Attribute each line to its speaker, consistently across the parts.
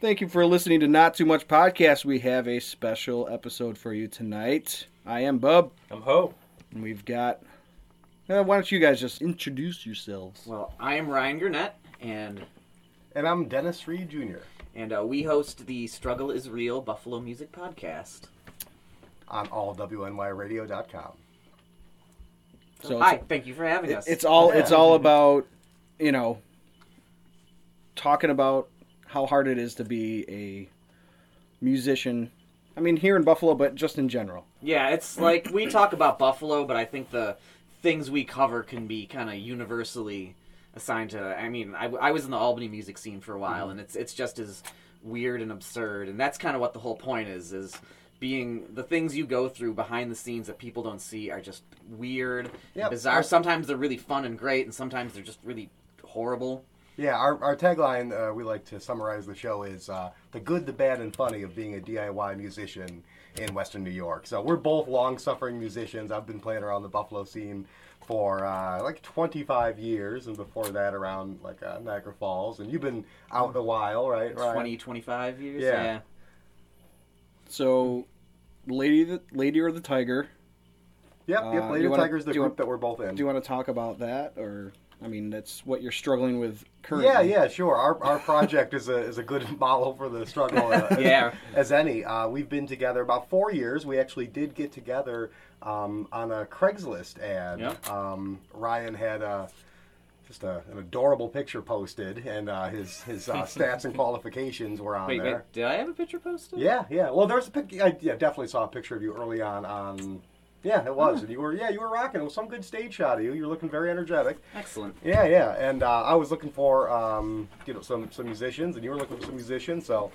Speaker 1: Thank you for listening to Not Too Much Podcast. We have a special episode for you tonight. I am Bub,
Speaker 2: I'm Ho.
Speaker 1: and we've got. Uh, why don't you guys just introduce yourselves?
Speaker 3: Well, I am Ryan Gurnett, and
Speaker 4: And I'm Dennis Reed Jr.
Speaker 3: and uh, we host the Struggle Is Real Buffalo Music Podcast.
Speaker 4: on allwnyradio.com.
Speaker 1: So it's-
Speaker 3: Hi, thank you for having
Speaker 1: It-
Speaker 3: us.
Speaker 1: it's all it's
Speaker 4: Yeah.
Speaker 1: all about you know talking about how hard it is to be a musician i mean here in buffalo but just in general
Speaker 3: yeah, it's like we talk about Buffalo, but I think the things we cover can be kind of universally assigned to. I mean, I, I was in the Albany music scene for a while,
Speaker 4: Mm-hmm.
Speaker 3: and it's it's just as weird and absurd, and that's kind of what the whole point is is being the things you go through behind the scenes that people don't see are just weird and
Speaker 4: Yep.
Speaker 3: bizarre sometimes they're really fun and great and sometimes they're just really horrible
Speaker 4: Yeah, our, our tagline uh, we like to summarize the show is uh, the good, the bad, and funny of being a DIY musician in Western New York. So we're both long suffering musicians. I've been playing around the Buffalo scene for uh, like 25 years, and before that, around like uh, Niagara Falls. And you've been out a while, right? Ryan?
Speaker 3: 20, 25 years.
Speaker 4: Yeah.
Speaker 1: so lady the lady or the tiger
Speaker 4: Yep,
Speaker 1: Uh,
Speaker 4: yep.
Speaker 1: you
Speaker 4: Later
Speaker 1: wanna-
Speaker 4: Tiger's the
Speaker 1: do you
Speaker 4: group
Speaker 1: want-
Speaker 4: that we're both in.
Speaker 1: do you want to talk about that or i mean that's what you're struggling with currently
Speaker 4: Yeah, yeah, sure. Our, our project is a is a good model for the struggle. uh, as-
Speaker 3: Yeah.
Speaker 4: As, any, uh, we've been together about four years. We actually did get together um, on a Craigslist ad.
Speaker 3: Yeah.
Speaker 4: Um, Ryan had a. Just a, an adorable picture posted, and uh, his his uh, stats and qualifications were on
Speaker 3: Wait,
Speaker 4: there.
Speaker 3: wait, did I have a picture posted?
Speaker 4: Yeah, yeah. Well, there's a pic. I yeah, definitely saw a picture of you early on. On yeah, it was, and you were yeah, you were rocking. It was some good stage shot of you. You're looking very energetic.
Speaker 3: Excellent.
Speaker 4: Yeah, yeah, and uh, I was looking for um, you know some some musicians, and you were looking for some musicians, so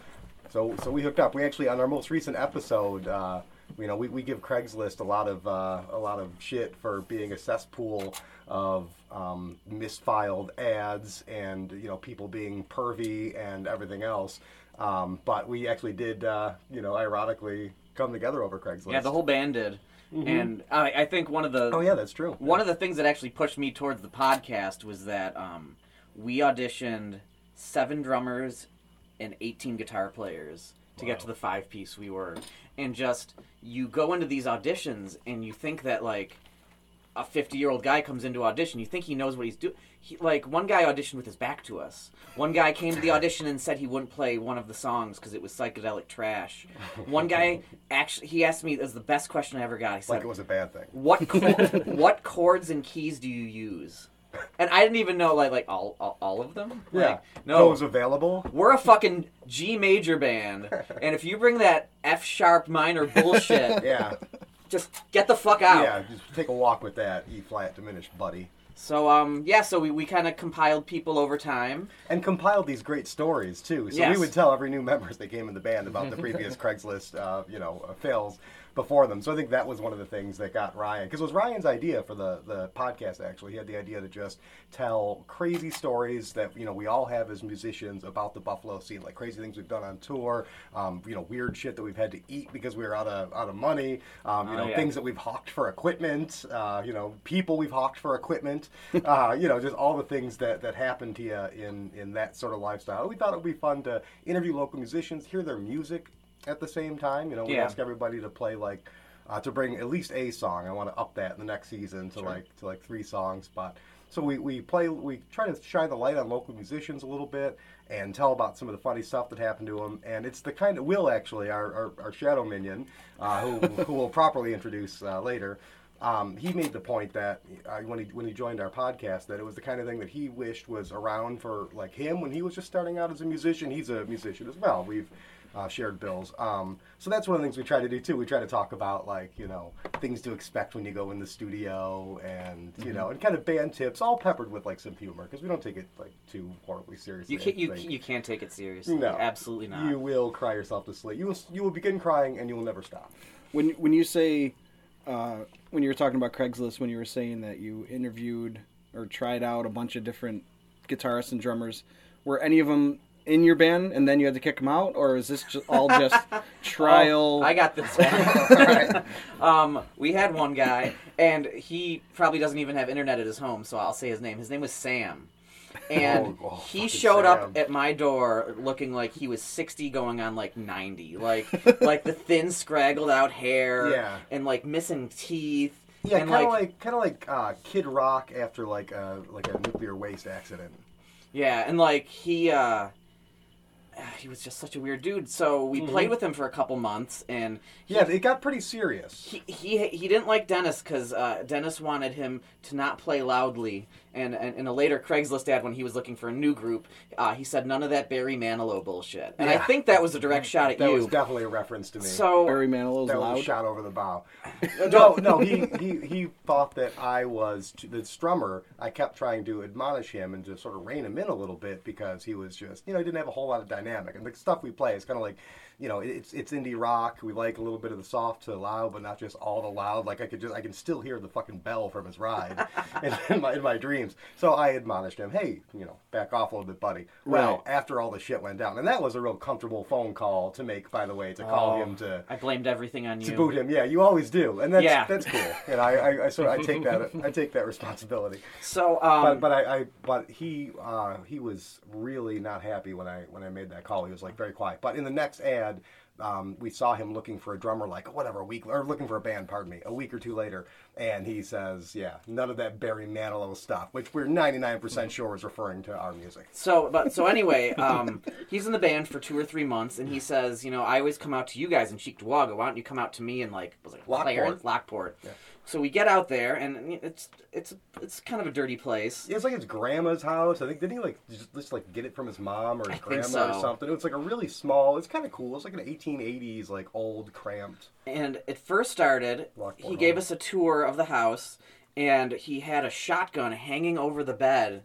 Speaker 4: so so we hooked up. We actually on our most recent episode, uh, you know, we, we give Craigslist a lot of uh, a lot of shit for being a cesspool of um, misfiled ads and you know people being pervy and everything else. Um, but we actually did, uh, you know, ironically come together over Craigslist.
Speaker 3: Yeah, the whole band did. And I, I think one of the
Speaker 4: Mm-hmm. oh yeah, that's true.
Speaker 3: one of the things that actually pushed me towards the podcast was that um, we auditioned seven drummers and 18 guitar players to get to the five piece we were and just you go into these auditions and you think that like a 50 year old guy comes into audition you think he knows what he's doing he, like one guy auditioned with his back to us one guy came to the audition and said he wouldn't play one of the songs because it was psychedelic trash one guy actually he asked me it was the best question i ever got he said
Speaker 4: like it was a bad thing.
Speaker 3: what chor- what chords and keys do you use? And I didn't even know like like all all, all of them. Like,
Speaker 4: So
Speaker 3: no,
Speaker 4: it was available.
Speaker 3: we're a fucking G major band, and if you bring that F sharp minor bullshit,
Speaker 4: Yeah.
Speaker 3: just get the fuck out.
Speaker 4: Yeah, just take a walk with that E flat diminished, buddy.
Speaker 3: So um yeah, so we, we kind of compiled people over time.
Speaker 4: And compiled these great stories too. So
Speaker 3: Yes.
Speaker 4: we would tell every new member as they came in the band about the previous Craigslist, uh, you know, uh, fails before them. So I think that was one of the things that got Ryan because it was Ryan's idea for the the podcast. Actually, he had the idea to just tell crazy stories that you know we all have as musicians about the Buffalo scene, like crazy things we've done on tour, um, you know, weird shit that we've had to eat because we were out of out of money, um, you
Speaker 3: Oh,
Speaker 4: know,
Speaker 3: yeah.
Speaker 4: things things that we've hawked for equipment, uh, you know, people we've hawked for equipment, uh, you know, just all the things that, that happen to you in, in that sort of lifestyle. We thought it would be fun to interview local musicians, hear their music at the same time. You know, we
Speaker 3: Yeah.
Speaker 4: ask everybody to play like, uh, to bring at least a song. I want to up that in the next season to like to like three songs, but so we, we play we try to shine the light on local musicians a little bit and tell about some of the funny stuff that happened to them and it's the kind of will actually our, our, our shadow minion uh, who, who we'll properly introduce uh, later um, he made the point that uh, when he when he joined our podcast that it was the kind of thing that he wished was around for like him when he was just starting out as a musician he's a musician as well we've uh, shared bills. Um, so that's one of the things we try to do too. We try to talk about like you know things to expect when you go in the studio, and
Speaker 3: Mm-hmm.
Speaker 4: you know, and kind of band tips, all peppered with like some humor because we don't take it like too horribly seriously.
Speaker 3: You can't you,
Speaker 4: I think.
Speaker 3: you can't take it seriously.
Speaker 4: No.
Speaker 3: absolutely not.
Speaker 4: You will cry yourself to sleep. You will you will begin crying and you will never stop.
Speaker 1: when when you say uh, when you were talking about Craigslist, when you were saying that you interviewed or tried out a bunch of different guitarists and drummers, were any of them in your band and then you had to kick them out, or is this just all just trial?
Speaker 3: I got this one. um, we had one guy, and he probably doesn't even have internet at his home, so I'll say his name. His name was Sam. and
Speaker 4: Oh, oh,
Speaker 3: he
Speaker 4: fucking
Speaker 3: showed up
Speaker 4: Sam.
Speaker 3: at my door looking like he was 60 going on like 90 like like the thin scraggled out hair
Speaker 4: Yeah.
Speaker 3: and like missing teeth
Speaker 4: Yeah,
Speaker 3: and
Speaker 4: kind of like, kind of like uh, Kid Rock after like a like a nuclear waste accident.
Speaker 3: Yeah, and like he uh he was just such a weird dude. So
Speaker 4: Mm-hmm.
Speaker 3: we played with him for a couple months and he
Speaker 4: Yeah, it got pretty serious.
Speaker 3: he, he, he didn't like Dennis because uh, Dennis wanted him to not play loudly. And and in a later Craigslist ad, when he was looking for a new group, uh, he said none of that Barry Manilow bullshit. And I
Speaker 4: Yeah.
Speaker 3: think that was a direct shot at
Speaker 4: That
Speaker 3: you.
Speaker 4: was definitely a reference to me.
Speaker 3: so
Speaker 1: Barry Manilow's
Speaker 4: that
Speaker 1: loud.
Speaker 4: was shot over the bow. No, no, he, he he thought that I was t- the strummer. I kept trying to admonish him and to sort of rein him in a little bit because he was just you know he didn't have a whole lot of dynamic and the stuff we play is kind of like you know it's it's indie rock. We like a little bit of the soft to the loud, but not just all the loud. Like I could just I can still hear the fucking bell from his ride in, in my in my dreams. So I admonished him, hey, you know, back off a little bit, buddy. Well,
Speaker 1: Right.
Speaker 4: after all the shit went down, and that was a real comfortable phone call to make, by the way, to call
Speaker 1: Oh,
Speaker 4: him to
Speaker 3: I blamed everything on you.
Speaker 4: to boot him. Yeah, you always do, and that's
Speaker 3: Yeah.
Speaker 4: that's cool. And I, I, I sort of I take that I take that responsibility.
Speaker 3: So
Speaker 4: But
Speaker 3: um,
Speaker 4: but I, I but he uh, he was really not happy when I when I made that call. He was like very quiet. But in the next ad. Um, we saw him looking for a drummer, like whatever a week or looking for a band. Pardon me, a week or two later, and he says, "Yeah, none of that Barry Manilow stuff," which we're ninety nine percent
Speaker 3: Mm-hmm.
Speaker 4: sure is referring to our music.
Speaker 3: So, but so anyway, um, he's in the band for two or three months, and he says, you know, I always come out to you guys in Cheektowaga. Why don't you come out to me and like was it
Speaker 4: Lockport.
Speaker 3: Clarence? Lockport? So we get out there, and it's it's it's kind of a dirty place.
Speaker 4: It's like his grandma's house. I think didn't he like just, just like get it from his mom or his
Speaker 3: think
Speaker 4: grandma
Speaker 3: so.
Speaker 4: or something? It's like a really small. It's kind of cool. It's like an 1880s like old cramped.
Speaker 3: And it first started,
Speaker 4: Lockport
Speaker 3: he gave
Speaker 4: Hall.
Speaker 3: us a tour of the house, and he had a shotgun hanging over the bed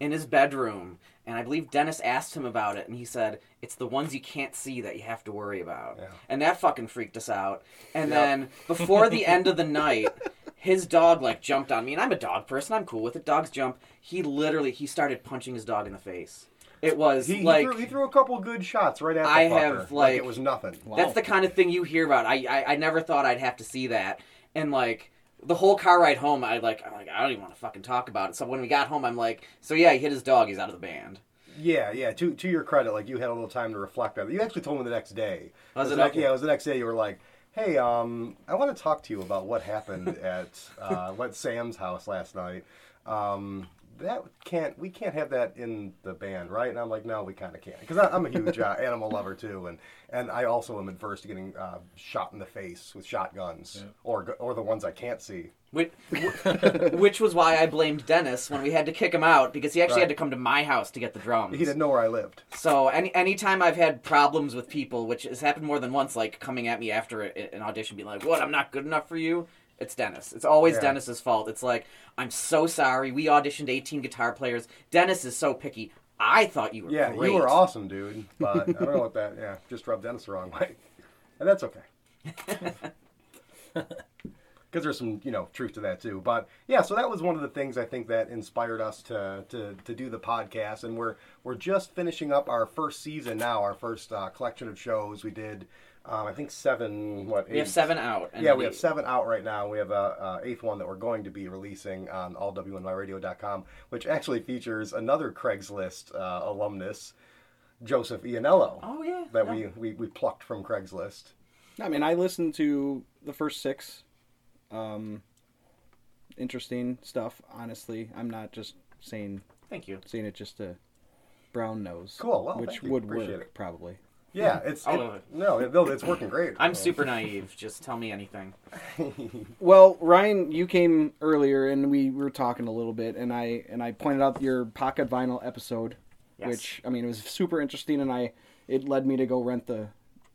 Speaker 3: in his bedroom. And I believe Dennis asked him about it, and he said, It's the ones you can't see that you have to worry about. And that fucking freaked us out. And
Speaker 4: Yep.
Speaker 3: then before the end of the night, his dog like jumped on me, and I'm a dog person, I'm cool with it. Dogs jump. He literally he started punching his dog in the face. It was
Speaker 4: He, he
Speaker 3: like
Speaker 4: threw, he threw a couple good shots right at the
Speaker 3: I
Speaker 4: fucker,
Speaker 3: have, like-
Speaker 4: it was nothing.
Speaker 3: That's the kind of thing you hear about. I, I I never thought I'd have to see that. And like the whole car ride home, I like I'm like I don't even want to fucking talk about it. So when we got home, I'm like, so yeah, he hit his dog. He's out of the band.
Speaker 4: Yeah, yeah. To to your credit, like you had a little time to reflect on it. You actually told me the next day.
Speaker 3: Was
Speaker 4: The
Speaker 3: Oh, it
Speaker 4: next-
Speaker 3: okay?
Speaker 4: Yeah, it was the next day. You were like, "Hey, um, I want to talk to you about what happened at uh, what Sam's house last night. Um, that can't we can't have that in the band, right?" And I'm like, "No, we kind of can't," because I'm a huge uh, animal lover too, and and I also am adverse to getting uh, shot in the face with shotguns or or or the ones I can't see.
Speaker 3: Which, which was why I blamed Dennis when we had to kick him out because he actually had
Speaker 4: Right.
Speaker 3: to come to my house to get the drums.
Speaker 4: He didn't know where I lived.
Speaker 3: So any anytime I've had problems with people, which has happened more than once, like coming at me after a, an audition, being like, "What? I'm not good enough for you." It's Dennis. It's always
Speaker 4: Yeah.
Speaker 3: Dennis's fault. It's like, I'm so sorry. We auditioned 18 guitar players. Dennis is so picky. I thought you were
Speaker 4: Yeah,
Speaker 3: great.
Speaker 4: you were awesome, dude. But I don't know what that. Yeah, just rubbed Dennis the wrong way, and that's okay. Because there's some, you know, truth to that too. But yeah, so that was one of the things I think that inspired us to to, to do the podcast, and we're we're just finishing up our first season now, our first uh, collection of shows. We did, um, I think seven. What
Speaker 3: We have seven out. And
Speaker 4: yeah, we have seven out right now. We have a, a eighth one that we're going to be releasing on allwnmyradio.com, which actually features another Craigslist uh, alumnus, Joseph Ianello.
Speaker 3: Oh, yeah.
Speaker 4: that
Speaker 3: No.
Speaker 4: we, we we plucked from Craigslist.
Speaker 1: I mean, I listened to the first six. Um, interesting stuff. Honestly, I'm not just saying
Speaker 3: Thank you.
Speaker 1: saying it just to brown nose.
Speaker 4: Cool, well,
Speaker 1: which
Speaker 4: thank you.
Speaker 1: would
Speaker 4: Appreciate
Speaker 1: work
Speaker 4: it.
Speaker 1: probably.
Speaker 4: Yeah, it's
Speaker 3: I'll
Speaker 4: it-
Speaker 3: love it.
Speaker 4: no, it, no, it's working great.
Speaker 3: I'm super naive. Just tell me anything.
Speaker 1: Well, Ryan, you came earlier and we were talking a little bit, and I and I pointed out your pocket vinyl episode,
Speaker 3: Yes.
Speaker 1: which I mean it was super interesting, and I it led me to go rent the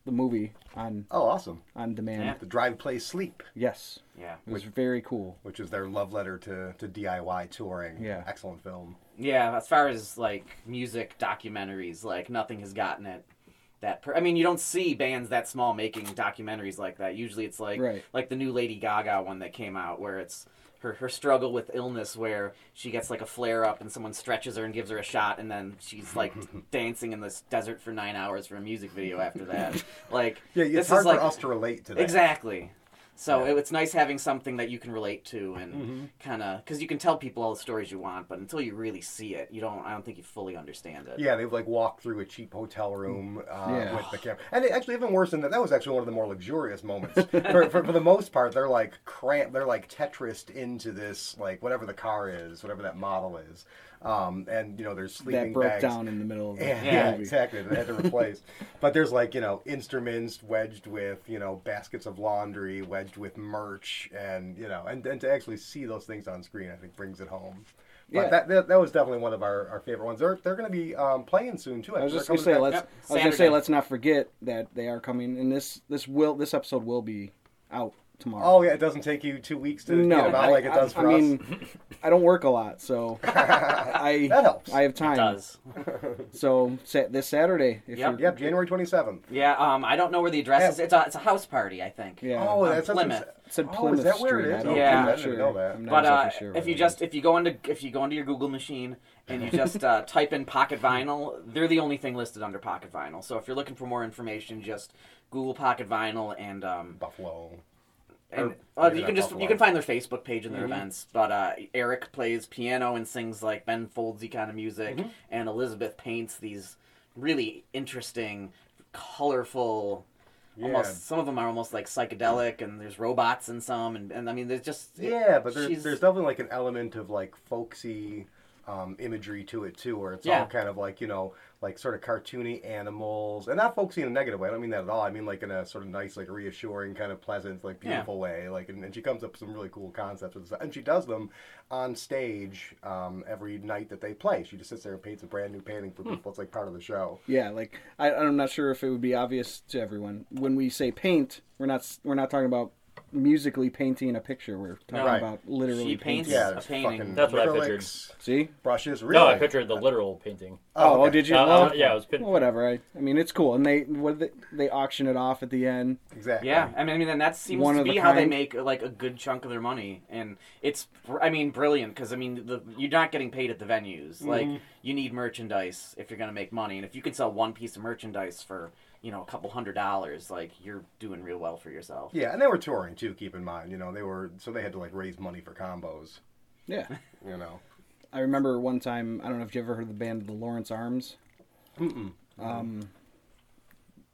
Speaker 1: the movie on
Speaker 4: oh, awesome.
Speaker 1: on demand.
Speaker 3: Yeah.
Speaker 4: The Drive Play Sleep,
Speaker 1: Yes,
Speaker 3: Yeah.
Speaker 1: it was very cool.
Speaker 4: which is their love letter to, to DIY touring.
Speaker 1: Yeah.
Speaker 4: excellent film.
Speaker 3: Yeah, as far as like music documentaries, like nothing has gotten it that per- I mean, you don't see bands that small making documentaries like that. Usually it's like
Speaker 1: Right.
Speaker 3: like the new Lady Gaga one that came out where it's her her struggle with illness where she gets like a flare up and someone stretches her and gives her a shot and then she's like dancing in this desert for 9 hours for a music video after that. Like
Speaker 4: Yeah, it's
Speaker 3: this
Speaker 4: hard
Speaker 3: is like
Speaker 4: for us to relate to that.
Speaker 3: Exactly. So it, it's nice having something that you can relate to and
Speaker 1: Mm-hmm.
Speaker 3: kind of because you can tell people all the stories you want, but until you really see it, you don't. I don't think you fully understand it.
Speaker 4: Yeah, they've like walked through a cheap hotel room uh,
Speaker 1: Yeah.
Speaker 4: with the camera, and it, actually even worse than that, that was actually one of the more luxurious moments. for, for, for the most part, they're like cramped, they're like Tetrised into this like whatever the car is, whatever that model is, um, and you know there's
Speaker 1: that
Speaker 4: sleeping
Speaker 1: broke
Speaker 4: bags.
Speaker 1: down in the middle of the
Speaker 4: Yeah,
Speaker 1: movie.
Speaker 4: yeah, exactly. They had to replace. but there's like, you know, instruments wedged with, you know, baskets of laundry wedged with merch and, you know, and, and to actually see those things on screen, I think brings it home. But
Speaker 1: Yeah.
Speaker 4: that, that that was definitely one of our, our favorite ones. They're, they're going to be um, playing soon, too.
Speaker 1: I was
Speaker 4: They're
Speaker 1: just gonna
Speaker 4: coming
Speaker 1: say
Speaker 4: back-
Speaker 1: let's.
Speaker 3: Yep,
Speaker 1: I was gonna say
Speaker 3: Saturday.
Speaker 1: let's not forget that they are coming, and this this will this episode will be out tomorrow.
Speaker 4: Oh, yeah, it doesn't take you two weeks to
Speaker 1: no,
Speaker 4: get them out
Speaker 1: I,
Speaker 4: like it does
Speaker 1: I,
Speaker 4: for
Speaker 1: I
Speaker 4: us.
Speaker 1: mean, I don't work a lot, so I
Speaker 4: That helps.
Speaker 1: I have time.
Speaker 3: does.
Speaker 1: So sa- this Saturday, if you're,
Speaker 3: Yep.
Speaker 4: yep, January 27th.
Speaker 3: Yeah, um, I don't know where the address is. It's a, it's a house party, I think.
Speaker 1: yeah,
Speaker 4: Oh,
Speaker 3: on
Speaker 4: that's
Speaker 3: Plymouth.
Speaker 1: it said
Speaker 4: Oh,
Speaker 1: Plymouth
Speaker 4: is that where
Speaker 1: Street.
Speaker 4: it is?
Speaker 1: I don't,
Speaker 3: Yeah.
Speaker 1: I'm
Speaker 3: I
Speaker 1: not
Speaker 4: didn't
Speaker 1: sure.
Speaker 4: know that.
Speaker 1: I'm not
Speaker 3: But uh,
Speaker 1: exactly sure
Speaker 3: if
Speaker 1: where
Speaker 3: you
Speaker 1: it
Speaker 3: just if you go into if you go into your Google machine and you just uh, type in Pocket Vinyl, they're the only thing listed under Pocket Vinyl. So if you're looking for more information, just Google Pocket Vinyl and um
Speaker 4: Buffalo.
Speaker 3: and
Speaker 4: Or
Speaker 3: uh,
Speaker 4: maybe
Speaker 3: you can
Speaker 4: that's
Speaker 3: just
Speaker 4: not the
Speaker 3: you can
Speaker 4: one.
Speaker 3: find their Facebook page and their
Speaker 4: Mm-hmm.
Speaker 3: events. But uh, Eric plays piano and sings like Ben Foldsy kind of music,
Speaker 4: Mm-hmm.
Speaker 3: and Elizabeth paints these really interesting, colorful.
Speaker 4: Yeah.
Speaker 3: Almost, some of them are almost like psychedelic, and there's robots in some, and, and I mean, there's just it-
Speaker 4: Yeah, but there's
Speaker 3: she's-
Speaker 4: there's definitely like an element of like folksy um, imagery to it too, where it's
Speaker 3: Yeah.
Speaker 4: all kind of like you know like sort of cartoony animals, and not folksy in a negative way. I don't mean that at all. I mean like in a sort of nice, like reassuring, kind of pleasant, like
Speaker 3: Yeah.
Speaker 4: beautiful way. Like, and, and she comes up with some really cool concepts, and stuff. and she does them on stage um, every night that they play. She just sits there and paints a brand new painting
Speaker 3: Hmm.
Speaker 4: for people. It's like part of the show.
Speaker 1: Yeah, like I, I'm not sure if it would be obvious to everyone when we say paint. We're not s- we're not talking about musically painting a picture. We're talking
Speaker 3: No.
Speaker 4: Right.
Speaker 1: about literally
Speaker 3: She
Speaker 1: painting.
Speaker 3: paints-
Speaker 4: Yeah,
Speaker 3: a
Speaker 4: there's
Speaker 3: painting.
Speaker 4: fucking
Speaker 2: That's what I figured.
Speaker 4: acrylics,
Speaker 1: See?
Speaker 4: brushes. Really?
Speaker 2: No, I pictured the literal painting.
Speaker 1: Oh,
Speaker 4: okay.
Speaker 1: oh, did you?
Speaker 2: Uh,
Speaker 1: Well,
Speaker 2: uh, yeah, I was pin-
Speaker 1: well, whatever. I, I mean, it's cool, and they what they, they auction it off at the end.
Speaker 4: exactly.
Speaker 3: Yeah, I mean, I mean, and that seems
Speaker 1: One
Speaker 3: to
Speaker 1: of
Speaker 3: be
Speaker 1: a
Speaker 3: how they
Speaker 1: kind.
Speaker 3: make like a good chunk of their money, and it's, br- I mean, brilliant because I mean, the, you're not getting paid at the venues.
Speaker 4: Mm-hmm.
Speaker 3: Like, you need merchandise if you're gonna make money, and if you can sell one piece of merchandise for you know a couple hundred dollars, like you're doing real well for yourself.
Speaker 4: Yeah, and they were touring too. Keep in mind, you know, they were so they had to like raise money for combos.
Speaker 1: Yeah,
Speaker 4: You know,
Speaker 1: I remember one time. I don't know if you ever heard of the band The Lawrence Arms. Mm-mm. Um,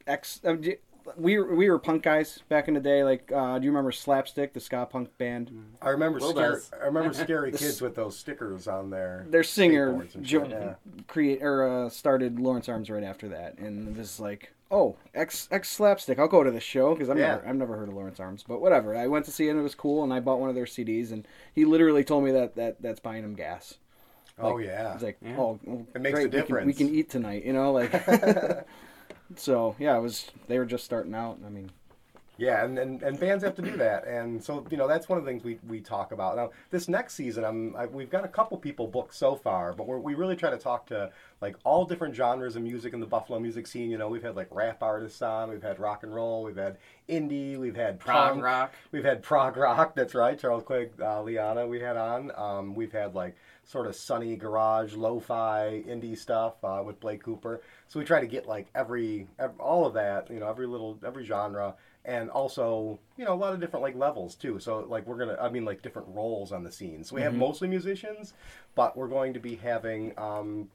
Speaker 1: ex. uh, d- we were, we were punk guys back in the day. Like, uh, do you remember Slapstick, the ska punk band?
Speaker 4: I remember
Speaker 3: Will
Speaker 4: scary,
Speaker 3: does.
Speaker 4: I remember scary kids with those stickers on their
Speaker 1: their singer
Speaker 4: skateboards and
Speaker 1: jo-
Speaker 4: shit, yeah.
Speaker 1: create or uh, started Lawrence Arms right after that, and it was like, oh, ex ex slapstick. I'll go to this show because I've
Speaker 4: Yeah.
Speaker 1: never I've never heard of Lawrence Arms, but whatever. I went to see it and it was cool, and I bought one of their CDs, and he literally told me that that that's buying him gas.
Speaker 4: Oh yeah,
Speaker 1: It's like,
Speaker 3: Yeah.
Speaker 1: oh, well,
Speaker 4: It makes a
Speaker 1: great, We
Speaker 4: difference.
Speaker 1: can, we can eat tonight, you know, like. so yeah, it was. They were just starting out. I mean,
Speaker 4: yeah, and, and and bands have to do that, and so you know that's one of the things we, we talk about. Now this next season, I'm I, we've got a couple people booked so far, but we're, we really try to talk to like all different genres of music in the Buffalo music scene. You know, we've had like rap artists on, we've had rock and roll, we've had indie, we've had
Speaker 3: Prog
Speaker 4: punk,
Speaker 3: rock.
Speaker 4: We've had prog rock. That's right, Charles Quigg, uh, Liana. We had on. Um, we've had like sort of sunny garage, lo-fi indie stuff uh, with Blake Cooper. So we try to get like every, ev all of that. You know, every little every genre, and also you know a lot of different like levels too. So like we're gonna, I mean like different roles on the scene. So we have mostly musicians, but we're going to be having. Um,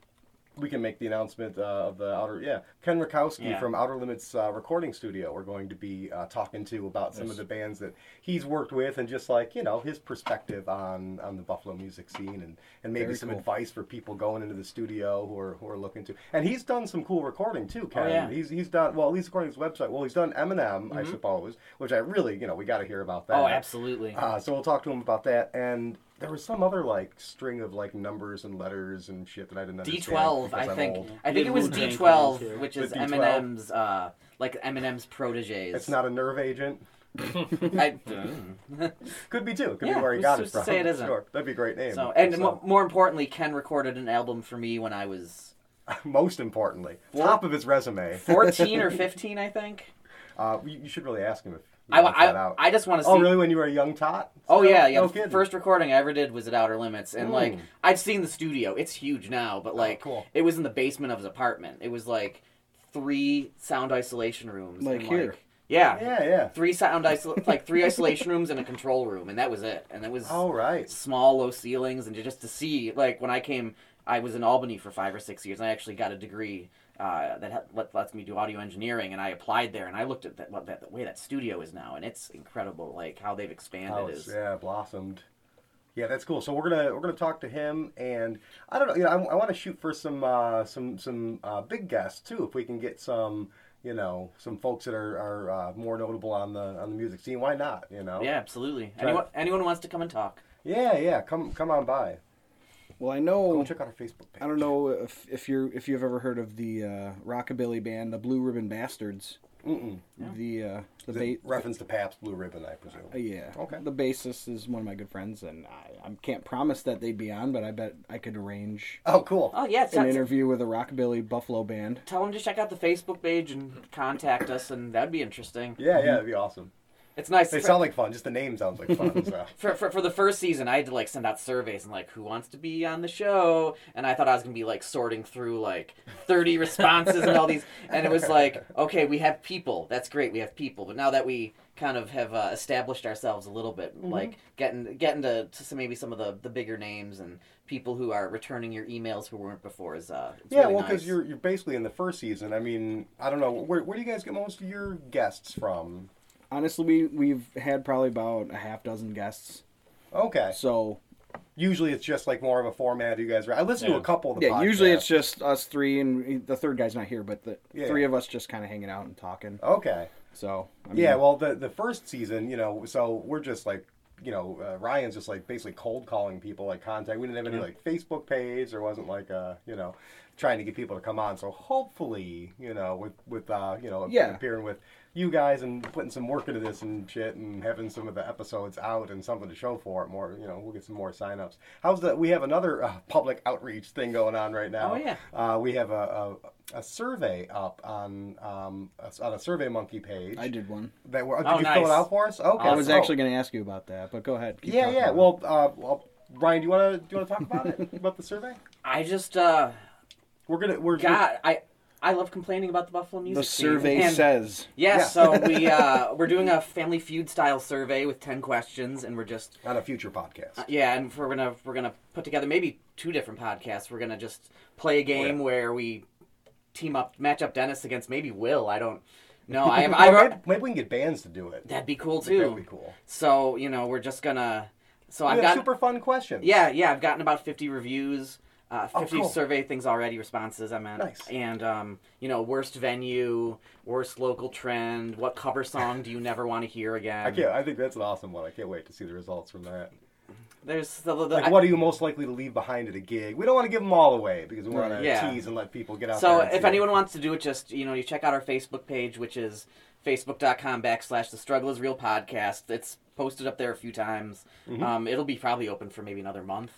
Speaker 4: we can make the announcement uh, of the outer yeah ken rakowski
Speaker 3: Yeah.
Speaker 4: from outer limits uh, recording studio we're going to be uh, talking to about some of the bands that he's worked with and just like you know his perspective on on the buffalo music scene and and maybe
Speaker 1: Very
Speaker 4: some
Speaker 1: cool.
Speaker 4: advice for people going into the studio who are who are looking to and he's done some cool recording too ken
Speaker 3: Oh, yeah. Mm-hmm.
Speaker 4: he's he's done well at least according to his website well he's done eminem i suppose which i really you know we got to hear about that
Speaker 3: Oh, absolutely.
Speaker 4: uh, so we'll talk to him about that. And there was some other like string of like numbers and letters and shit that I didn't
Speaker 3: D
Speaker 4: understand.
Speaker 3: twelve,
Speaker 4: because
Speaker 3: I
Speaker 4: I'm
Speaker 3: think.
Speaker 4: old.
Speaker 3: I think it was
Speaker 2: Did
Speaker 3: D
Speaker 2: Wu-Tang
Speaker 3: twelve,
Speaker 2: come too?
Speaker 3: which
Speaker 4: With
Speaker 3: is
Speaker 4: D12?
Speaker 3: Eminem's, uh, like Eminem's proteges.
Speaker 4: It's not a nerve agent.
Speaker 3: I, Mm.
Speaker 4: Could be too. Could
Speaker 3: Yeah,
Speaker 4: be where he
Speaker 3: who's
Speaker 4: got
Speaker 3: to
Speaker 4: it from.
Speaker 3: say it isn't?
Speaker 4: Sure. That'd be a great name.
Speaker 3: so, and
Speaker 4: So,
Speaker 3: mo- more importantly, Ken recorded an album for me when I was
Speaker 4: most importantly, top of his resume.
Speaker 3: 14 or 15, I think.
Speaker 4: Uh, you, you should really ask him if he
Speaker 3: I, wa-
Speaker 4: wants that
Speaker 3: I,
Speaker 4: out.
Speaker 3: I just want to see.
Speaker 4: oh, really? When you were a young tot?
Speaker 3: Oh,
Speaker 4: No-
Speaker 3: yeah, yeah.
Speaker 4: No
Speaker 3: the
Speaker 4: kidding. Hmm.
Speaker 3: first recording I ever did was at Outer Limits, and like I'd seen the studio. It's huge now, but like
Speaker 4: Oh, cool.
Speaker 3: it was in the basement of his apartment. It was like three sound isolation rooms.
Speaker 1: Like
Speaker 3: and,
Speaker 1: here.
Speaker 3: Yeah.
Speaker 4: Yeah, yeah.
Speaker 3: Three sound isol- like three isolation rooms and a control room, and that was it. And it was
Speaker 4: All right.
Speaker 3: small, low ceilings, and just to see like when I came, I was in Albany for five or six years, and I actually got a degree uh, that ha- let, lets me do audio engineering, and I applied there, and I looked at that, what that the way that studio is now, and it's incredible, like how they've expanded.
Speaker 4: How it's-
Speaker 3: is
Speaker 4: yeah blossomed. Yeah, that's cool. So we're gonna we're gonna talk to him, and I don't know. You know, I, want to shoot for some uh, some some uh, big guests too, if we can get some you know some folks that are, are uh, more notable on the on the music scene. Why not? You know.
Speaker 3: yeah, absolutely.
Speaker 4: Try-
Speaker 3: Anyone anyone wants to come and talk?
Speaker 4: Yeah, yeah. Come come on by.
Speaker 1: Well, I
Speaker 4: Go
Speaker 1: know.
Speaker 4: check out our Facebook page.
Speaker 1: I don't know if if you're if you've ever heard of the uh, rockabilly band, the Blue Ribbon Bastards.
Speaker 4: Mm-mm.
Speaker 1: The uh, the,
Speaker 4: Is it
Speaker 1: ba-
Speaker 4: reference to Paps Blue Ribbon, I presume.
Speaker 1: Uh, yeah.
Speaker 4: Okay.
Speaker 1: The bassist is one of my good friends, and I, I can't promise that they'd be on, but I bet I could arrange
Speaker 4: Oh, cool.
Speaker 3: Oh yeah, it's
Speaker 1: an interview with a rockabilly Buffalo band.
Speaker 3: tell them to check out the Facebook page and contact us, and that'd be interesting.
Speaker 4: Yeah, yeah. That'd be awesome.
Speaker 3: It's nice.
Speaker 4: They
Speaker 3: for-
Speaker 4: sound like fun. Just the name sounds like fun. So.
Speaker 3: for, for, for the first season, I had to like send out surveys and like who wants to be on the show, and I thought I was gonna be like sorting through like thirty responses and all these, and it was like okay, we have people, that's great, we have people, but now that we kind of have uh, established ourselves a little bit,
Speaker 4: Mm-hmm.
Speaker 3: like getting getting to, to some, maybe some of the, the bigger names and people who are returning your emails who weren't before is uh it's
Speaker 4: Yeah,
Speaker 3: really
Speaker 4: well, because
Speaker 3: nice.
Speaker 4: you're you're basically in the first season. I mean, I don't know where where do you guys get most of your guests from?
Speaker 1: Honestly, we we've had probably about a half dozen guests,
Speaker 4: Okay,
Speaker 1: so
Speaker 4: usually it's just like more of a format. You guys, I listen to
Speaker 2: Yeah.
Speaker 4: a couple of the
Speaker 1: yeah. Usually it's
Speaker 4: podcasts.
Speaker 1: just us three, and the third guy's not here, but the
Speaker 4: Yeah.
Speaker 1: three of us just kind of hanging out and talking.
Speaker 4: okay.
Speaker 1: So I
Speaker 4: Yeah, well, the the first season, you know, so we're just like, you know, uh, Ryan's just like basically cold calling people, like contact. We didn't have any like Facebook page. There wasn't like a, you know, trying to get people to come on. So hopefully, you know, with with uh, you know,
Speaker 1: Yeah.
Speaker 4: appearing with you guys and putting some work into this and shit and having some of the episodes out and something to show for it more, you know, we'll get some more signups. How's the we have another uh, public outreach thing going on right now.
Speaker 3: Oh, yeah.
Speaker 4: Uh, we have a, a a survey up on um on a survey monkey page
Speaker 1: I did one.
Speaker 4: that were. Oh, did
Speaker 3: Oh,
Speaker 4: you
Speaker 3: nice.
Speaker 4: fill it out for us? Okay.
Speaker 1: I was
Speaker 4: Oh.
Speaker 1: actually going to ask you about that, but go ahead. keep
Speaker 4: Yeah,
Speaker 1: talking
Speaker 4: yeah.
Speaker 1: about
Speaker 4: Well, uh, well, Ryan, do you want to do you want to talk about it about the survey?
Speaker 3: I just uh
Speaker 4: We're gonna we're
Speaker 3: God I I love complaining about the Buffalo
Speaker 1: it.
Speaker 3: music.
Speaker 1: the
Speaker 3: scene,
Speaker 1: survey
Speaker 3: and-
Speaker 1: says
Speaker 3: Yeah,
Speaker 4: Yeah.
Speaker 3: so we uh, we're doing a Family Feud style survey with ten questions, and we're just
Speaker 4: on a future podcast.
Speaker 3: uh, yeah, and we're gonna we're gonna put together maybe two different podcasts. We're gonna just play a game where we team up, match up Dennis against maybe Will. I don't know. I have
Speaker 4: Or
Speaker 3: I
Speaker 4: maybe, maybe we can get bands to do it.
Speaker 3: that'd be cool too.
Speaker 4: That'd be cool.
Speaker 3: So you know we're just gonna so
Speaker 4: We
Speaker 3: I've
Speaker 4: have
Speaker 3: got
Speaker 4: super fun questions.
Speaker 3: yeah yeah I've gotten about fifty reviews. Uh, 50
Speaker 4: Oh, cool.
Speaker 3: survey things already, responses, I meant.
Speaker 4: Nice.
Speaker 3: And, um, you know, worst venue, worst local trend, what cover song do you never want to hear again?
Speaker 4: I can't. I think that's an awesome one. I can't wait to see the results from that.
Speaker 3: There's the, the
Speaker 4: Like,
Speaker 3: I-
Speaker 4: what are you most likely to leave behind at a gig? We don't want to give them all away because we want to
Speaker 3: Yeah.
Speaker 4: tease and let people get out.
Speaker 3: so
Speaker 4: there and
Speaker 3: if
Speaker 4: see it.
Speaker 3: anyone wants to do it, just you know, you check out our Facebook page, which is facebook.com backslash the struggle is real podcast. It's posted up there a few times. Um, it'll be probably open for maybe another month.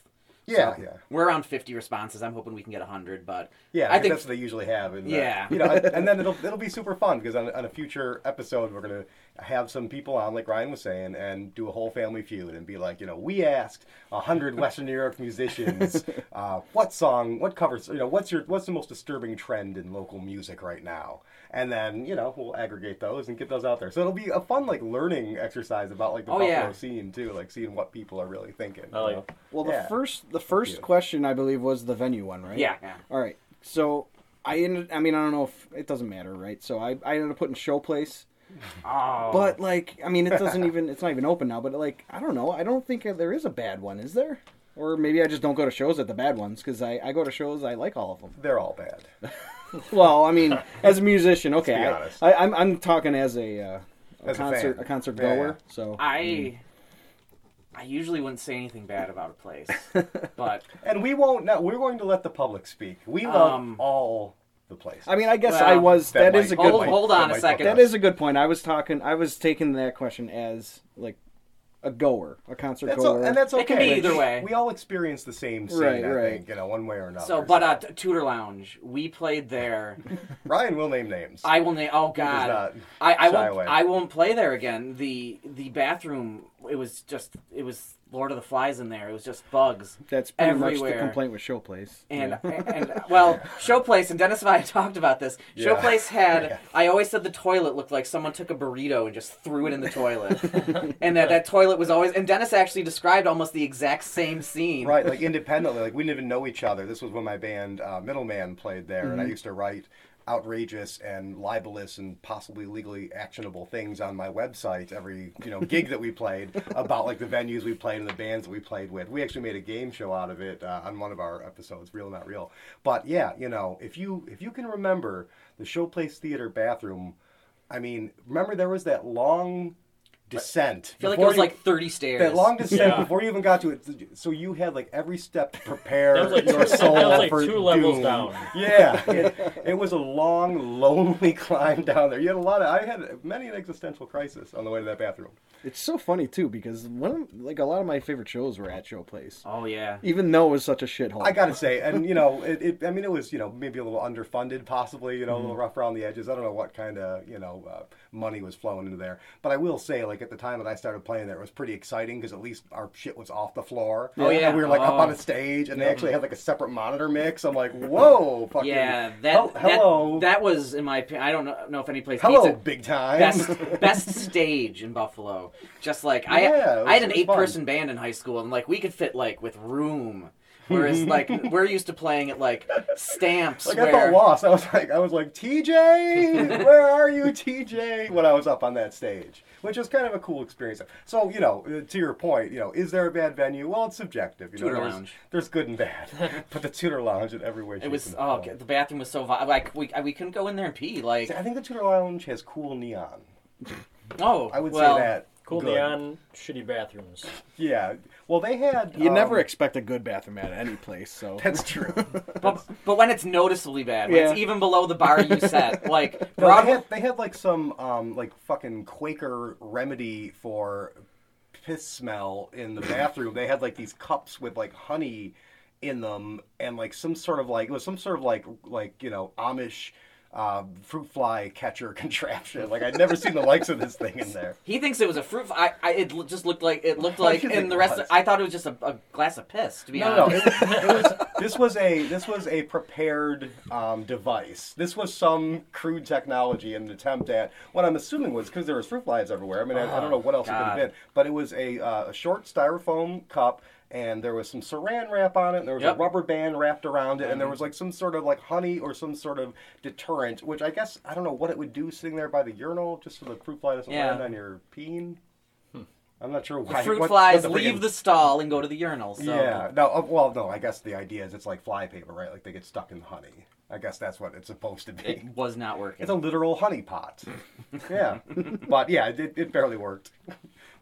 Speaker 4: Mm-hmm. yeah, yeah.
Speaker 3: We're around 50 responses. I'm hoping we can get 100, but
Speaker 4: Yeah,
Speaker 3: I
Speaker 4: because
Speaker 3: think
Speaker 4: that's what they usually have. And, uh,
Speaker 3: Yeah.
Speaker 4: you know, and, and then it'll it'll be super fun because on, on a future episode we're gonna have some people on, like Ryan was saying, and do a whole family feud and be like, you know, we asked a hundred Western New York musicians, uh, what song, what covers, you know, what's your what's the most disturbing trend in local music right now, and then you know we'll aggregate those and get those out there. So it'll be a fun like learning exercise about like the
Speaker 3: Oh,
Speaker 4: Buffalo
Speaker 3: yeah.
Speaker 4: scene too, like seeing what people are really thinking.
Speaker 2: I
Speaker 4: you
Speaker 2: like-
Speaker 4: know?
Speaker 1: Well, the
Speaker 4: Yeah.
Speaker 1: first the first
Speaker 4: you.
Speaker 1: question I believe was the venue one, right?
Speaker 3: Yeah, yeah.
Speaker 1: All right. So I ended. I mean, I don't know if it doesn't matter, right? So I I ended up putting showplace,
Speaker 3: oh,
Speaker 1: but like, I mean, it doesn't even. It's not even open now. But like, I don't know. I don't think there is a bad one, is there? Or maybe I just don't go to shows at the bad ones because I, I go to shows I like all of them.
Speaker 4: They're all bad.
Speaker 1: Well, I mean, as a musician, okay,
Speaker 4: be
Speaker 1: I,
Speaker 4: honest.
Speaker 1: I, I'm I'm talking as a, uh, a
Speaker 4: As a
Speaker 1: concert
Speaker 4: fan.
Speaker 1: a, concert
Speaker 4: Yeah,
Speaker 1: goer.
Speaker 4: yeah.
Speaker 1: So
Speaker 3: I
Speaker 1: Hmm.
Speaker 3: I usually wouldn't say anything bad about a place, but
Speaker 4: And we won't. No, we're going to let the public speak. We love
Speaker 3: Um,
Speaker 4: all the places.
Speaker 1: I mean, I guess
Speaker 3: Well,
Speaker 1: I was.
Speaker 4: that
Speaker 1: that is
Speaker 4: might-
Speaker 1: a good.
Speaker 3: hold,
Speaker 1: one.
Speaker 3: hold on
Speaker 4: That
Speaker 3: a
Speaker 4: might
Speaker 3: second.
Speaker 4: fuck
Speaker 1: That is a good point. I was talking. I was taking that question as like a goer, a concert
Speaker 4: that's
Speaker 1: goer.
Speaker 4: o- and that's okay.
Speaker 3: It can be either way.
Speaker 4: We all experience the same scene,
Speaker 1: Right,
Speaker 4: I
Speaker 1: right.
Speaker 4: think, you know, one way or another.
Speaker 3: So, but uh, Tudor Lounge, we played there.
Speaker 4: Ryan will name names.
Speaker 3: I will name. Oh
Speaker 4: does
Speaker 3: God,
Speaker 4: not
Speaker 3: I, I
Speaker 4: shy
Speaker 3: won't.
Speaker 4: away.
Speaker 3: I won't play there again. The the bathroom. It was just. It was Lord of the Flies in there. It was just bugs.
Speaker 1: That's pretty much
Speaker 3: Everywhere.
Speaker 1: the complaint with Showplace.
Speaker 3: And,
Speaker 1: Yeah.
Speaker 3: and well, Showplace and Dennis and I talked about this.
Speaker 4: Yeah.
Speaker 3: Showplace had I always said the toilet looked like someone took a burrito and just threw it in the toilet, and that that toilet was always. And Dennis actually described almost the exact same scene.
Speaker 4: Right, like independently, like we didn't even know each other. This was when my band uh, Middleman played there, and I
Speaker 3: Mm-hmm.
Speaker 4: used to write outrageous and libelous and possibly legally actionable things on my website every you know gig that we played about like the venues we played and the bands that we played with. We actually made a game show out of it uh, on one of our episodes, real not real. But yeah, you know, if you if you can remember the Showplace Theater bathroom, I mean, remember there was that long descent.
Speaker 3: I feel like it
Speaker 4: before
Speaker 3: was
Speaker 4: you-
Speaker 3: like thirty stairs.
Speaker 4: that long descent
Speaker 2: Yeah.
Speaker 4: before you even got to it, so you had like every step to prepare
Speaker 2: That was like two-
Speaker 4: your soul
Speaker 2: that was like
Speaker 4: for
Speaker 2: two levels
Speaker 4: doom.
Speaker 2: down.
Speaker 4: Yeah, it, it was a long, lonely climb down there. You had a lot of. I had many an existential crisis on the way to that bathroom.
Speaker 1: It's so funny too because one of, like a lot of my favorite shows were at Showplace,
Speaker 3: Oh yeah.
Speaker 1: even though it was such a shithole.
Speaker 4: I gotta say, and you know, it, it. I mean, it was you know maybe a little underfunded, possibly you know a little
Speaker 3: Mm-hmm.
Speaker 4: rough around the edges. I don't know what kind of you know uh, money was flowing into there, but I will say, like at the time that I started playing there, it was pretty exciting because at least our shit was off the floor.
Speaker 3: Oh, yeah.
Speaker 4: and we were like up
Speaker 3: Oh.
Speaker 4: on a stage, and they actually had like a separate monitor mix. I'm like, whoa, fucking
Speaker 3: Yeah, that,
Speaker 4: hel-
Speaker 3: that-
Speaker 4: hello,
Speaker 3: That, was in my opinion. I don't know, know if any place
Speaker 4: hello,
Speaker 3: beats it.
Speaker 4: big time.
Speaker 3: Best best stage in Buffalo. Just like
Speaker 4: Yeah, it
Speaker 3: I, I had an
Speaker 4: was- it was
Speaker 3: eight person band in high school, and like we could fit like with room. Whereas like we're used to playing at like stamps.
Speaker 4: Like I
Speaker 3: where,
Speaker 4: felt lost. I was like, I was like, TJ, where are you, TJ? When I was up on that stage, which was kind of a cool experience. So you know, uh, to your point, you know, is there a bad venue? Well, it's subjective. You
Speaker 3: Tudor
Speaker 4: know, there's,
Speaker 3: Lounge.
Speaker 4: there's good and bad, but the Tudor Lounge in every way.
Speaker 3: It
Speaker 4: shape,
Speaker 3: was
Speaker 4: and
Speaker 3: oh,
Speaker 4: form.
Speaker 3: God, the bathroom was so vi- like we we couldn't go in there and pee. Like
Speaker 4: See, I think the Tudor Lounge has cool neon.
Speaker 3: oh,
Speaker 4: I would
Speaker 3: well,
Speaker 4: say that.
Speaker 2: Cool
Speaker 4: good.
Speaker 2: neon, shitty bathrooms.
Speaker 4: Yeah. Well, they had.
Speaker 1: you
Speaker 4: um,
Speaker 1: never expect a good bathroom at any place, so
Speaker 4: That's true.
Speaker 3: But, but when it's noticeably bad, when it's
Speaker 1: Yeah.
Speaker 3: even below the bar you set, like
Speaker 4: No,
Speaker 3: Broadway-
Speaker 4: they had they had like some um like fucking Quaker remedy for piss smell in the bathroom. they had like these cups with like honey in them and like some sort of like it was some sort of like like you know Amish uh, fruit fly catcher contraption. Like I'd never seen the likes of this thing in there.
Speaker 3: He thinks it was a fruit. f- I, I it l- just looked like it looked
Speaker 4: Why
Speaker 3: like,
Speaker 4: do you
Speaker 3: and
Speaker 4: think
Speaker 3: the
Speaker 4: it
Speaker 3: rest.
Speaker 4: was?
Speaker 3: Of, I thought it was just a, a glass of piss. To be
Speaker 4: No, no,
Speaker 3: honest,
Speaker 4: it, it was, this was a this was a prepared um, device. This was some crude technology and an attempt at what I'm assuming was because there was fruit flies everywhere. I mean, I, I don't know what else it could have
Speaker 3: Oh, God.
Speaker 4: been, but it was a, uh, a short styrofoam cup. And there was some saran wrap on it, and there was
Speaker 3: Yep. Mm-hmm.
Speaker 4: a rubber band wrapped around it, and there was like some sort of like honey or some sort of deterrent, which I guess I don't know what it would do sitting there by the urinal just so the fruit fly doesn't
Speaker 3: Yeah. Hmm.
Speaker 4: land on your peen. I'm not sure why.
Speaker 3: fruit
Speaker 4: what- what
Speaker 3: flies
Speaker 4: the
Speaker 3: leave
Speaker 4: friggin-
Speaker 3: the stall and go to the urinal. So.
Speaker 4: yeah. No. uh, Well, no. I guess the idea is it's like flypaper, right? Like they get stuck in the honey. I guess that's what it's supposed to
Speaker 3: it
Speaker 4: be.
Speaker 3: was not working.
Speaker 4: It's a literal honey pot. yeah. But yeah, it, it barely worked.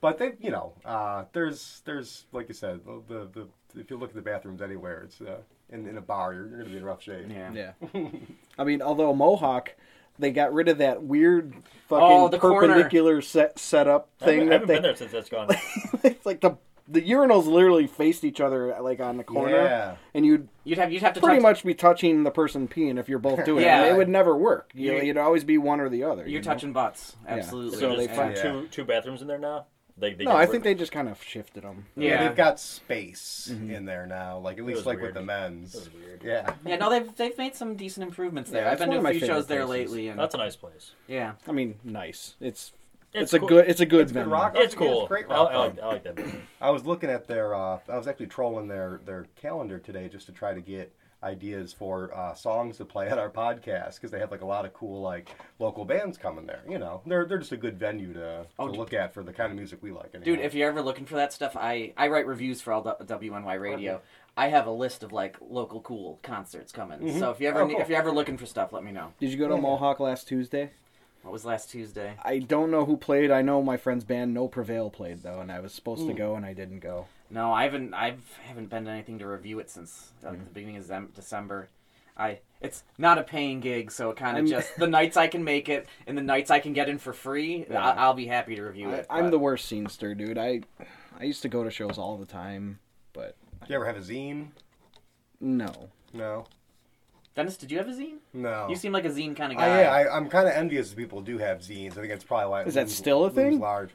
Speaker 4: But they, you know, uh, there's there's like you said, the, the the if you look at the bathrooms anywhere, it's uh, in in a bar, you're, you're gonna be in rough shape.
Speaker 3: yeah.
Speaker 1: yeah. I mean, although Mohawk, they got rid of that weird fucking
Speaker 3: Oh, the corner.
Speaker 1: perpendicular set setup
Speaker 2: I haven't,
Speaker 1: thing
Speaker 2: I
Speaker 1: that
Speaker 2: haven't
Speaker 1: they
Speaker 2: been there since that's gone.
Speaker 1: it's like the the urinals literally faced each other like on the corner,
Speaker 4: Yeah.
Speaker 1: and you'd
Speaker 3: You'd have you'd have to
Speaker 1: pretty
Speaker 3: touch,
Speaker 1: much be touching the person peeing if you're both doing
Speaker 3: Yeah.
Speaker 1: it. And it would never work. You,
Speaker 3: You're-
Speaker 1: it'd always be one or the other.
Speaker 3: You're
Speaker 1: you know?
Speaker 3: touching butts. Absolutely.
Speaker 1: So
Speaker 2: So
Speaker 1: they
Speaker 2: there's
Speaker 1: find-
Speaker 2: two, two two bathrooms in there now. They, they
Speaker 1: No,
Speaker 2: got
Speaker 1: I
Speaker 2: rid-
Speaker 1: think they just kind of shifted them.
Speaker 4: Yeah,
Speaker 3: Yeah. Mm-hmm.
Speaker 4: they've got space in there now, like at least
Speaker 2: was
Speaker 4: like
Speaker 2: weird.
Speaker 4: with the men's.
Speaker 2: That was weird.
Speaker 4: Yeah.
Speaker 3: yeah. No, they've they've made some decent improvements there.
Speaker 1: Yeah,
Speaker 3: I've
Speaker 1: it's
Speaker 3: been
Speaker 1: one
Speaker 3: to
Speaker 1: of
Speaker 3: a
Speaker 1: my
Speaker 3: few
Speaker 1: favorite
Speaker 3: shows there
Speaker 1: places.
Speaker 3: lately, and
Speaker 2: That's a nice place.
Speaker 3: yeah.
Speaker 1: I mean, nice. It's it's,
Speaker 2: It's
Speaker 1: a
Speaker 2: cool.
Speaker 1: good it's a good
Speaker 4: good
Speaker 1: venue.
Speaker 4: rock.
Speaker 2: It's
Speaker 4: Yeah,
Speaker 2: cool.
Speaker 4: it's great
Speaker 2: I,
Speaker 4: rock.
Speaker 2: I like, I like that. building.
Speaker 4: I was looking at their. Uh, I was actually trolling their their calendar today just to try to get ideas for uh, songs to play at our podcast because they have like a lot of cool like local bands coming there. You know, they're they're just a good venue to,
Speaker 1: Oh,
Speaker 4: to look at for the kind of music we like. Anyway.
Speaker 3: Dude, if you're ever looking for that stuff, I, I write reviews for all the WNY radio. I have a list of like local cool concerts coming. So if you ever
Speaker 4: Oh,
Speaker 3: ne-
Speaker 4: cool.
Speaker 3: if you're ever looking for stuff, let me know.
Speaker 1: Did you go to Mohawk last Tuesday?
Speaker 3: What was last Tuesday?
Speaker 1: I don't know who played. I know my friend's band No Prevail played though, and I was supposed to go and I didn't go.
Speaker 3: No, I haven't. I've haven't been to anything to review it since uh,
Speaker 4: Mm-hmm.
Speaker 3: the beginning of Zem- December. I it's not a paying gig, so it kind
Speaker 1: I'm-
Speaker 3: of just the nights I can make it and the nights I can get in for free. I- I'll be happy to review
Speaker 1: I,
Speaker 3: it.
Speaker 1: I'm
Speaker 3: but-
Speaker 1: the worst scenester, dude. I I used to go to shows all the time, but
Speaker 4: Do you ever have a zine?
Speaker 1: no.
Speaker 4: No.
Speaker 3: Dennis, did you have a zine?
Speaker 4: No.
Speaker 3: You seem like a zine kind of guy.
Speaker 4: I, Oh. yeah, I, I'm kind of envious of people who do have zines. I think that's probably why it
Speaker 1: Is that
Speaker 4: looms-
Speaker 1: still a
Speaker 4: looms
Speaker 1: thing?
Speaker 4: Large.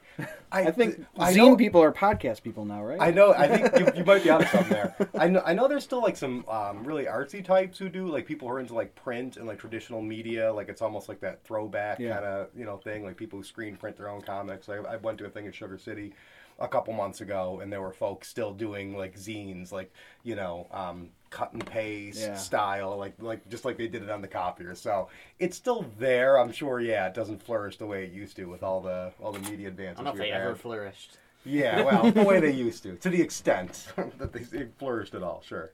Speaker 1: I think
Speaker 4: I
Speaker 1: zine
Speaker 4: know-
Speaker 1: people are podcast people now, right?
Speaker 4: I know. I think you, you might be onto something there. I know. I know. There's still like some um, really artsy types who do like people who are into like print and like traditional media. Like it's almost like that throwback
Speaker 1: Yeah.
Speaker 4: kind of you know thing. Like people who screen print their own comics. Like I went to a thing in Sugar City a couple months ago, and there were folks still doing like zines, like you know. Um, cut and paste
Speaker 1: Yeah.
Speaker 4: style like like just like they did it on the copier so it's still there i'm sure yeah it doesn't flourish the way it used to with all the all the media advances
Speaker 3: I don't know if
Speaker 4: we've
Speaker 3: they
Speaker 4: had.
Speaker 3: ever flourished.
Speaker 4: Yeah, well, the way they used to, to the extent that they it flourished at all, sure.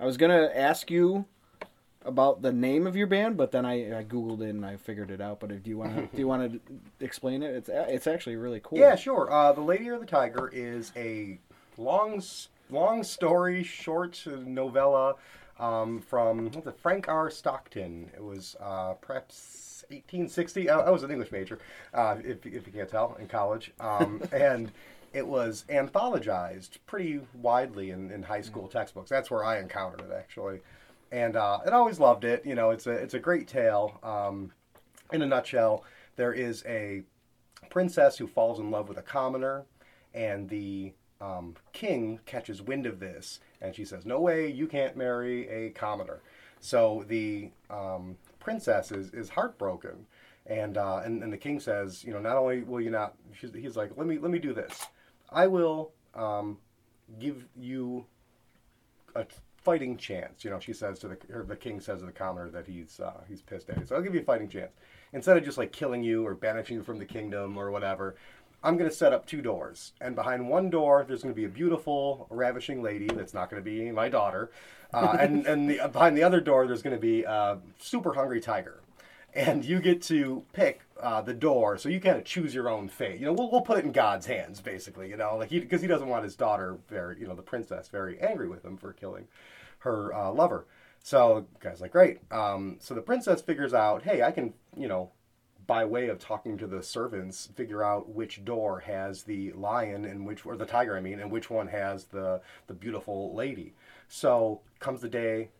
Speaker 1: I was gonna ask you about the name of your band, but then I, I googled it and I figured it out. But if do you want to do you want to explain it? It's a- it's actually really cool.
Speaker 4: Yeah, sure. Uh, the Lady or the Tiger is a long, s- long story, short novella um, from what's it, Frank R. Stockton. It was uh, perhaps 1860. I, I was an English major, uh, if, if you can't tell, in college, um, and. It was anthologized pretty widely in, in high school textbooks. That's where I encountered it actually, and uh, and I always loved it. You know, it's a it's a great tale. Um, in a nutshell, there is a princess who falls in love with a commoner, and the um, king catches wind of this, and she says, "No way, you can't marry a commoner." So the um, princess is, is heartbroken, and, uh, and and the king says, "You know, not only will you not," she's, he's like, "Let me let me do this. I will um, give you a fighting chance. You know, she says to the her, the king says to the commoner that he's uh, he's pissed at you. So I'll give you a fighting chance instead of just like killing you or banishing you from the kingdom or whatever. I'm going to set up two doors, and behind one door there's going to be a beautiful, ravishing lady that's not going to be my daughter, uh, and and the, behind the other door there's going to be a super hungry tiger and you get to pick uh, the door, so you kind of choose your own fate. You know, we'll, we'll put it in God's hands, basically. You know, like he because he doesn't want his daughter, very you know, the princess, very angry with him for killing her uh, lover. So the guy's like, great. Um, so the princess figures out, hey, I can, you know, by way of talking to the servants, figure out which door has the lion and which, or the tiger, I mean, and which one has the the beautiful lady. So comes the day,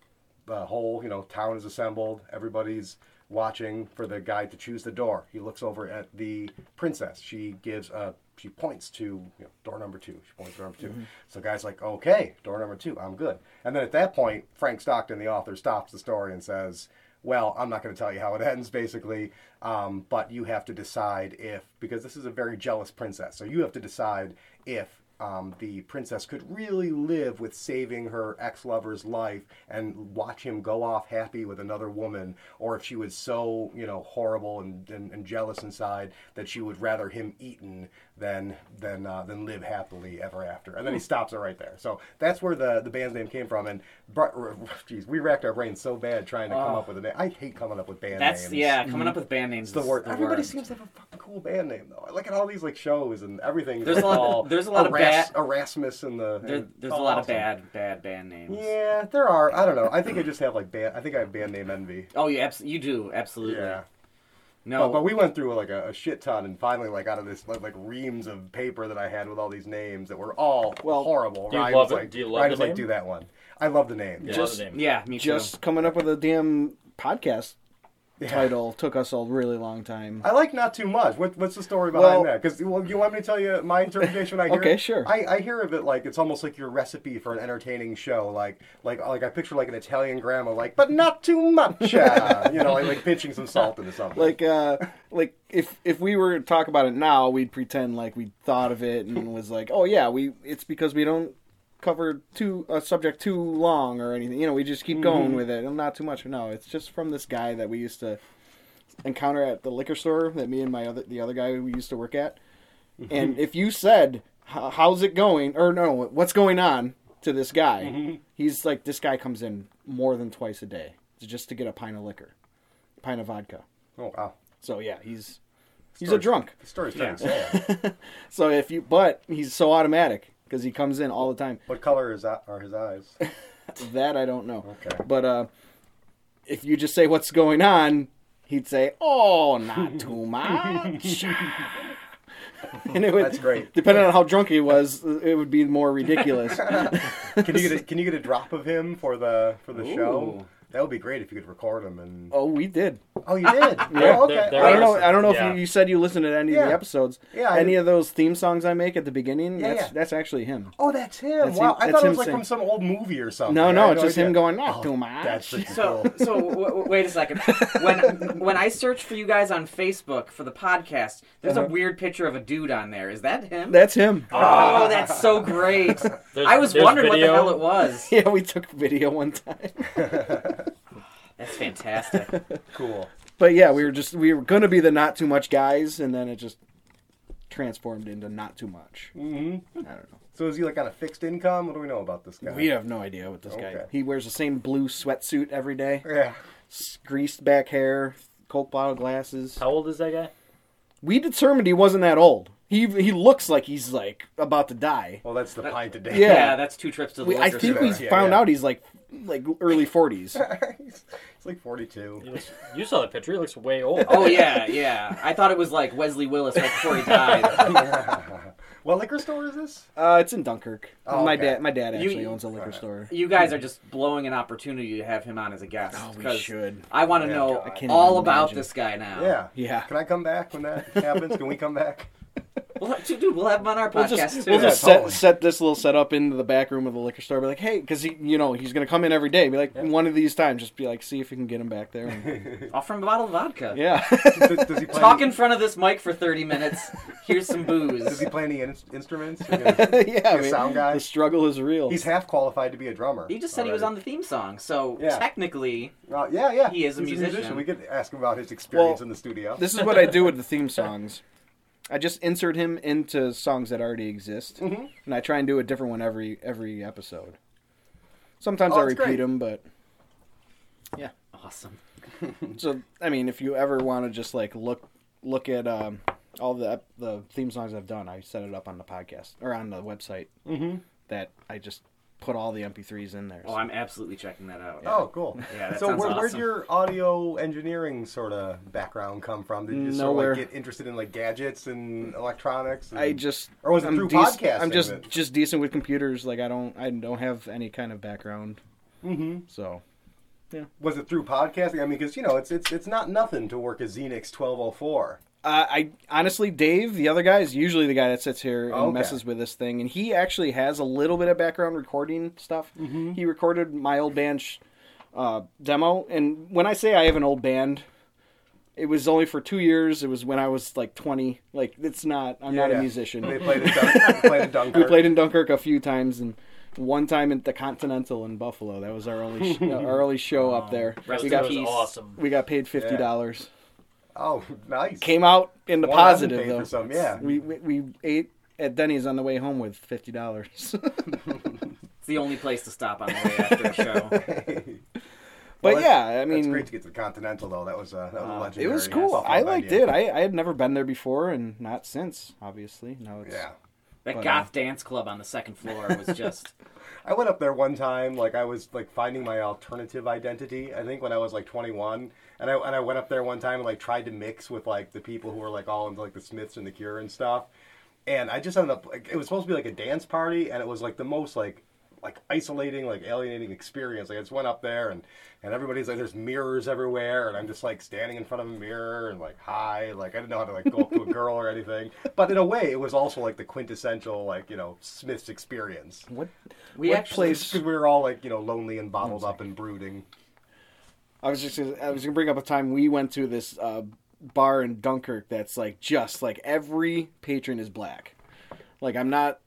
Speaker 4: the whole you know town is assembled. Everybody's watching for the guy to choose the door. He looks over at the princess. She gives a she points to you know, door number two. She points to door number 2 So the guy's like, okay, door number two, I'm good. And then at that point, Frank Stockton, the author, stops the story and says, well, I'm not going to tell you how it ends, basically, um, but you have to decide if, because this is a very jealous princess, so you have to decide if um, the princess could really live with saving her ex lover's life and watch him go off happy with another woman, or if she was so, you know, horrible and, and, and jealous inside that she would rather him eaten than than uh, than live happily ever after. And then he stops it right there. So that's where the, the band's name came from. And, br- geez, we racked our brains so bad trying to come up with a name. I hate coming up with band
Speaker 3: That's
Speaker 4: names.
Speaker 3: yeah, coming up with band names.
Speaker 4: It's the
Speaker 3: is
Speaker 4: word.
Speaker 3: The
Speaker 4: Everybody
Speaker 3: word.
Speaker 4: seems to have a fucking cool band name though. I look at all these like shows and everything.
Speaker 3: There's a lot-
Speaker 4: All
Speaker 3: there's a lot of bad-
Speaker 4: Eras- Erasmus and the.
Speaker 3: There,
Speaker 4: and-
Speaker 3: there's
Speaker 4: oh,
Speaker 3: a lot of
Speaker 4: awesome.
Speaker 3: bad, bad band names.
Speaker 4: Yeah, there are. I don't know. I think I just have like band. I think I have band name envy.
Speaker 3: Oh, you abs- you do absolutely.
Speaker 4: Yeah.
Speaker 3: No,
Speaker 4: But, but we went through like a, a shit ton, and finally, like out of this like, like reams of paper that I had with all these names that were all
Speaker 1: Well,
Speaker 4: horrible.
Speaker 2: do you
Speaker 4: Ryan
Speaker 2: love
Speaker 4: was
Speaker 2: it?
Speaker 4: like,
Speaker 2: Do you love
Speaker 4: Ryan
Speaker 2: the
Speaker 4: was like,
Speaker 2: name?
Speaker 4: do that one. I love the name.
Speaker 2: Yeah,
Speaker 1: Just-
Speaker 2: the name.
Speaker 3: yeah, me too.
Speaker 1: just coming up with a damn podcast
Speaker 4: Yeah.
Speaker 1: title took us a really long time.
Speaker 4: I like not too much. What, what's the story
Speaker 1: Well-
Speaker 4: behind that? 'Cause that? Because well, you want me to tell you my interpretation? When I hear
Speaker 1: Okay,
Speaker 4: it?
Speaker 1: sure.
Speaker 4: I, I hear of it like it's almost like your recipe for an entertaining show. Like like like I picture like an Italian grandma, like but not too much. uh, you know, like, like pinching some salt into something.
Speaker 1: Like uh, like if if we were to talk about it now, we'd pretend like we thought of it and was like, oh yeah, we it's because we don't cover too a subject too long or anything. You know, we just keep going with it and not too much. No, it's just from this guy that we used to encounter at the liquor store that me and my other the other guy we used to work at. and if you said "H- how's it going or no what's going on to this guy he's like this guy comes in more than twice a day just to get a pint of liquor pint of vodka
Speaker 4: oh wow,
Speaker 1: so yeah he's he's a
Speaker 4: Story's-
Speaker 1: drunk
Speaker 4: the story's turning sad.
Speaker 1: so if you but he's so automatic because he comes in all the time
Speaker 4: What color is that? Are his eyes?
Speaker 1: that i don't know
Speaker 4: Okay.
Speaker 1: but uh if you just say what's going on he'd say oh not too much and it would
Speaker 4: That's great.
Speaker 1: depending on how drunk he was it would be more ridiculous
Speaker 4: Can you get a, can you get a drop of him for the for the show?
Speaker 3: Ooh.
Speaker 4: That would be great if you could record them and. Oh,
Speaker 1: Oh, we did.
Speaker 4: you did.
Speaker 1: Yeah,
Speaker 4: oh, okay.
Speaker 2: they're- they're
Speaker 1: I don't know.
Speaker 2: Right.
Speaker 1: I don't know
Speaker 2: Yeah.
Speaker 1: if you, you said you listened to any of
Speaker 4: Yeah.
Speaker 1: the episodes.
Speaker 4: Yeah, I
Speaker 1: any
Speaker 4: did.
Speaker 1: of those theme songs I make at the beginning.
Speaker 4: Yeah,
Speaker 1: that's
Speaker 4: yeah.
Speaker 1: that's actually him.
Speaker 4: Oh, that's him.
Speaker 1: That's him-
Speaker 4: wow, I
Speaker 1: that's
Speaker 4: thought it
Speaker 1: him
Speaker 4: was like
Speaker 1: singing.
Speaker 4: from some old movie or something.
Speaker 1: No,
Speaker 4: I
Speaker 1: no,
Speaker 4: had
Speaker 1: it's just him
Speaker 4: idea.
Speaker 1: going, "Not
Speaker 4: Oh,
Speaker 1: too much."
Speaker 4: That's freaking
Speaker 3: So,
Speaker 4: cool.
Speaker 3: so w- w- wait a second. When when I search for you guys on Facebook for the podcast, there's
Speaker 1: Uh-huh.
Speaker 3: a weird picture of a dude on there. Is that him?
Speaker 1: That's him.
Speaker 3: oh, that's so great. I was
Speaker 2: there's
Speaker 3: wondering
Speaker 2: video.
Speaker 3: what the hell it was.
Speaker 1: Yeah, we took video one time.
Speaker 3: That's fantastic.
Speaker 4: cool.
Speaker 1: But yeah, we were just we were gonna be the not too much guys, and then it just transformed into not too much.
Speaker 4: hmm
Speaker 1: I don't know.
Speaker 4: So is he like on a fixed income? What do we know about this guy?
Speaker 1: We have no idea what this guy.
Speaker 4: Okay.
Speaker 1: He wears the same blue sweatsuit every day,
Speaker 4: Yeah.
Speaker 1: s- greased back hair, cold bottle glasses.
Speaker 2: How old is that guy?
Speaker 1: We determined he wasn't that old. He he looks like he's like about to die.
Speaker 4: Well, that's the pint a day.
Speaker 1: Yeah.
Speaker 3: Yeah. that's two trips to the
Speaker 1: We, I
Speaker 3: liquor
Speaker 1: think we
Speaker 3: store.
Speaker 4: Yeah,
Speaker 1: found
Speaker 4: yeah.
Speaker 1: out he's like like early forties.
Speaker 4: he's, he's like
Speaker 2: He
Speaker 4: 42.
Speaker 2: looks, you saw the picture. He looks way old.
Speaker 3: Oh yeah, yeah. I thought it was like Wesley Willis right before he died.
Speaker 4: what liquor store is this?
Speaker 1: Uh, it's in Dunkirk.
Speaker 4: Oh,
Speaker 1: My
Speaker 4: okay.
Speaker 1: dad my dad
Speaker 3: You-
Speaker 1: actually
Speaker 3: you-
Speaker 1: owns a liquor store.
Speaker 3: You guys are just blowing an opportunity to have him on as a guest.
Speaker 1: Oh, we
Speaker 3: 'cause
Speaker 1: should.
Speaker 3: I want to
Speaker 4: Yeah.
Speaker 3: know
Speaker 4: I
Speaker 1: can't
Speaker 3: all
Speaker 1: even
Speaker 3: about
Speaker 1: imagine.
Speaker 3: this guy now.
Speaker 4: Yeah.
Speaker 1: Uh, Yeah.
Speaker 4: Can I come back when that happens? Can we come back?
Speaker 3: We'll have, dude, we'll have him on our
Speaker 1: We'll
Speaker 3: podcast
Speaker 1: just,
Speaker 3: too.
Speaker 1: we'll just
Speaker 4: Yeah,
Speaker 1: set,
Speaker 4: totally.
Speaker 1: set this little setup into the back room of the liquor store. Be like, hey, because he, you know, he's gonna come in every day. Be like, one of these times, just be like, see if we can get him back there. And-
Speaker 3: Offer him a bottle of vodka.
Speaker 1: yeah,
Speaker 4: Does, does he play
Speaker 3: Talk in
Speaker 4: Any,
Speaker 3: front of this mic for 30 minutes. Here's some
Speaker 4: does
Speaker 3: booze.
Speaker 4: he play any in- instruments? Or gonna-
Speaker 1: yeah. I
Speaker 4: The
Speaker 1: mean,
Speaker 4: sound guy?
Speaker 1: The struggle is real.
Speaker 4: He's half qualified to be a drummer.
Speaker 3: He just said he was on the theme song, so
Speaker 4: Yeah.
Speaker 3: technically,
Speaker 4: the. Uh, yeah, yeah.
Speaker 3: He is a
Speaker 4: He's
Speaker 3: musician.
Speaker 4: We could ask him about his experience
Speaker 1: Well,
Speaker 4: in the studio.
Speaker 1: this is what I do with the theme songs. I just insert him into songs that already exist,
Speaker 4: Mm-hmm.
Speaker 1: and I try and do a different one every every episode. Sometimes
Speaker 4: Oh,
Speaker 1: I
Speaker 4: that's
Speaker 1: repeat
Speaker 4: great.
Speaker 1: them, but
Speaker 3: awesome.
Speaker 1: so I mean, if you ever want to just like look look at um, all the ep- the theme songs I've done, I set it up on the podcast or on the website
Speaker 4: Mhm.
Speaker 1: that I just put all the MP3s in there.
Speaker 3: Oh, I'm absolutely checking that out.
Speaker 4: Oh, cool.
Speaker 3: Yeah, that
Speaker 4: so
Speaker 3: sounds
Speaker 4: where, where'd
Speaker 3: awesome.
Speaker 4: your audio engineering sort of background come from? Did you just sort
Speaker 1: Nowhere.
Speaker 4: of like get interested in like gadgets and electronics? And...
Speaker 1: I just
Speaker 4: Or was it
Speaker 1: I'm
Speaker 4: through
Speaker 1: dec-
Speaker 4: podcasting
Speaker 1: I'm just
Speaker 4: that-
Speaker 1: just decent with computers. Like I don't I don't have any kind of background,
Speaker 4: Mhm.
Speaker 1: so
Speaker 4: Was it through podcasting? I mean, because you know, it's it's it's not nothing to work at Xenix twelve oh four.
Speaker 1: Uh, I honestly, Dave, the other guy is usually the guy that sits here and
Speaker 4: Okay.
Speaker 1: messes with this thing, and he actually has a little bit of background recording stuff.
Speaker 4: Mm-hmm.
Speaker 1: He recorded my old band sh- uh, demo, and when I say I have an old band, it was only for two years. It was when I was like twenty. Like it's not. I'm not a musician.
Speaker 4: They played in Dun- they played in Dunkirk.
Speaker 1: We played in Dunkirk a few times, and one time at the Continental in Buffalo. That was our only sh- our only show up there.
Speaker 2: Rest
Speaker 1: We
Speaker 2: in
Speaker 1: got
Speaker 2: peace. awesome.
Speaker 1: we got paid fifty dollars
Speaker 4: Oh, nice.
Speaker 1: came out in the
Speaker 4: One
Speaker 1: positive
Speaker 4: lemon paid
Speaker 1: though.
Speaker 4: for some, yeah.
Speaker 1: we, we we ate at Denny's on the way home with fifty dollars.
Speaker 3: It's the only place to stop on the way after a show.
Speaker 1: but
Speaker 4: that's-
Speaker 1: yeah, I
Speaker 4: It's
Speaker 1: mean,
Speaker 4: great to get to the Continental though. That was uh, that was a
Speaker 1: it
Speaker 4: legendary.
Speaker 1: was cool.
Speaker 4: Buffalo
Speaker 1: I liked
Speaker 4: venue.
Speaker 1: it. I, I had never been there before and not since. Obviously, now it's
Speaker 4: Yeah.
Speaker 3: That
Speaker 1: But,
Speaker 3: goth dance club on the second floor was just.
Speaker 4: I went up there one time, like I was like finding my alternative identity. I think when I was like 21, and I and I went up there one time and like tried to mix with like the people who were like all into like the Smiths and the Cure and stuff. And I just ended up like it was supposed to be like a dance party, and it was like the most like like isolating, like alienating experience. Like I just went up there and and everybody's like there's mirrors everywhere, and I'm just like standing in front of a mirror and like hi, like I didn't know how to like go up to a girl or anything. But in a way, it was also like the quintessential like you know Smiths experience.
Speaker 1: what
Speaker 3: We
Speaker 1: what
Speaker 3: actually-
Speaker 1: place?
Speaker 4: Because we were all like, you know, lonely and bottled up and brooding.
Speaker 1: I was just gonna- I was gonna bring up a time we went to this uh, bar in Dunkirk that's like just like every patron is black. Like I'm not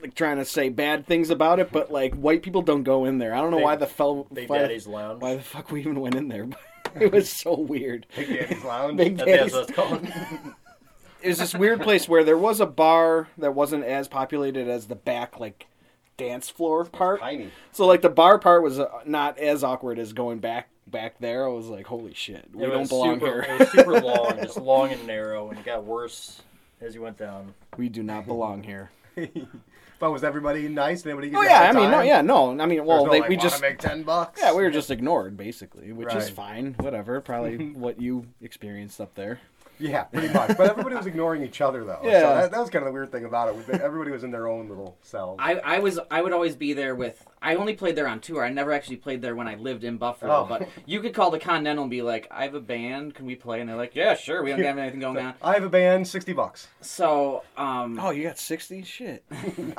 Speaker 1: like trying to say bad things about it, but like white people don't go in there. I don't know
Speaker 2: They-
Speaker 1: why the fell
Speaker 2: Big
Speaker 1: why-
Speaker 2: Daddy's Lounge.
Speaker 1: why the fuck we even went in there. but it was so weird.
Speaker 4: Big Daddy's Lounge.
Speaker 1: Big
Speaker 2: That-
Speaker 1: Daddy's-
Speaker 2: that's what it's called.
Speaker 1: It was this weird place where there was a bar that wasn't as populated as the back like dance floor part.
Speaker 4: Tiny.
Speaker 1: So like the bar part was uh, not as awkward as going back back there. I was like, holy shit, we
Speaker 2: It
Speaker 1: don't
Speaker 2: was
Speaker 1: belong
Speaker 2: super,
Speaker 1: here.
Speaker 2: It was super long, just long and narrow, and it got worse as you went down.
Speaker 1: We do not belong here.
Speaker 4: But was everybody nice? Did anybody? give
Speaker 1: Oh
Speaker 4: you a
Speaker 1: yeah, I
Speaker 4: hard
Speaker 1: mean no,
Speaker 4: time?
Speaker 1: yeah, no. I mean,
Speaker 4: There was
Speaker 1: well,
Speaker 4: no,
Speaker 1: they,
Speaker 4: like,
Speaker 1: we
Speaker 4: "Wanna
Speaker 1: just
Speaker 4: make ten bucks.
Speaker 1: yeah, we were just ignored basically, which is
Speaker 4: Right.
Speaker 1: fine. Whatever, probably what you experienced up there.
Speaker 4: Yeah, pretty much. But everybody was ignoring each other though.
Speaker 1: Yeah.
Speaker 4: So that, that was kind of the weird thing about it. was that Everybody was in their own little cells.
Speaker 3: I, I was I would always be there with I only played there on tour. I never actually played there when I lived in Buffalo,
Speaker 4: Oh.
Speaker 3: but you could call the Continental and be like, I have a band, can we play? And they're like, Yeah, sure, we don't have anything going on.
Speaker 4: I have a band, sixty bucks.
Speaker 3: So um,
Speaker 1: Oh, you got sixty? Shit.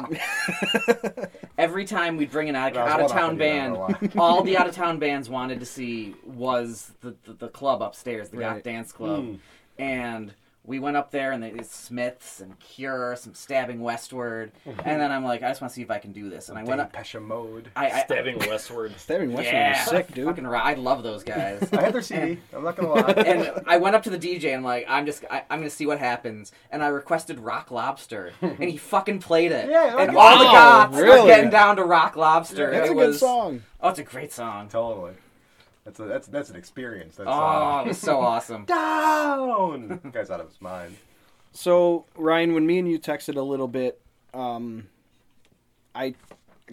Speaker 3: every time we'd bring an out of,
Speaker 4: That was
Speaker 3: out of
Speaker 4: one
Speaker 3: town
Speaker 4: opportunity, I
Speaker 3: band,
Speaker 4: don't know
Speaker 3: all the out of town bands wanted to see was the, the, the club upstairs, the Goth
Speaker 1: Right.
Speaker 3: Dance Club. And we went up there and they, it's Smiths and Cure, some Stabbing Westward. and then I'm like, I just want to see if I can do this. And I went up.
Speaker 4: Pesha Mode.
Speaker 3: I, I,
Speaker 2: Stabbing westward.
Speaker 1: Stabbing Western
Speaker 3: yeah,
Speaker 1: was sick, dude.
Speaker 3: Fucking ri- I love those guys.
Speaker 4: I had their CD. I'm not gonna lie.
Speaker 3: and I went up to the DJ and I'm like, I'm just, I, I'm gonna see what happens. And I requested Rock Lobster, and he fucking played it.
Speaker 4: Yeah,
Speaker 3: and
Speaker 4: okay.
Speaker 3: all the
Speaker 2: Wow,
Speaker 3: gods were
Speaker 1: really?
Speaker 3: getting down to Rock Lobster.
Speaker 1: That's
Speaker 3: it
Speaker 1: a
Speaker 3: was,
Speaker 1: good song.
Speaker 3: Oh, it's a great song.
Speaker 4: totally. That's a, that's that's an experience. That's uh,
Speaker 3: Oh, it was so awesome.
Speaker 4: down. Guy's out of his mind.
Speaker 1: So Ryan, when me and you texted a little bit, um, I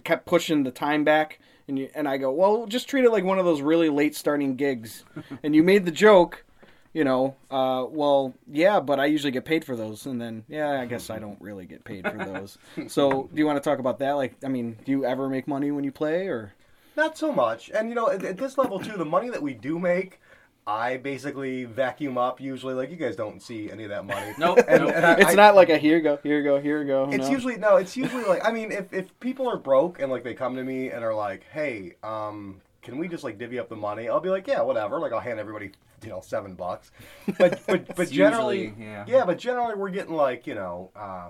Speaker 1: kept pushing the time back, and you, and I go, well, just treat it like one of those really late starting gigs, and you made the joke, you know, uh, well, yeah, but I usually get paid for those, and then yeah, I guess I don't really get paid for those. so do you want to talk about that? Like, I mean, do you ever make money when you play, or
Speaker 4: Not so much. And you know, at, at this level too, the money that we do make, I basically vacuum up usually. Like you guys don't see any of that money.
Speaker 3: Nope,
Speaker 4: And,
Speaker 3: nope.
Speaker 4: and Uh, I-
Speaker 1: it's
Speaker 4: I-
Speaker 1: not like a here you go, here you go, here you go.
Speaker 4: It's
Speaker 1: no.
Speaker 4: usually no. It's usually like I mean, if if people are broke and like they come to me and are like, hey, um, can we just like divvy up the money? I'll be like, yeah, whatever. Like I'll hand everybody you know seven bucks. But but but
Speaker 3: It's
Speaker 4: generally,
Speaker 3: usually- yeah.
Speaker 4: but generally we're getting like you know. Uh,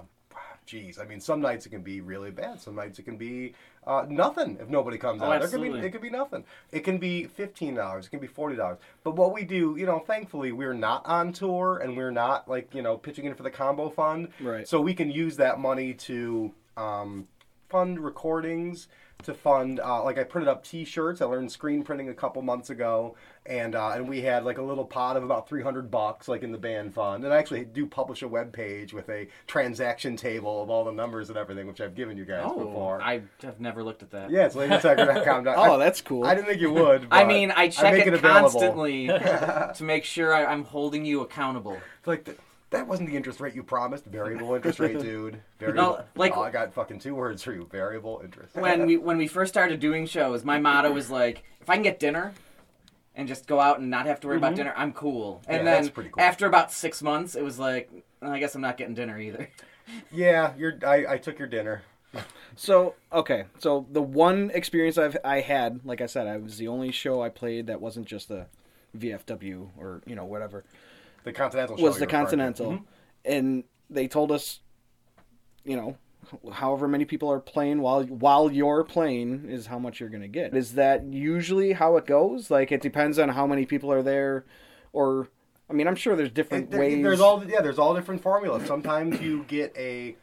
Speaker 4: Geez, I mean, some nights it can be really bad. Some nights it can be uh, nothing if nobody comes
Speaker 3: Oh,
Speaker 4: out. There could be,
Speaker 3: absolutely.
Speaker 4: it could be nothing. It can be fifteen dollars. It can be forty dollars. But what we do, you know, thankfully we're not on tour and we're not like you know pitching in for the combo fund.
Speaker 1: Right.
Speaker 4: So we can use that money to um, fund recordings, to fund uh, like I printed up T-shirts. I learned screen printing a couple months ago, and uh, and we had like a little pot of about three hundred bucks like in the band fund. And I actually do publish a web page with a transaction table of all the numbers and everything, which I've given you guys
Speaker 3: Oh,
Speaker 4: before.
Speaker 3: I have never looked at that.
Speaker 4: yeah, it's ladytiger.com.
Speaker 1: Oh, that's cool.
Speaker 4: I didn't think you would.
Speaker 3: I
Speaker 4: but
Speaker 3: mean, I check
Speaker 4: make
Speaker 3: it,
Speaker 4: available.
Speaker 3: constantly to make sure I, I'm holding you accountable.
Speaker 4: It's like th- that wasn't the interest rate you promised. Variable interest rate, dude. Variable.
Speaker 3: like-
Speaker 4: oh, I got fucking two words for you. Variable interest.
Speaker 3: when we when we first started doing shows, my motto was like, if I can get dinner and just go out and not have to worry about dinner, I'm cool. And
Speaker 4: Mm-hmm. Yeah,
Speaker 3: then
Speaker 4: that's pretty cool.
Speaker 3: after about six months, it was like, I guess I'm not getting dinner either.
Speaker 4: Yeah, you're, I, I took your dinner.
Speaker 1: So okay, so the one experience I've I had, like I said, I was the only show I played that wasn't just the VFW or you know whatever
Speaker 4: The Continental show Mm-hmm.
Speaker 1: was
Speaker 4: you're
Speaker 1: the
Speaker 4: referring to.
Speaker 1: Continental, and they told us, you know, however many people are playing while while you're playing is how much you're gonna get. Is that usually how it goes? Like it depends on how many people are there, or I mean, I'm sure there's different
Speaker 4: It- there-
Speaker 1: ways.
Speaker 4: There's all yeah. There's all different formulas. Sometimes you get a,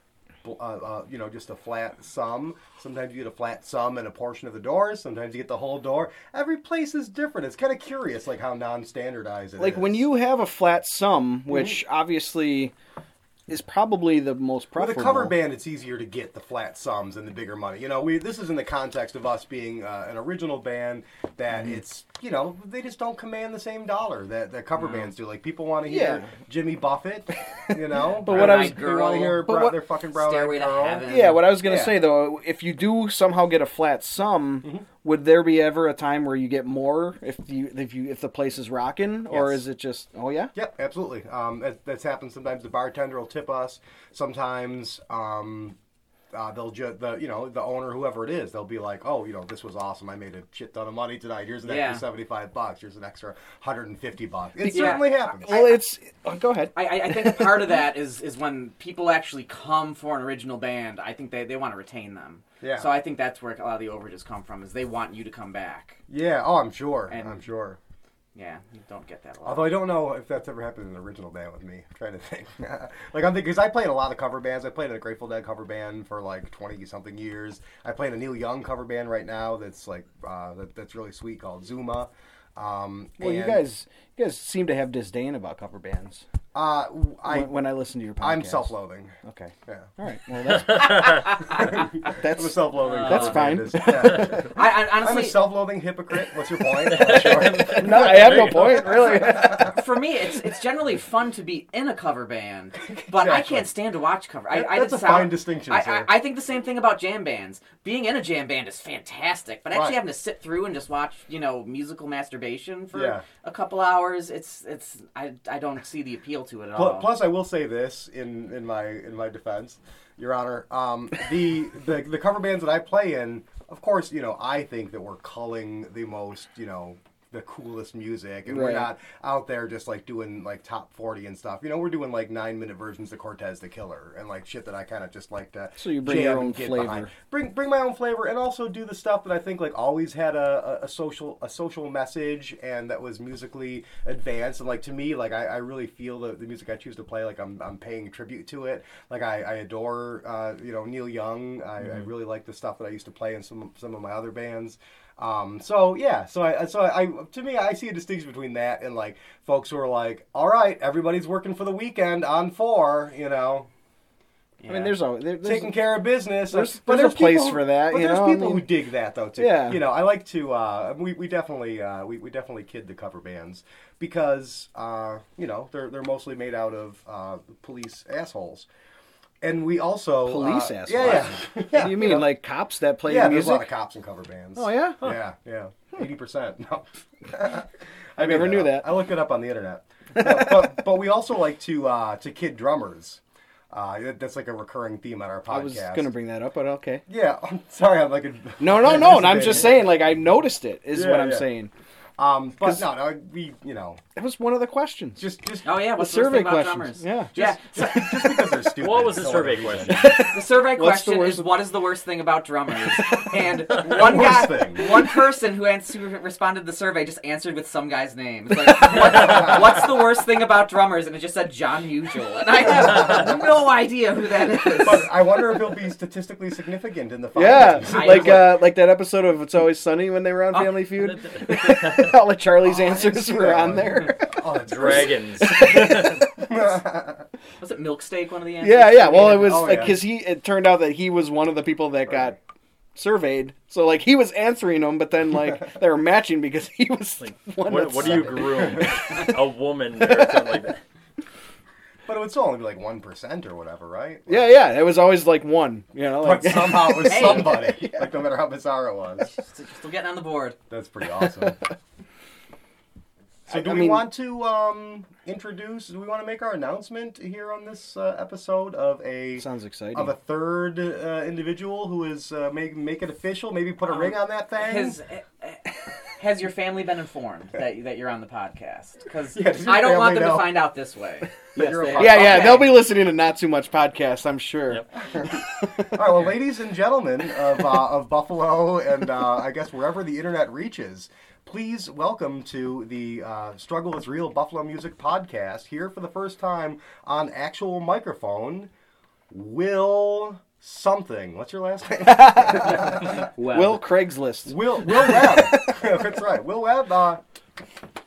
Speaker 4: uh, uh, you know, just a flat sum. Sometimes you get a flat sum and a portion of the doors. Sometimes you get the whole door. Every place is different. It's kind of curious, like how non-standardized it
Speaker 1: like when
Speaker 4: is.
Speaker 1: you have a flat sum, which
Speaker 4: Mm-hmm.
Speaker 1: obviously is probably the most
Speaker 4: With
Speaker 1: profitable.
Speaker 4: a cover band, it's easier to get the flat sums and the bigger money. You know, we this is in the context of us being uh, an original band that
Speaker 1: Mm-hmm.
Speaker 4: it's you know they just don't command the same dollar that, that cover bands do. Like people want to hear
Speaker 1: Mm-hmm. Yeah.
Speaker 4: Jimmy Buffett, you know,
Speaker 1: But what I
Speaker 3: was-
Speaker 4: they want to hear
Speaker 1: But
Speaker 4: bro-
Speaker 1: what-
Speaker 4: their fucking brown
Speaker 3: Stairway to
Speaker 4: eyed girl.
Speaker 3: Heaven.
Speaker 1: Yeah, what I was gonna
Speaker 4: Yeah. Mm-hmm.
Speaker 1: say though, if you do somehow get a flat sum, would there be ever a time where you get more if you if you if the place is rocking, or
Speaker 4: Yes.
Speaker 1: is it just oh yeah?
Speaker 4: Yep, absolutely. Um, that, that's happened sometimes. The bartender will tip us. Sometimes um, uh, they'll just the you know the owner whoever it is they'll be like, oh, you know, this was awesome. I made a shit ton of money tonight. Here's an
Speaker 3: Yeah.
Speaker 4: extra seventy five bucks. Here's an extra hundred and fifty bucks. It
Speaker 3: Yeah.
Speaker 4: certainly happens.
Speaker 1: Well, it's oh, go ahead.
Speaker 3: I, I- I think part of that is is when people actually come for an original band. I think they, they want to retain them.
Speaker 4: Yeah.
Speaker 3: So I think that's where a lot of the overages come from is they want you to come back.
Speaker 4: yeah. Oh, I'm sure.
Speaker 3: And-
Speaker 4: I'm sure.
Speaker 3: Yeah, you don't get that a lot.
Speaker 4: Although I don't know if that's ever happened in an original band with me. I'm trying to think. like I'm thinking, because I play in a lot of cover bands. I played in a Grateful Dead cover band for like 20 something years. I play in a Neil Young cover band right now. That's like uh, that, that's really sweet called Zuma. Um,
Speaker 1: Well, you
Speaker 4: and-
Speaker 1: guys you guys seem to have disdain about cover bands.
Speaker 4: Uh, I,
Speaker 1: when, when I listen to your podcast.
Speaker 4: I'm self-loathing.
Speaker 1: Okay.
Speaker 4: Yeah.
Speaker 1: All right. Well, that's
Speaker 4: I'm a
Speaker 1: that's
Speaker 4: self-loathing.
Speaker 1: That's fine.
Speaker 4: It is, yeah.
Speaker 3: I, I
Speaker 4: I'm a
Speaker 3: honestly,
Speaker 4: self-loathing hypocrite. What's your point? What's your-
Speaker 1: no. I have no point really.
Speaker 3: for me, it's it's generally fun to be in a cover band, but I
Speaker 4: Exactly.
Speaker 3: can't stand to watch cover. I,
Speaker 4: That-
Speaker 3: I
Speaker 4: that's
Speaker 3: did
Speaker 4: a
Speaker 3: sound-
Speaker 4: fine distinction,
Speaker 3: I,
Speaker 4: sir.
Speaker 3: I, I think the same thing about jam bands. Being in a jam band is fantastic, but actually
Speaker 4: Right.
Speaker 3: having to sit through and just watch, you know, musical masturbation for
Speaker 4: Yeah.
Speaker 3: a couple hours, it's it's I, I don't see the appeal to it at
Speaker 4: Pl-
Speaker 3: all.
Speaker 4: Plus, I will say this in, in my in my defense, Your Honor, um, the, the the cover bands that I play in, of course, you know, I think that we're culling the most, you know, the coolest music, and we're
Speaker 1: Right.
Speaker 4: not out there just like doing like top forty and stuff. You know, we're doing like nine minute versions of Cortez the Killer and like shit that I kind of just like to.
Speaker 1: So you bring your
Speaker 4: jam
Speaker 1: own
Speaker 4: and get
Speaker 1: flavor.
Speaker 4: behind. Bring bring my own flavor, and also do the stuff that I think like always had a, a, a social a social message, and that was musically advanced. And like to me, like I, I really feel the, the music I choose to play, like I'm, I'm paying tribute to it. Like I, I adore uh, you know Neil Young. I, I
Speaker 1: Mm-hmm.
Speaker 4: really like the stuff that I used to play in some some of my other bands. Um, so yeah, so I, so I, to me, I see a distinction between that and like folks who are like, all right, everybody's working for the weekend on four, you know,
Speaker 1: I mean, there's always there, there's
Speaker 4: taking care of business.
Speaker 1: There's-
Speaker 4: but
Speaker 1: there's a place
Speaker 4: people who-
Speaker 1: for that,
Speaker 4: But
Speaker 1: you
Speaker 4: there's
Speaker 1: know, I
Speaker 4: people
Speaker 1: mean-
Speaker 4: who dig that though too.
Speaker 1: Yeah.
Speaker 4: You know, I like to. Uh, we, we definitely uh, we, we definitely kid the cover bands because uh, you know they're they're mostly made out of uh, police assholes, and we also
Speaker 1: Police
Speaker 4: uh,
Speaker 1: assholes?
Speaker 4: Yeah. yeah.
Speaker 1: What do you mean like cops that play
Speaker 4: Yeah, there's a lot of
Speaker 1: music?
Speaker 4: cops in cover bands.
Speaker 1: Oh, yeah? Huh.
Speaker 4: Yeah, yeah. Eighty percent. No, I
Speaker 1: never knew
Speaker 4: up.
Speaker 1: that.
Speaker 4: I looked it up on the internet. but, but but we also like to uh, to kid drummers. Uh, that- that's like a recurring theme on our podcast.
Speaker 1: I was gonna bring that up, but okay.
Speaker 4: Yeah, I'm sorry. I'm like a,
Speaker 1: No, no, no. and I'm just saying, like I noticed it is
Speaker 4: Yeah,
Speaker 1: what I'm
Speaker 4: yeah.
Speaker 1: saying.
Speaker 4: Um, but no, no, we you know
Speaker 1: That was one of the questions.
Speaker 4: just just
Speaker 3: oh yeah,
Speaker 1: the
Speaker 3: what's the
Speaker 1: survey
Speaker 3: survey about
Speaker 1: questions.
Speaker 3: drummers?
Speaker 1: Yeah.
Speaker 3: yeah. so-
Speaker 4: just because they're stupid.
Speaker 2: What was the
Speaker 4: so
Speaker 2: survey
Speaker 4: whatever.
Speaker 2: question?
Speaker 3: The survey
Speaker 1: What's the
Speaker 3: question
Speaker 1: worst-
Speaker 3: is what is the worst thing about drummers? And one guy,
Speaker 4: worst thing.
Speaker 3: one person who, ans- who responded to the survey just answered with some guy's name. It's like, what's, what's the worst thing about drummers? And it just said John Musial, and I have no idea who that is.
Speaker 4: But I wonder if it'll be statistically significant in the
Speaker 1: Yeah,
Speaker 4: findings.
Speaker 3: I
Speaker 1: like
Speaker 3: know.
Speaker 1: uh, like that episode of It's Always Sunny when they were on Family Feud. All of Charlie's answers
Speaker 4: see
Speaker 1: were
Speaker 4: that
Speaker 1: on
Speaker 4: one.
Speaker 1: there.
Speaker 4: oh, that's great.
Speaker 2: Dragons.
Speaker 3: Was it Milksteak? One of the answers?
Speaker 1: yeah, yeah. Well, it was
Speaker 4: Oh, yeah.
Speaker 1: because he. It turned out that he was one of the people that got surveyed. So like he was answering them, but then like they were matching because he was
Speaker 2: Like,
Speaker 1: one.
Speaker 2: what,
Speaker 1: that
Speaker 2: what do you
Speaker 1: said it.
Speaker 2: groom? A woman or something like that.
Speaker 4: But it would still only be like one percent or whatever, right?
Speaker 1: Yeah, yeah. It was always like one. You know, like
Speaker 4: But somehow it was
Speaker 3: Hey.
Speaker 4: somebody. Like no matter how bizarre it was,
Speaker 3: Still still getting on the board.
Speaker 4: that's pretty awesome. So
Speaker 1: I-
Speaker 4: do
Speaker 1: I
Speaker 4: we
Speaker 1: mean-
Speaker 4: want to um, introduce? Do we want to make our announcement here on this uh, episode of a
Speaker 1: sounds exciting.
Speaker 4: of a third uh, individual who is uh, make make it official. Maybe put a
Speaker 3: Um,
Speaker 4: ring on that thing.
Speaker 3: Has has your family been informed that that you're on the podcast? Because
Speaker 4: Yeah, does your
Speaker 3: I don't want
Speaker 4: family
Speaker 3: them
Speaker 4: know?
Speaker 3: to find out this way.
Speaker 4: That you're a
Speaker 3: they-
Speaker 4: podcast.
Speaker 1: yeah, yeah.
Speaker 3: Okay.
Speaker 1: They'll be listening to not too much podcast. I'm sure.
Speaker 2: Yep.
Speaker 4: All right, well, ladies and gentlemen of uh, of Buffalo and uh, I guess wherever the internet reaches, please welcome to the uh, Struggle is Real Buffalo Music Podcast. Here for the first time on actual microphone, Will something. What's your last name?
Speaker 3: Well,
Speaker 1: Will Craigslist.
Speaker 4: Will Will Webb. That's right, Will Webb. Uh,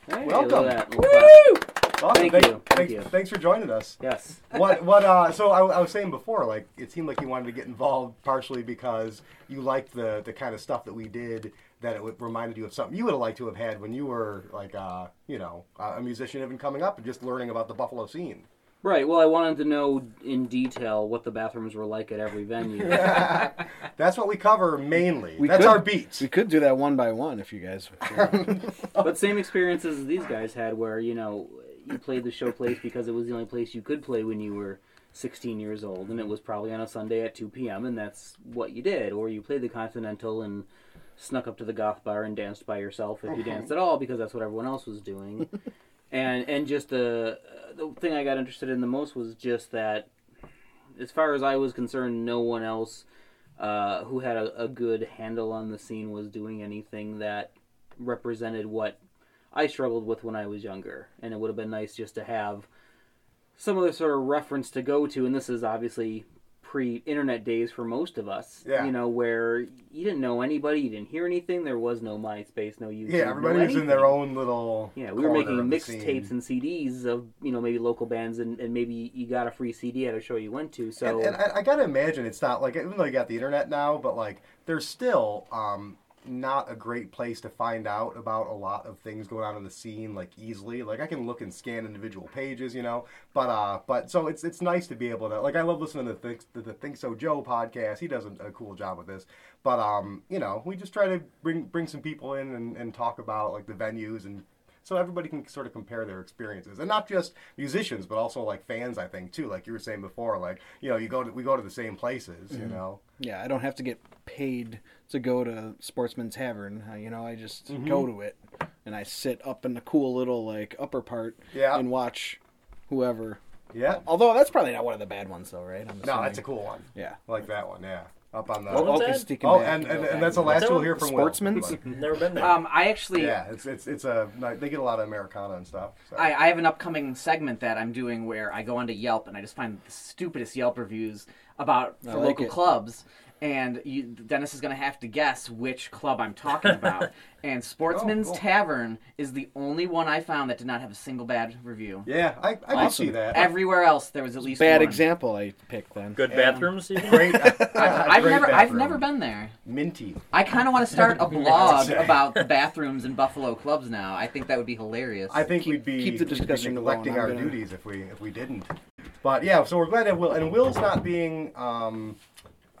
Speaker 3: hey,
Speaker 4: welcome.
Speaker 3: look at that. Woo!
Speaker 4: awesome.
Speaker 3: Thank
Speaker 4: Thank-
Speaker 3: you, thank
Speaker 4: thanks-
Speaker 3: you.
Speaker 4: Thanks for joining us.
Speaker 3: Yes.
Speaker 4: what what uh so I, I was saying before like it seemed like you wanted to get involved partially because you liked the the kind of stuff that we did that it would, reminded you of something you would have liked to have had when you were like uh you know uh, a musician even coming up and just learning about the buffalo scene
Speaker 5: Right. Well, I wanted to know in detail what the bathrooms were like at every venue.
Speaker 4: that's what we cover mainly
Speaker 1: We
Speaker 4: that's
Speaker 1: could-
Speaker 4: our beat
Speaker 1: We could do that one by one if you guys.
Speaker 5: but same experiences as these guys had, where you know you played the show place because it was the only place you could play when you were 16 years old, and it was probably on a Sunday at 2 p.m. and that's what you did, or you played the Continental and snuck up to the goth bar and danced by yourself if you danced at all because that's what everyone else was doing. and and just the the thing I got interested in the most was just that, as far as I was concerned, no one else uh, who had a, a good handle on the scene was doing anything that represented what I struggled with when I was younger. And it would have been nice just to have some other sort of reference to go to. And this is obviously pre-internet days for most of us.
Speaker 4: Yeah.
Speaker 5: You know, where you didn't know anybody, you didn't hear anything. There was no MySpace, no YouTube.
Speaker 4: Yeah,
Speaker 5: no
Speaker 4: everybody was in their
Speaker 5: anything.
Speaker 4: own little.
Speaker 5: Yeah, we were
Speaker 4: corner
Speaker 5: making
Speaker 4: of the scene.
Speaker 5: mixtapes and CDs of you know maybe local bands, and, and maybe you got a free CD at a show you went to. So
Speaker 4: And, and I, I gotta imagine it's not like even though you got the internet now, but like there's still um, not a great place to find out about a lot of things going on in the scene like easily. Like I can look and scan individual pages, you know. But uh, but so it's it's nice to be able to like I love listening to the Think, the, the Think So Joe podcast. He does a, a cool job with this. But um, you know, we just try to bring bring some people in and, and talk about like the venues and so everybody can sort of compare their experiences and not just musicians but also like fans i think too like you were saying before like you know you go to we go to the same places
Speaker 1: Mm-hmm.
Speaker 4: you know
Speaker 1: Yeah, I don't have to get paid to go to Sportsman's Tavern. uh, You know, I just
Speaker 4: Mm-hmm.
Speaker 1: go to it and I sit up in the cool little like upper part
Speaker 4: Yeah.
Speaker 1: and watch whoever.
Speaker 4: yeah
Speaker 1: Although that's probably not one of the bad ones though, right? I'm
Speaker 4: no
Speaker 1: assuming.
Speaker 4: that's a cool one
Speaker 1: yeah.
Speaker 4: I like that one yeah up on the
Speaker 2: What was
Speaker 1: Oak is
Speaker 2: that?
Speaker 1: sticking
Speaker 4: oh
Speaker 1: back
Speaker 4: and,
Speaker 1: to
Speaker 4: and,
Speaker 1: the
Speaker 4: and that's the last you'll hear from Will.
Speaker 1: Sportsman's?
Speaker 2: Never been there.
Speaker 3: Um, I actually,
Speaker 4: yeah it's it's it's a they get a lot of americana and stuff so.
Speaker 3: I, I have an upcoming segment that I'm doing where I go onto Yelp and I just find the stupidest Yelp reviews about
Speaker 1: I
Speaker 3: for
Speaker 1: like
Speaker 3: local
Speaker 1: it.
Speaker 3: clubs. And you, Dennis is going to have to guess which club I'm talking about. and Sportsman's
Speaker 4: Oh, cool.
Speaker 3: Tavern is the only one I found that did not have a single bad review.
Speaker 4: yeah i, I can see
Speaker 1: Awesome.
Speaker 4: that
Speaker 3: Everywhere else, there was at least
Speaker 1: Bad
Speaker 3: one.
Speaker 1: example I picked then.
Speaker 2: Good bathrooms. even?
Speaker 4: great
Speaker 3: I've never, I've never been there.
Speaker 4: minty
Speaker 3: I kind of want to start a blog
Speaker 4: Sorry.
Speaker 3: about the bathrooms in Buffalo clubs now. I think that would be hilarious.
Speaker 4: I think
Speaker 1: Keep-
Speaker 4: we'd be,
Speaker 1: keep the
Speaker 4: we'd be
Speaker 1: discussion
Speaker 4: neglecting
Speaker 1: going.
Speaker 4: our
Speaker 1: I'm gonna-
Speaker 4: duties if we if we didn't. But yeah, so we're glad that Will and Will's not being um,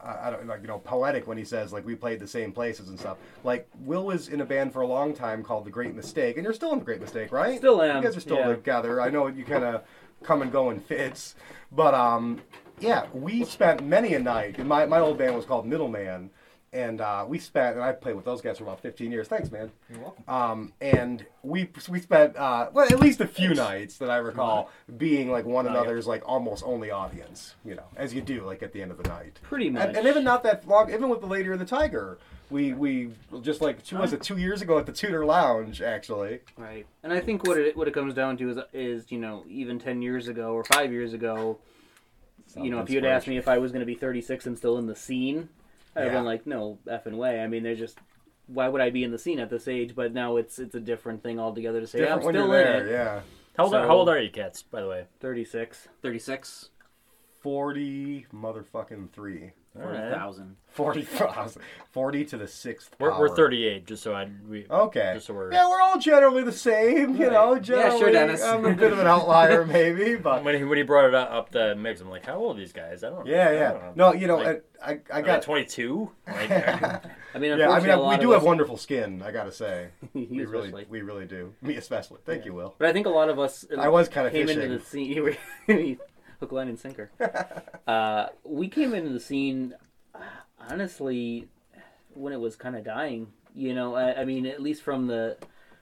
Speaker 4: I I don't like you know poetic when he says like we played the same places and stuff. Like Will was in a band for a long time called The Great Mistake, and you're still in The Great Mistake, right?
Speaker 5: Still am,
Speaker 4: You guys are still
Speaker 5: yeah.
Speaker 4: together. I know you kind of come and go in fits, but um, yeah, we spent many a night. And my my old band was called Middleman. And uh, we spent, and I played with those guys for about 15 years. Thanks, man. You're welcome. Um, and we we spent uh, well at least a few nights that I recall being like
Speaker 5: Oh,
Speaker 4: one another's like almost only audience, you know, as you do like at the end of the night.
Speaker 5: Pretty
Speaker 4: And, and
Speaker 5: much.
Speaker 4: even not that long, even with the Lady and the Tiger, we we just like two was it two years ago at the Tudor Lounge actually.
Speaker 5: Right, and I think what it what it comes down to is is you know even ten years ago or five years ago, you know if you had asked me if I was going to be thirty six and still in the scene, I'd have
Speaker 4: Yeah.
Speaker 5: been like, no effing way. I mean, there's just why would I be in the scene at this age? But now it's it's a different thing altogether to say
Speaker 4: Different
Speaker 5: I'm
Speaker 4: when
Speaker 5: still
Speaker 4: you're there,
Speaker 5: in it.
Speaker 4: yeah.
Speaker 2: How old, are,
Speaker 5: So-
Speaker 2: how old are you, cats? By the way,
Speaker 5: Thirty six.
Speaker 3: 36,
Speaker 4: Forty motherfucking three.
Speaker 2: right.
Speaker 3: 40,000.
Speaker 4: Forty forty to the sixth.
Speaker 2: we're,
Speaker 4: power.
Speaker 2: we're 38. Just so I we
Speaker 4: Okay.
Speaker 2: Just so we're-
Speaker 4: yeah, we're all generally the same, you know. Generally,
Speaker 3: sure, Dennis.
Speaker 4: I'm a bit of an outlier, maybe, but
Speaker 2: Um, when he when he brought it up, up the mix, I'm like, how old are these guys? I don't.
Speaker 4: Yeah,
Speaker 2: I
Speaker 4: yeah.
Speaker 2: don't know.
Speaker 4: No, you know,
Speaker 2: Like-
Speaker 4: I, I, I
Speaker 2: I got
Speaker 4: got.
Speaker 2: 22. Like, I-
Speaker 5: I mean,
Speaker 4: Yeah, I
Speaker 5: unfortunately,
Speaker 4: mean,
Speaker 5: a
Speaker 4: I,
Speaker 5: lot
Speaker 4: we
Speaker 5: of
Speaker 4: do have
Speaker 5: us-
Speaker 4: wonderful skin. I gotta say,
Speaker 5: You
Speaker 4: we really,
Speaker 5: especially.
Speaker 4: we really do. Me especially. Thank you, Will.
Speaker 5: But I think a lot of us.
Speaker 4: I was kinda
Speaker 5: came
Speaker 4: fishing.
Speaker 5: into the scene. You were hook, line, and sinker. uh, we came into the scene uh, honestly when it was kind of dying. You know, I, I mean, at least from the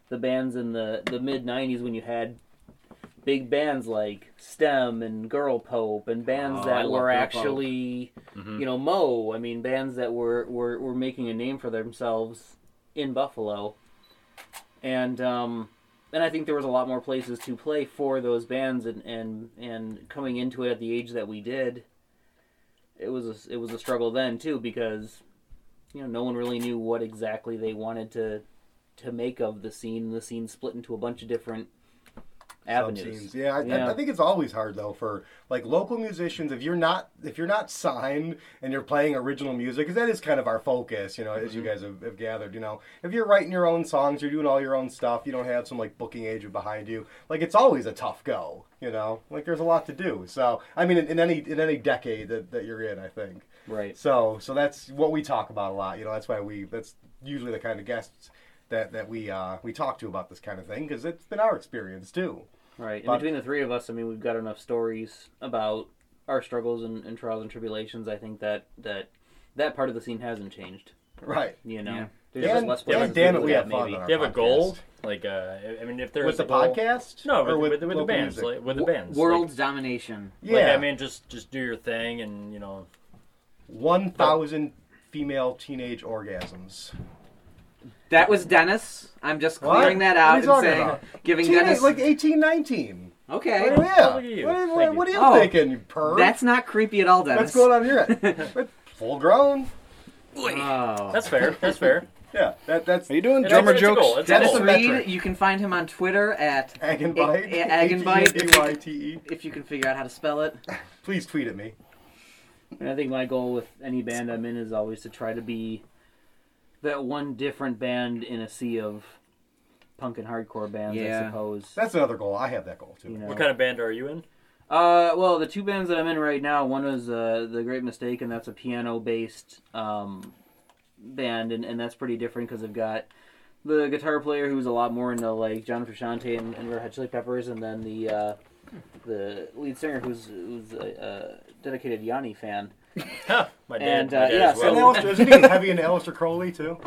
Speaker 5: the bands in the the mid '90s when you had big bands like Stem and Girl Pope and bands
Speaker 3: Oh, I
Speaker 5: that
Speaker 3: love
Speaker 5: were
Speaker 3: Girl Pope. Mm-hmm.
Speaker 5: actually, you know, Mo. I mean, bands that were were were making a name for themselves in Buffalo. And um, and I think there was a lot more places to play for those bands, and and and coming into it at the age that we did, it was a, it was a struggle then too because, you know, no one really knew what exactly they wanted to to make of the scene. The scene split into a bunch of different avenues.
Speaker 4: Sub-scenes. Yeah, I, I-
Speaker 5: Yeah.
Speaker 4: I, think it's always hard though for like local musicians. If you're not if you're not signed and you're playing original music, because that is kind of our focus, you know, as you
Speaker 5: Mm-hmm.
Speaker 4: guys have, have gathered. You know, if you're writing your own songs, you're doing all your own stuff. You don't have some like booking agent behind you. Like it's always a tough go. You know, like there's a lot to do. So I mean, in, in any in any decade that, that you're in, I think.
Speaker 5: Right.
Speaker 4: So so that's what we talk about a lot. You know, that's why we that's usually the kind of guests that that we uh, we talk to about this kind of thing because it's been our experience too.
Speaker 5: Right. And
Speaker 4: But-
Speaker 5: between the three of us, I mean, we've got enough stories about our struggles and, and trials and tribulations. I think that that that part of the scene hasn't changed.
Speaker 4: Right.
Speaker 5: You know,
Speaker 3: Yeah.
Speaker 5: there's just
Speaker 4: And-
Speaker 5: less
Speaker 4: and
Speaker 5: places
Speaker 4: damn
Speaker 5: to
Speaker 4: it,
Speaker 5: do
Speaker 4: we
Speaker 5: that,
Speaker 4: have fun
Speaker 5: maybe.
Speaker 4: on
Speaker 2: do you have a
Speaker 4: Podcast.
Speaker 2: goal? Like, uh, I mean, if there's
Speaker 4: with the
Speaker 2: a goal-
Speaker 4: podcast?
Speaker 2: no,
Speaker 4: Or
Speaker 2: with, with, with the
Speaker 4: local
Speaker 2: bands,
Speaker 4: music?
Speaker 2: like, with the bands,
Speaker 3: World
Speaker 2: Like,
Speaker 3: domination.
Speaker 4: yeah,
Speaker 2: Like, I mean, just just do your thing, and you know,
Speaker 4: one thousand female teenage orgasms.
Speaker 3: That was Dennis. I'm just
Speaker 4: What?
Speaker 3: clearing that
Speaker 4: What are
Speaker 3: out
Speaker 4: you
Speaker 3: and
Speaker 4: talking
Speaker 3: saying,
Speaker 4: about?
Speaker 3: giving
Speaker 4: Teenage,
Speaker 3: Dennis.
Speaker 4: like 18, 19.
Speaker 3: Okay.
Speaker 4: Well, Oh, yeah.
Speaker 2: Look at you.
Speaker 4: What, what,
Speaker 2: Thank
Speaker 4: what are you
Speaker 3: you. Oh,
Speaker 4: thinking, you perv?
Speaker 3: That's not creepy at all, Dennis.
Speaker 4: What's going on here? It's Full grown.
Speaker 5: Uh,
Speaker 3: Oh.
Speaker 2: That's fair. That's fair.
Speaker 4: Yeah, that, that's
Speaker 1: Are you doing
Speaker 2: It-
Speaker 1: drummer
Speaker 2: it's a
Speaker 1: jokes?
Speaker 2: goal, it's a
Speaker 3: Dennis
Speaker 2: goal.
Speaker 3: Reed, you can find him on Twitter at
Speaker 4: Egg and Bite. E
Speaker 3: A- Egg and Bite.
Speaker 4: A-G-N-B-Y-T-E.
Speaker 3: if you can figure out how to spell it.
Speaker 4: Please tweet at me.
Speaker 5: And I think my goal with any band I'm in is always to try to be that one different band in a sea of punk and hardcore bands, I
Speaker 3: Yeah.
Speaker 5: suppose.
Speaker 4: That's another goal. I have that goal too.
Speaker 5: You know.
Speaker 2: What kind of band are you in?
Speaker 5: Uh, well, the two bands that I'm in right now, one is uh, the Great Mistake, and that's a piano-based um, band, and, and that's pretty different because I've got the guitar player who's a lot more into like John Frusciante and, and Red Hot Chili Peppers, and then the uh, the lead singer who's who's a, a dedicated Yanni fan.
Speaker 2: Huh, my dad.
Speaker 5: And,
Speaker 2: my
Speaker 5: uh,
Speaker 2: dad
Speaker 5: yeah,
Speaker 2: as
Speaker 5: so-
Speaker 4: And
Speaker 2: well.
Speaker 4: Alistair, isn't he heavy into Aleister Crowley too?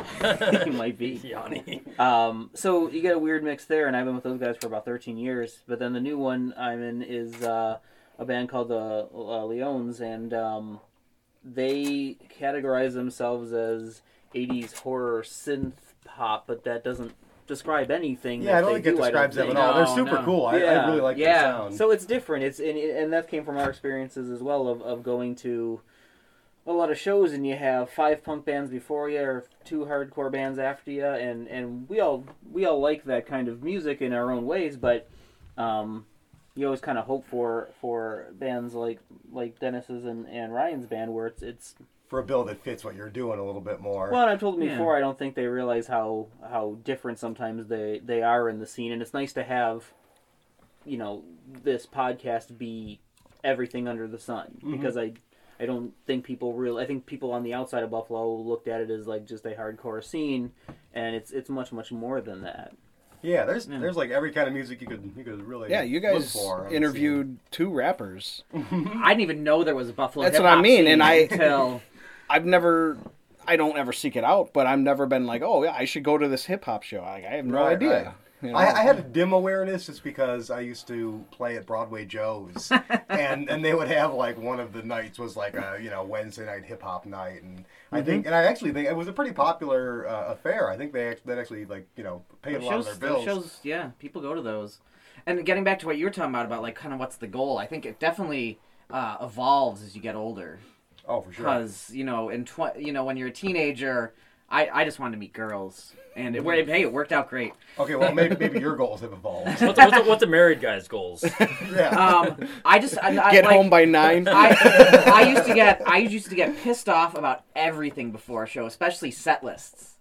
Speaker 5: he might be.
Speaker 2: Yanni.
Speaker 5: Um, so you get a weird mix there, and I've been with those guys for about 13 years. But then the new one I'm in is uh, a band called the uh, Leones, and um, they categorize themselves as 80s horror synth pop, but that doesn't describe anything.
Speaker 4: Yeah,
Speaker 5: that
Speaker 4: I don't
Speaker 5: they
Speaker 4: think it
Speaker 5: do, I
Speaker 4: describes them
Speaker 5: think.
Speaker 4: at all. They're
Speaker 3: No,
Speaker 4: super
Speaker 3: no.
Speaker 4: cool. I, I
Speaker 5: Yeah.
Speaker 4: really like
Speaker 3: Yeah.
Speaker 4: their sound.
Speaker 5: So it's different. It's and, and that came from our experiences as well of, of going to a lot of shows and you have five punk bands before you or two hardcore bands after you and, and we all we all like that kind of music in our own ways, but um, you always kind of hope for for bands like like Dennis's and, and Ryan's band where it's it's
Speaker 4: for a bill that fits what you're doing a little bit more.
Speaker 5: well, and I've told them
Speaker 3: Yeah.
Speaker 5: before. I don't think they realize how how different sometimes they they are in the scene, and it's nice to have, you know, this podcast be everything under the sun because I I don't think people real. I think people on the outside of Buffalo looked at it as like just a hardcore scene, and it's it's much much more than that.
Speaker 4: yeah, there's
Speaker 3: Yeah.
Speaker 4: there's like every kind of music you could you could really
Speaker 1: Yeah, you
Speaker 4: look
Speaker 1: guys
Speaker 4: for on the
Speaker 1: interviewed two rappers.
Speaker 4: Mm-hmm.
Speaker 3: I didn't even know there was a Buffalo.
Speaker 1: That's what I
Speaker 3: hip-hop
Speaker 1: mean, and
Speaker 3: scene
Speaker 1: I-
Speaker 3: until
Speaker 1: I've never, I don't ever seek it out, but I've never been like, oh yeah, I should go to this hip hop show. Like, I have no
Speaker 4: Right,
Speaker 1: idea.
Speaker 4: right.
Speaker 1: You know?
Speaker 4: I, I had a dim awareness just because I used to play at Broadway Joe's, and and they would have like one of the nights was like a you know Wednesday night hip hop night, and
Speaker 1: Mm-hmm.
Speaker 4: I think and I actually think it was a pretty popular uh, affair. I think they act- that actually like you know paid a
Speaker 3: those
Speaker 4: lot
Speaker 3: shows,
Speaker 4: of their bills.
Speaker 3: those shows, yeah, people go to those. And getting back to what you were talking about about like kind of what's the goal, I think it definitely uh, evolves as you get older.
Speaker 4: oh, for sure.
Speaker 3: because you know in tw- you know when you're a teenager I, I just wanted to meet girls and it, wor- hey it worked out great
Speaker 4: Okay, well maybe maybe your goals have evolved.
Speaker 2: What's, what's, a, what's a married guy's goals?
Speaker 4: Yeah.
Speaker 3: um, I just I, I,
Speaker 1: Get
Speaker 3: like,
Speaker 1: home by nine.
Speaker 3: I, I used to get I used to get pissed off about everything before a show especially set lists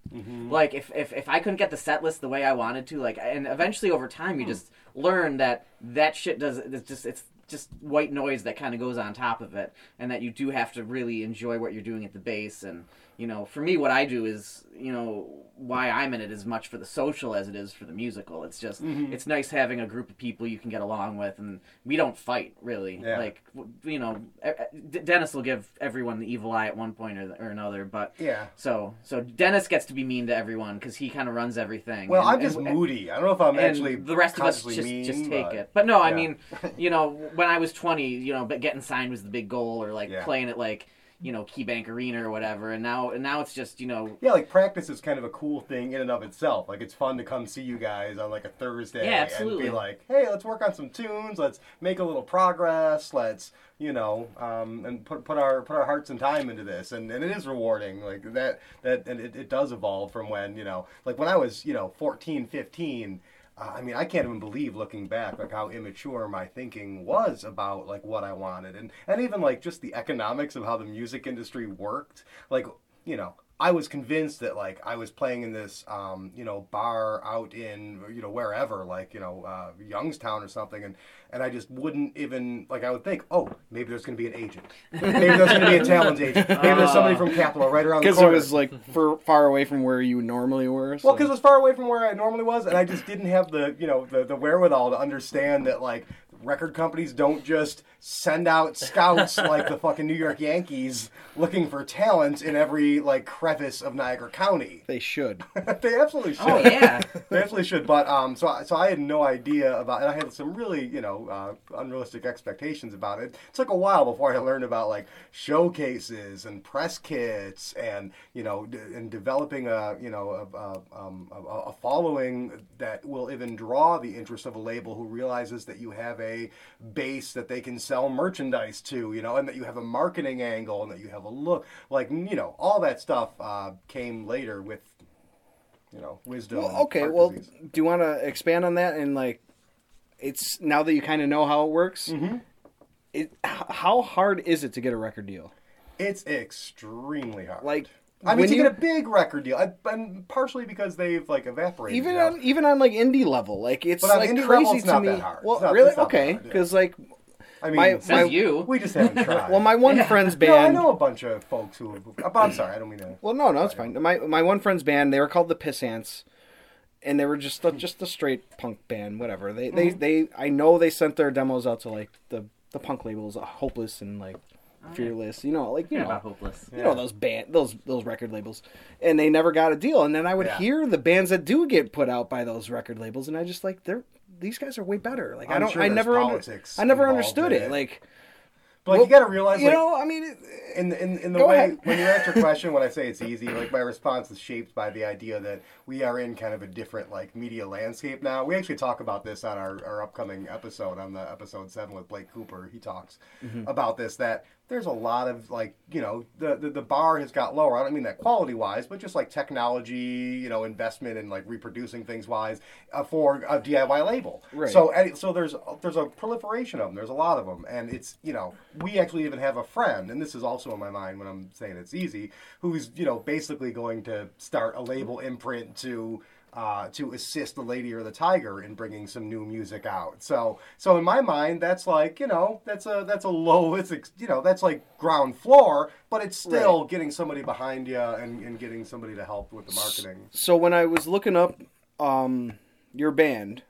Speaker 3: like if, if if I couldn't get the set list the way I wanted to like and eventually over time you just learn that that shit does it's just it's just white noise that kind of goes on top of it and that you do have to really enjoy what you're doing at the base and you know for me what i do is you know why i'm in it as much for the social as it is for the musical it's just it's nice having a group of people you can get along with and we don't fight really
Speaker 4: Yeah.
Speaker 3: like w- you know e- e- D- dennis will give everyone the evil eye at one point or, or another but
Speaker 4: yeah.
Speaker 3: so so dennis gets to be mean to everyone because he kind of runs everything
Speaker 4: Well,
Speaker 3: And-
Speaker 4: I'm just
Speaker 3: and-
Speaker 4: moody. I don't know if I'm
Speaker 3: and
Speaker 4: actually
Speaker 3: the rest of us
Speaker 4: consciously
Speaker 3: just
Speaker 4: mean,
Speaker 3: just take
Speaker 4: but-
Speaker 3: it. But no, I
Speaker 4: yeah.
Speaker 3: mean, you know, when I was 20, you know, but getting signed was the big goal, or like
Speaker 4: Yeah.
Speaker 3: playing at like you know KeyBank Arena or whatever. And now and now it's just you know.
Speaker 4: Yeah, like practice is kind of a cool thing in and of itself. Like it's fun to come see you guys on like a Thursday
Speaker 3: Yeah,
Speaker 4: and
Speaker 3: absolutely.
Speaker 4: be like, "Hey, let's work on some tunes. Let's make a little progress. Let's, you know, um, and put put our put our hearts and time into this." And, and it is rewarding. Like that that and it, it does evolve from when, you know, like when I was, you know, 14, 15, uh, I mean, I can't even believe looking back, like how immature my thinking was about like what I wanted, and and even like just the economics of how the music industry worked. Like, you know, I was convinced that like I was playing in this, um, you know, bar out in you know wherever, like you know uh, Youngstown or something, and and I just wouldn't even like I would think, oh, maybe there's going to be an agent, maybe there's going to be a talent agent, maybe there's somebody from Capitol right around the
Speaker 1: Ah. because it
Speaker 4: corner.
Speaker 1: was like for, far away from where you normally were. So.
Speaker 4: Well, because it was far away from where I normally was, and I just didn't have the you know the, the wherewithal to understand that like record companies don't just send out scouts like the fucking New York Yankees looking for talent in every like crevice of Niagara County.
Speaker 1: they should.
Speaker 4: they absolutely should.
Speaker 3: Oh yeah,
Speaker 4: They absolutely should. But um, so I, so I had no idea about, and I had some really you know uh, unrealistic expectations about it. It took a while before I learned about like showcases and press kits and you know d- and developing a you know a, a, um, a, a following that will even draw the interest of a label who realizes that you have a a base that they can sell merchandise to, you know, and that you have a marketing angle and that you have a look. Like, you know, all that stuff uh, came later with, you know, wisdom.
Speaker 1: Well,
Speaker 4: and
Speaker 1: okay,
Speaker 4: heart
Speaker 1: well,
Speaker 4: disease.
Speaker 1: do you want to expand on that and like, it's now that you kind of know how it works. It h- how hard is it to get a record deal?
Speaker 4: It's extremely hard.
Speaker 1: Like,
Speaker 4: I mean,
Speaker 1: when
Speaker 4: to
Speaker 1: you-
Speaker 4: get a big record deal, I, and partially because they've like evaporated.
Speaker 1: even
Speaker 4: now.
Speaker 1: on even on like indie level, like it's
Speaker 4: But on
Speaker 1: like
Speaker 4: indie
Speaker 1: crazy
Speaker 4: level, it's
Speaker 1: to
Speaker 4: not
Speaker 1: me.
Speaker 4: that hard.
Speaker 1: Well,
Speaker 4: It's not-
Speaker 1: really,
Speaker 4: it's not that
Speaker 1: okay,
Speaker 4: hard, yeah.
Speaker 1: because like,
Speaker 4: I mean,
Speaker 1: my-
Speaker 3: Says
Speaker 1: my-
Speaker 3: you.
Speaker 4: we just haven't tried.
Speaker 1: well, my one friend's band.
Speaker 4: No, I know a bunch of folks who. Have, but I'm sorry, I don't mean to.
Speaker 1: Well, no, no, it's fine. My my one friend's band, they were called the Piss Ants, and they were just a, just a straight punk band, whatever. They
Speaker 4: Mm-hmm.
Speaker 1: they they I know they sent their demos out to like the the punk labels, uh, Hopeless and like
Speaker 4: Oh,
Speaker 1: Fearless, you know, like you
Speaker 3: You're
Speaker 1: know.
Speaker 3: about hopeless.
Speaker 1: You know those band, those those record labels, and they never got a deal. And then I would
Speaker 4: Yeah.
Speaker 1: hear the bands that do get put out by those record labels, and I just like they're these guys are way better. Like I'm I
Speaker 4: I'm
Speaker 1: do not
Speaker 4: sure
Speaker 1: I
Speaker 4: there's
Speaker 1: never, under,
Speaker 4: politics
Speaker 1: I never
Speaker 4: involved
Speaker 1: understood
Speaker 4: in
Speaker 1: it.
Speaker 4: it.
Speaker 1: Like,
Speaker 4: But like,
Speaker 1: well,
Speaker 4: you got to realize,
Speaker 1: you
Speaker 4: like,
Speaker 1: know, I mean, it,
Speaker 4: in the, in, in the
Speaker 1: Go
Speaker 4: way
Speaker 1: ahead.
Speaker 4: when you answer your question, when I say it's easy, like my response is shaped by the idea that we are in kind of a different like media landscape now. We actually talk about this on our, our upcoming episode on the episode seven with Blake Cooper. He talks about this that there's a lot of like you know the, the the bar has got lower. I don't mean that quality wise, but just like technology, you know, investment and like reproducing things wise uh, for a DIY label.
Speaker 1: Right.
Speaker 4: So and so there's there's a proliferation of them. There's a lot of them, and it's you know we actually even have a friend, and this is also in my mind when I'm saying it's easy, who's you know basically going to start a label imprint to. Uh, to assist the lady or the tiger in bringing some new music out, so so in my mind that's like you know that's a that's a low it's ex- you know that's like ground floor, but it's still getting somebody behind you and, and getting somebody to help with the marketing.
Speaker 1: so when I was looking up um, your band,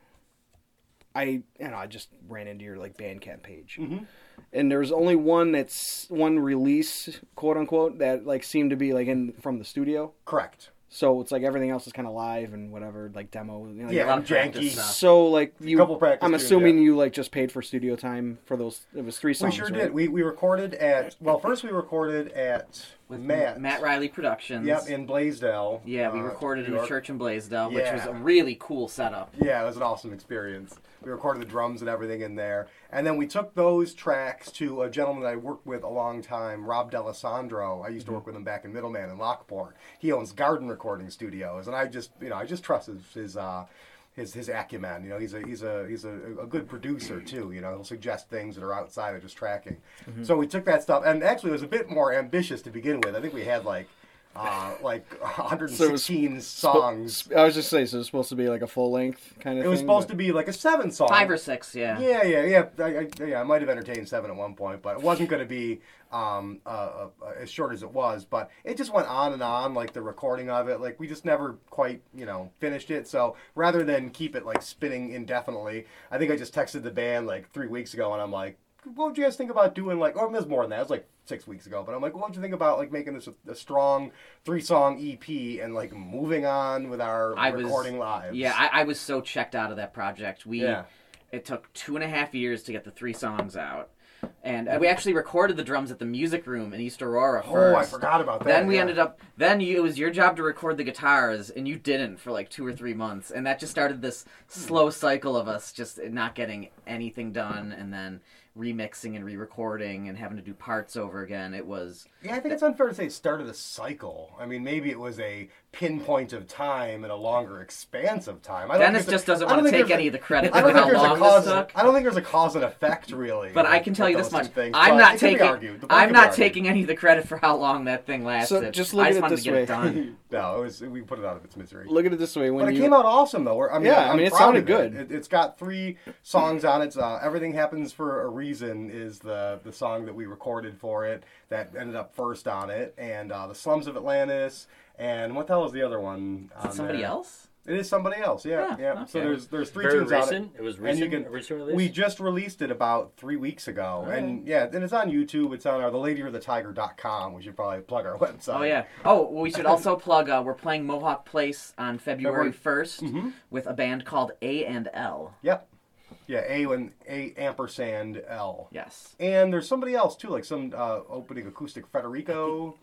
Speaker 1: I you know I just ran into your like Bandcamp page,
Speaker 4: Mm-hmm.
Speaker 1: and there's only one that's one release quote unquote that like seemed to be like in from the studio.
Speaker 4: Correct.
Speaker 1: So it's like everything else is kind of live and whatever like demo. You know, like-
Speaker 4: Yeah,
Speaker 3: lot of
Speaker 4: janky.
Speaker 3: practice uh, now.
Speaker 1: So like you,
Speaker 4: Couple practice
Speaker 1: I'm
Speaker 4: tunes,
Speaker 1: assuming
Speaker 4: yeah.
Speaker 1: you like just paid for studio time for those. It was three songs.
Speaker 4: we sure
Speaker 1: right?
Speaker 4: did. We, we recorded at well, first we recorded at
Speaker 3: With
Speaker 4: Matt.
Speaker 3: Matt Riley Productions.
Speaker 4: Yep, in Blaisdell.
Speaker 3: Yeah, we
Speaker 4: uh,
Speaker 3: recorded
Speaker 4: New
Speaker 3: in a
Speaker 4: York.
Speaker 3: church in Blaisdell, which was
Speaker 4: Yeah.
Speaker 3: a really cool setup.
Speaker 4: Yeah, it was an awesome experience. We recorded the drums and everything in there, and then we took those tracks to a gentleman that I worked with a long time, Rob D'Alessandro. I used to work with him back in Middleman in Lockport. He owns Garden Recording Studios, and I just you know I just trust his. his uh, his, his acumen, you know, he's a he's a he's a, a good producer too. You know, he'll suggest things that are outside of just tracking. So we took that stuff, and actually it was a bit more ambitious to begin with. I think we had like uh, like 116 songs.
Speaker 1: I was just saying, so it's supposed to be like a full length kind of.
Speaker 4: It was supposed to be like a seven song.
Speaker 3: Five or six, yeah.
Speaker 4: Yeah, yeah, yeah. I, I, yeah, I might have entertained seven at one point, but it wasn't going to be um, uh, uh, uh, as short as it was. But it just went on and on, like the recording of it. Like we just never quite, you know, finished it. So rather than keep it like spinning indefinitely, I think I just texted the band like three weeks ago, and I'm like, "What would you guys think about doing like?" Or it was more than that. It was like six weeks ago, but I'm like, "What would you think about like making this a, a strong three song EP and like moving on with our
Speaker 3: I was
Speaker 4: recording lives?"
Speaker 3: Yeah, I, I was so checked out of that project. We
Speaker 4: Yeah.
Speaker 3: it took two and a half years to get the three songs out, and uh, we actually recorded the drums at the music room in East Aurora first.
Speaker 4: Oh, I forgot about that.
Speaker 3: Then we
Speaker 4: yeah.
Speaker 3: ended up. Then you, it was your job to record the guitars, and you didn't for like two or three months, and that just started this slow cycle of us just not getting anything done, and then remixing and re-recording and having to do parts over again. It was
Speaker 4: Yeah, I think it's unfair to say it started a cycle. I mean, maybe it was a pinpoint of time and a longer expanse of time. I don't
Speaker 3: Dennis
Speaker 4: think
Speaker 3: just
Speaker 4: there's a-
Speaker 3: doesn't
Speaker 4: I don't
Speaker 3: want to
Speaker 4: think
Speaker 3: take
Speaker 4: there's
Speaker 3: any of
Speaker 4: a-
Speaker 3: the credit
Speaker 4: I
Speaker 3: for
Speaker 4: don't think
Speaker 3: how
Speaker 4: there's a
Speaker 3: long this
Speaker 4: cause.
Speaker 3: took.
Speaker 4: I don't think there's a cause and effect really.
Speaker 3: But I
Speaker 4: with-
Speaker 3: can tell
Speaker 4: with
Speaker 3: you this
Speaker 4: those
Speaker 3: much:
Speaker 4: two things,
Speaker 3: I'm
Speaker 4: but
Speaker 3: not
Speaker 4: it can be
Speaker 3: taking
Speaker 4: argued. The point
Speaker 3: I'm
Speaker 4: can be
Speaker 3: not
Speaker 4: argued.
Speaker 3: taking any of the credit for how long that thing lasted.
Speaker 1: just look
Speaker 3: I
Speaker 1: at
Speaker 3: just
Speaker 1: it
Speaker 3: wanted
Speaker 1: this
Speaker 3: to get
Speaker 1: way.
Speaker 3: it done.
Speaker 4: No, it was we put it out of its misery.
Speaker 1: Look at it this way: when
Speaker 4: But it
Speaker 1: you
Speaker 4: came out awesome though. We're- I mean,
Speaker 1: Yeah, I
Speaker 4: I'm
Speaker 1: mean, it
Speaker 4: proud
Speaker 1: sounded
Speaker 4: of it.
Speaker 1: good.
Speaker 4: It, has got three songs on it. Uh, Everything happens for a reason is the the song that we recorded for it that ended up first on it, and uh, the slums of Atlantis, and what the hell is the other one?
Speaker 3: Is it
Speaker 4: on
Speaker 3: somebody
Speaker 4: there?
Speaker 3: else?
Speaker 4: It is somebody else. Yeah,
Speaker 3: Yeah,
Speaker 4: yeah. So
Speaker 3: okay.
Speaker 4: there's there's three
Speaker 2: Very
Speaker 4: tunes on it.
Speaker 2: recent. It was
Speaker 4: And you
Speaker 2: recent.
Speaker 4: can-
Speaker 2: recent release.
Speaker 4: We just released it about three weeks ago,
Speaker 1: Oh,
Speaker 4: and yeah, and it's on YouTube. It's on our theladyofthetiger.com. We should probably plug our website.
Speaker 3: Oh yeah. Oh, well, we should also plug. Uh, we're playing Mohawk Place on February
Speaker 4: February- Mm-hmm.
Speaker 3: 1st with a band called A and L.
Speaker 4: Yep. Yeah, A and A ampersand L.
Speaker 3: Yes.
Speaker 4: And there's somebody else too, like some uh, opening acoustic Federico.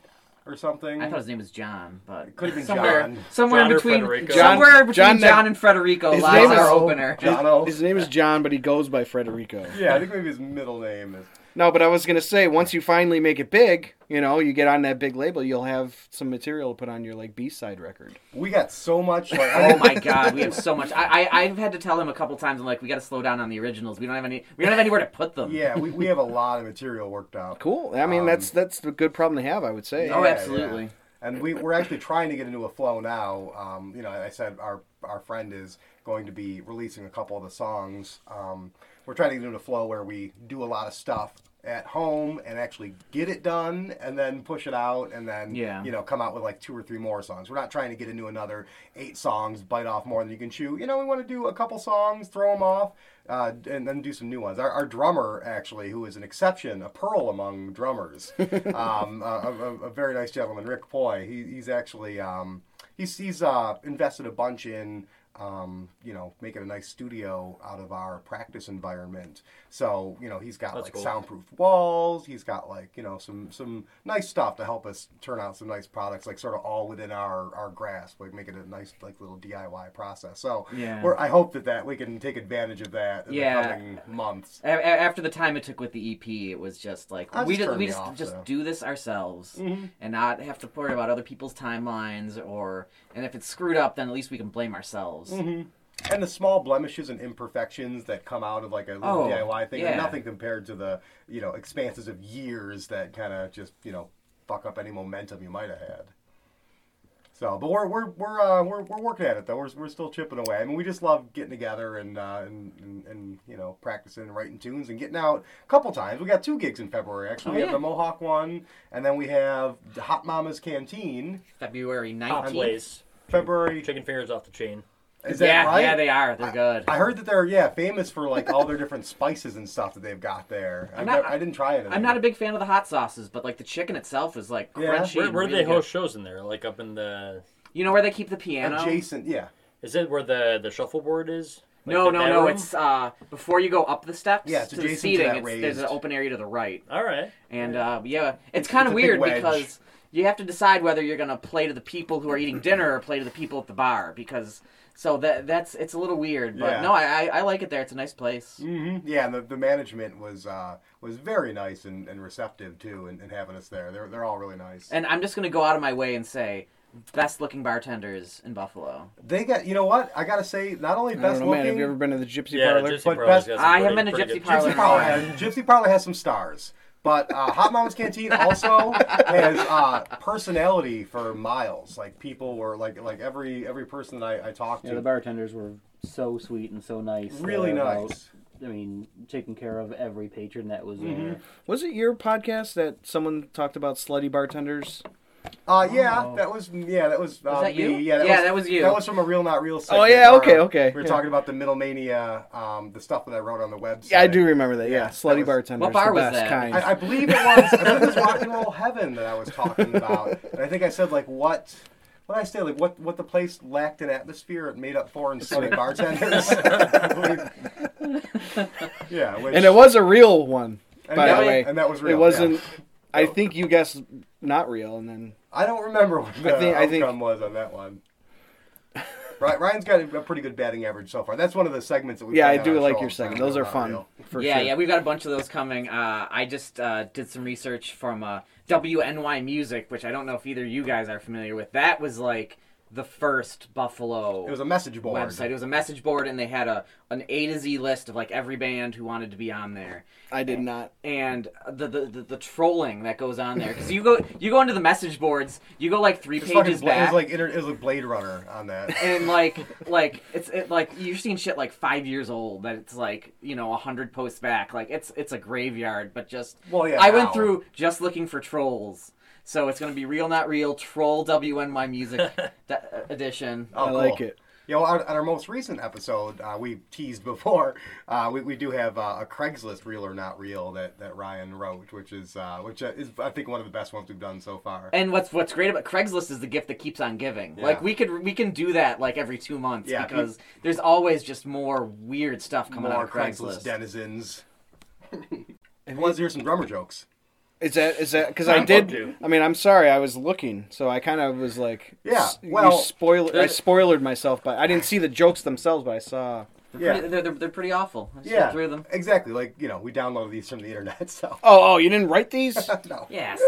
Speaker 4: or something.
Speaker 3: I thought his name was John, but
Speaker 4: It could have been
Speaker 3: somewhere,
Speaker 4: John.
Speaker 3: somewhere
Speaker 2: John
Speaker 3: in
Speaker 2: or
Speaker 3: between,
Speaker 2: Federico.
Speaker 3: somewhere
Speaker 1: John-
Speaker 3: between
Speaker 1: John
Speaker 3: John,
Speaker 1: that-
Speaker 3: and Federico
Speaker 1: His
Speaker 3: lies
Speaker 1: name
Speaker 3: our
Speaker 1: is-
Speaker 3: opener.
Speaker 4: Jono.
Speaker 1: His name is John, but he goes by Federico.
Speaker 4: yeah, I think maybe his middle name is.
Speaker 1: No, but I was gonna say once you finally make it big, you know, you get on that big label, you'll have some material to put on your like B side record.
Speaker 4: We got so much. Like,
Speaker 3: Oh my god, we have so much. I, I I've had to tell him a couple times. I'm like, we got to slow down on the originals. We don't have any. We don't have anywhere to put them.
Speaker 4: Yeah, we, we have a lot of material worked out.
Speaker 1: Cool. I mean,
Speaker 4: Um,
Speaker 1: that's that's a good problem to have, I would say.
Speaker 4: Yeah,
Speaker 3: Oh, absolutely.
Speaker 4: yeah. And we, we're actually trying to get into a flow now. Um, you know, I said our our friend is going to be releasing a couple of the songs. Um, we're trying to get into a flow where we do a lot of stuff at home and actually get it done and then push it out and then
Speaker 3: Yeah.
Speaker 4: you know come out with like two or three more songs we're not trying to get into another eight songs bite off more than you can chew you know we want to do a couple songs throw them off uh, and then do some new ones our, our drummer actually who is an exception a pearl among drummers um, a, a, a very nice gentleman rick poy he, he's actually um, he's, he's uh, invested a bunch in um, you know, making a nice studio out of our practice environment. So, you know, he's got
Speaker 2: That's
Speaker 4: like
Speaker 2: cool.
Speaker 4: soundproof walls. He's got like, you know, some, some nice stuff to help us turn out some nice products, like sort of all within our, our grasp, like make it a nice, like little DIY process. So
Speaker 3: Yeah.
Speaker 4: we're, I hope that that we can take advantage of that in
Speaker 3: Yeah.
Speaker 4: the coming months.
Speaker 3: A- a- After the time it took with the EP, it was just like
Speaker 4: That
Speaker 3: we
Speaker 4: just
Speaker 3: just
Speaker 4: turned
Speaker 3: we
Speaker 4: me
Speaker 3: just,
Speaker 4: off,
Speaker 3: just
Speaker 4: though.
Speaker 3: do this ourselves
Speaker 4: Mm-hmm.
Speaker 3: and not have to worry about other people's timelines or and if it's screwed up, then at least we can blame ourselves.
Speaker 4: Mm-hmm. And the small blemishes and imperfections that come out of like a little
Speaker 3: Oh,
Speaker 4: DIY thing are
Speaker 3: yeah.
Speaker 4: nothing compared to the, you know, expanses of years that kind of just, you know, fuck up any momentum you might have had. So, but we're we're we're uh, we're, we're working at it though. We're, we're still chipping away. I mean, we just love getting together and, uh, and and and you know practicing and writing tunes and getting out a couple times. We got two gigs in February actually.
Speaker 3: Oh,
Speaker 4: we
Speaker 3: yeah.
Speaker 4: have the Mohawk one, and then we have the Hot Mama's Canteen,
Speaker 3: February
Speaker 2: Hot
Speaker 3: nineteenth.
Speaker 2: place.
Speaker 4: February.
Speaker 2: Chicken fingers off the chain.
Speaker 4: Is that
Speaker 3: Yeah,
Speaker 4: right?
Speaker 3: yeah, they are. They're good.
Speaker 4: I heard that they're yeah famous for like all their different spices and stuff that they've got there. i
Speaker 3: I'm not-
Speaker 4: never, I didn't try it.
Speaker 3: I'm not a big fan of the hot sauces, but like the chicken itself is like
Speaker 4: Yeah.
Speaker 3: crunchy.
Speaker 2: Where,
Speaker 3: and
Speaker 2: where do
Speaker 3: really
Speaker 2: they
Speaker 3: good.
Speaker 2: host shows in there? Like up in the
Speaker 3: You know where they keep the piano?
Speaker 4: adjacent. Yeah,
Speaker 2: Is it where the the shuffleboard is? Like
Speaker 3: no,
Speaker 2: the-
Speaker 3: no,
Speaker 2: that
Speaker 3: no.
Speaker 2: room?
Speaker 3: It's uh, before you go up the steps
Speaker 4: Yeah, it's
Speaker 3: to the
Speaker 4: adjacent to
Speaker 3: seating.
Speaker 4: that
Speaker 3: it's, there's an
Speaker 4: raised-
Speaker 3: open area to the right,
Speaker 2: all right.
Speaker 3: and uh, yeah, it's kind
Speaker 4: it's
Speaker 3: of
Speaker 4: a big
Speaker 3: weird
Speaker 4: wedge.
Speaker 3: because you have to decide whether you're gonna play to the people who are eating dinner or play to the people at the bar because so that that's it's a little weird. But
Speaker 4: Yeah.
Speaker 3: no, I, I I like it there. It's a nice place.
Speaker 4: hmm
Speaker 1: Mm-hmm.
Speaker 4: yeah. And the, the management was uh, was very nice and, and receptive too, and, and having us there. They're they're all really nice.
Speaker 3: And I'm just gonna go out of my way and say, best looking bartenders in Buffalo.
Speaker 4: they got you know what I gotta say. Not
Speaker 1: I
Speaker 4: only best
Speaker 1: don't know, man.
Speaker 4: looking,
Speaker 1: Have you ever been to the Gypsy
Speaker 2: Yeah,
Speaker 1: Parlor?
Speaker 2: Gypsy
Speaker 4: but
Speaker 2: Parlor's
Speaker 4: best-
Speaker 2: got some
Speaker 3: I haven't
Speaker 2: pretty-
Speaker 3: been to
Speaker 2: pretty
Speaker 3: Gypsy
Speaker 2: good-
Speaker 3: Parlor.
Speaker 4: Gypsy Parlor has Gypsy Parlor has some stars, but uh, Hot Mama's Canteen also has uh, personality for miles. Like people were like like every every person that I, I talked
Speaker 5: Yeah, the
Speaker 4: to.
Speaker 5: bartenders were so sweet and so nice.
Speaker 4: Really
Speaker 5: They're
Speaker 4: nice.
Speaker 5: I mean, taking care of every patron that was there.
Speaker 1: Was it your podcast that someone talked about slutty bartenders?
Speaker 4: Uh, yeah,
Speaker 1: Oh.
Speaker 4: that was yeah, that was, uh,
Speaker 3: Was that
Speaker 4: me.
Speaker 3: you?
Speaker 4: Yeah, that,
Speaker 3: Yeah,
Speaker 4: was,
Speaker 3: that was you.
Speaker 4: That was from a real not real. Segment
Speaker 1: Oh, yeah,
Speaker 4: where
Speaker 1: okay, okay,
Speaker 4: We were
Speaker 1: yeah.
Speaker 4: talking about the middle mania, um, the stuff that I wrote on the website.
Speaker 1: Yeah, I do remember that. Yeah,
Speaker 4: Yeah,
Speaker 1: slutty
Speaker 4: that was-
Speaker 1: bartenders.
Speaker 3: What bar
Speaker 1: the
Speaker 3: was
Speaker 1: best
Speaker 3: that?
Speaker 1: Kind.
Speaker 4: I, I believe it was. I think it was Rock and Roll Heaven that I was talking about, and I think I said like what. What did I say, like what what the place lacked in atmosphere, it made up for in slutty bartenders. yeah, which,
Speaker 1: and it was a real one,
Speaker 4: and
Speaker 1: by
Speaker 4: that,
Speaker 1: the way.
Speaker 4: and that was
Speaker 1: it
Speaker 4: real. yeah.
Speaker 1: wasn't. I think you guessed not real, and then
Speaker 4: I don't remember what the
Speaker 1: I think- I think-
Speaker 4: outcome was on that one. Ry- Ryan's got a pretty good batting average so far. That's one of the segments that we.
Speaker 1: yeah,
Speaker 4: play
Speaker 1: I
Speaker 4: on
Speaker 1: do
Speaker 4: our
Speaker 1: like
Speaker 4: show
Speaker 1: your
Speaker 4: all the
Speaker 1: second.
Speaker 4: time,
Speaker 1: Those
Speaker 4: but
Speaker 1: are
Speaker 4: not
Speaker 1: fun.
Speaker 4: real.
Speaker 1: For
Speaker 3: yeah,
Speaker 1: sure.
Speaker 3: yeah, we've got a bunch of those coming. Uh, I just uh, did some research from uh, WNY Music, which I don't know if either of you guys are familiar with. That was like the first Buffalo
Speaker 4: It was a message board.
Speaker 3: website. It was a message board, and they had a an A to Z list of like every band who wanted to be on there
Speaker 1: I did not.
Speaker 3: and the the, the, the trolling that goes on there because you go you go into the message boards you go like three
Speaker 4: It was fucking
Speaker 3: pages
Speaker 4: Bla- It
Speaker 3: back
Speaker 4: was like inter- it was like Blade Runner on that.
Speaker 3: and like like it's it, like you're seeing shit like five years old that it's like you know a hundred posts back like it's it's a graveyard but just
Speaker 4: Well, yeah,
Speaker 3: I
Speaker 4: now.
Speaker 3: went through just looking for trolls so it's gonna be real not real troll WNY music d- edition
Speaker 4: Oh,
Speaker 1: I
Speaker 4: cool.
Speaker 1: like it.
Speaker 4: You know, on, on our most recent episode, uh, we teased before. Uh, we, we do have uh, a Craigslist real or not real that, that Ryan wrote, which is uh, which uh, is I think one of the best ones we've done so far.
Speaker 3: And what's what's great about Craigslist is the gift that keeps on giving. Like we could we can do that like every two months
Speaker 4: Yeah,
Speaker 3: because there's always just more weird
Speaker 1: uh,
Speaker 3: stuff coming out
Speaker 4: More
Speaker 3: of
Speaker 4: Craigslist,
Speaker 3: Craigslist.
Speaker 4: denizens. Who wants to hear some drummer jokes?
Speaker 1: Is that is that because I
Speaker 2: I'm
Speaker 1: did?
Speaker 2: up to.
Speaker 1: I mean, I'm sorry, I was looking, so I kind of was like,
Speaker 4: Yeah,
Speaker 1: s- you
Speaker 4: well,
Speaker 1: spoil. I
Speaker 3: there's-
Speaker 1: spoilered myself, but I didn't see the jokes themselves, but I saw.
Speaker 4: Yeah.
Speaker 3: Pretty, they're, they're, they're pretty awful. I just
Speaker 4: yeah,
Speaker 3: got three of them.
Speaker 4: Exactly. Like you know, we downloaded these from the internet, so
Speaker 1: Oh, oh, you didn't write these?
Speaker 4: no.
Speaker 3: Yes.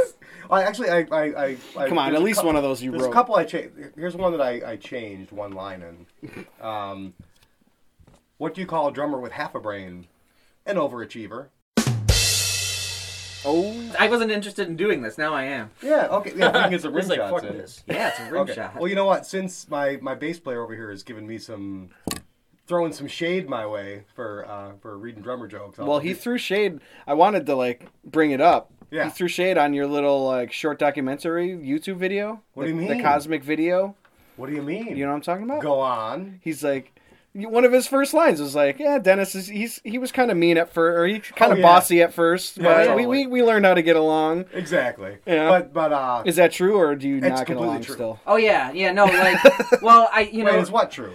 Speaker 4: I actually, I, I, I, I
Speaker 1: Come on, at
Speaker 4: there's a
Speaker 1: least
Speaker 4: cou-
Speaker 1: one of those you
Speaker 4: There's
Speaker 1: wrote.
Speaker 4: a couple I changed. Here's one that I, I changed one line in. Um, what do you call a drummer with half a brain? An overachiever.
Speaker 1: Oh,
Speaker 3: I wasn't interested in doing this. Now I am.
Speaker 4: Yeah. Okay. Yeah. I think it's a rim
Speaker 2: It's like
Speaker 4: shot,
Speaker 2: fuck
Speaker 4: so-
Speaker 2: this.
Speaker 3: Yeah, it's a rim
Speaker 4: Okay.
Speaker 3: shot.
Speaker 4: Well, you know what? Since my my bass player over here has given me some throwing some shade my way for uh, for reading drummer jokes. I'll-
Speaker 1: well, he threw shade. I wanted to like bring it up.
Speaker 4: Yeah.
Speaker 1: He threw shade on your little like short documentary YouTube video.
Speaker 4: What
Speaker 1: the,
Speaker 4: do you
Speaker 1: The
Speaker 4: mean?
Speaker 1: cosmic video.
Speaker 4: What do you mean?
Speaker 1: You know what I'm talking about?
Speaker 4: Go on.
Speaker 1: He's like. One of his first lines was like, "Yeah, Dennis is he's he was kind of mean at first, or he kind
Speaker 4: Oh,
Speaker 1: of
Speaker 4: yeah.
Speaker 1: bossy at first,
Speaker 4: Yeah,
Speaker 1: but
Speaker 4: totally.
Speaker 1: we, we we learned how to get along."
Speaker 4: Exactly.
Speaker 1: Yeah.
Speaker 4: But but uh,
Speaker 1: Is that true, or do you
Speaker 4: It's
Speaker 1: not get
Speaker 4: completely
Speaker 1: along
Speaker 4: true.
Speaker 1: still?
Speaker 3: Oh yeah, yeah. No, like, well, I you
Speaker 4: wait,
Speaker 3: know,
Speaker 4: is what true?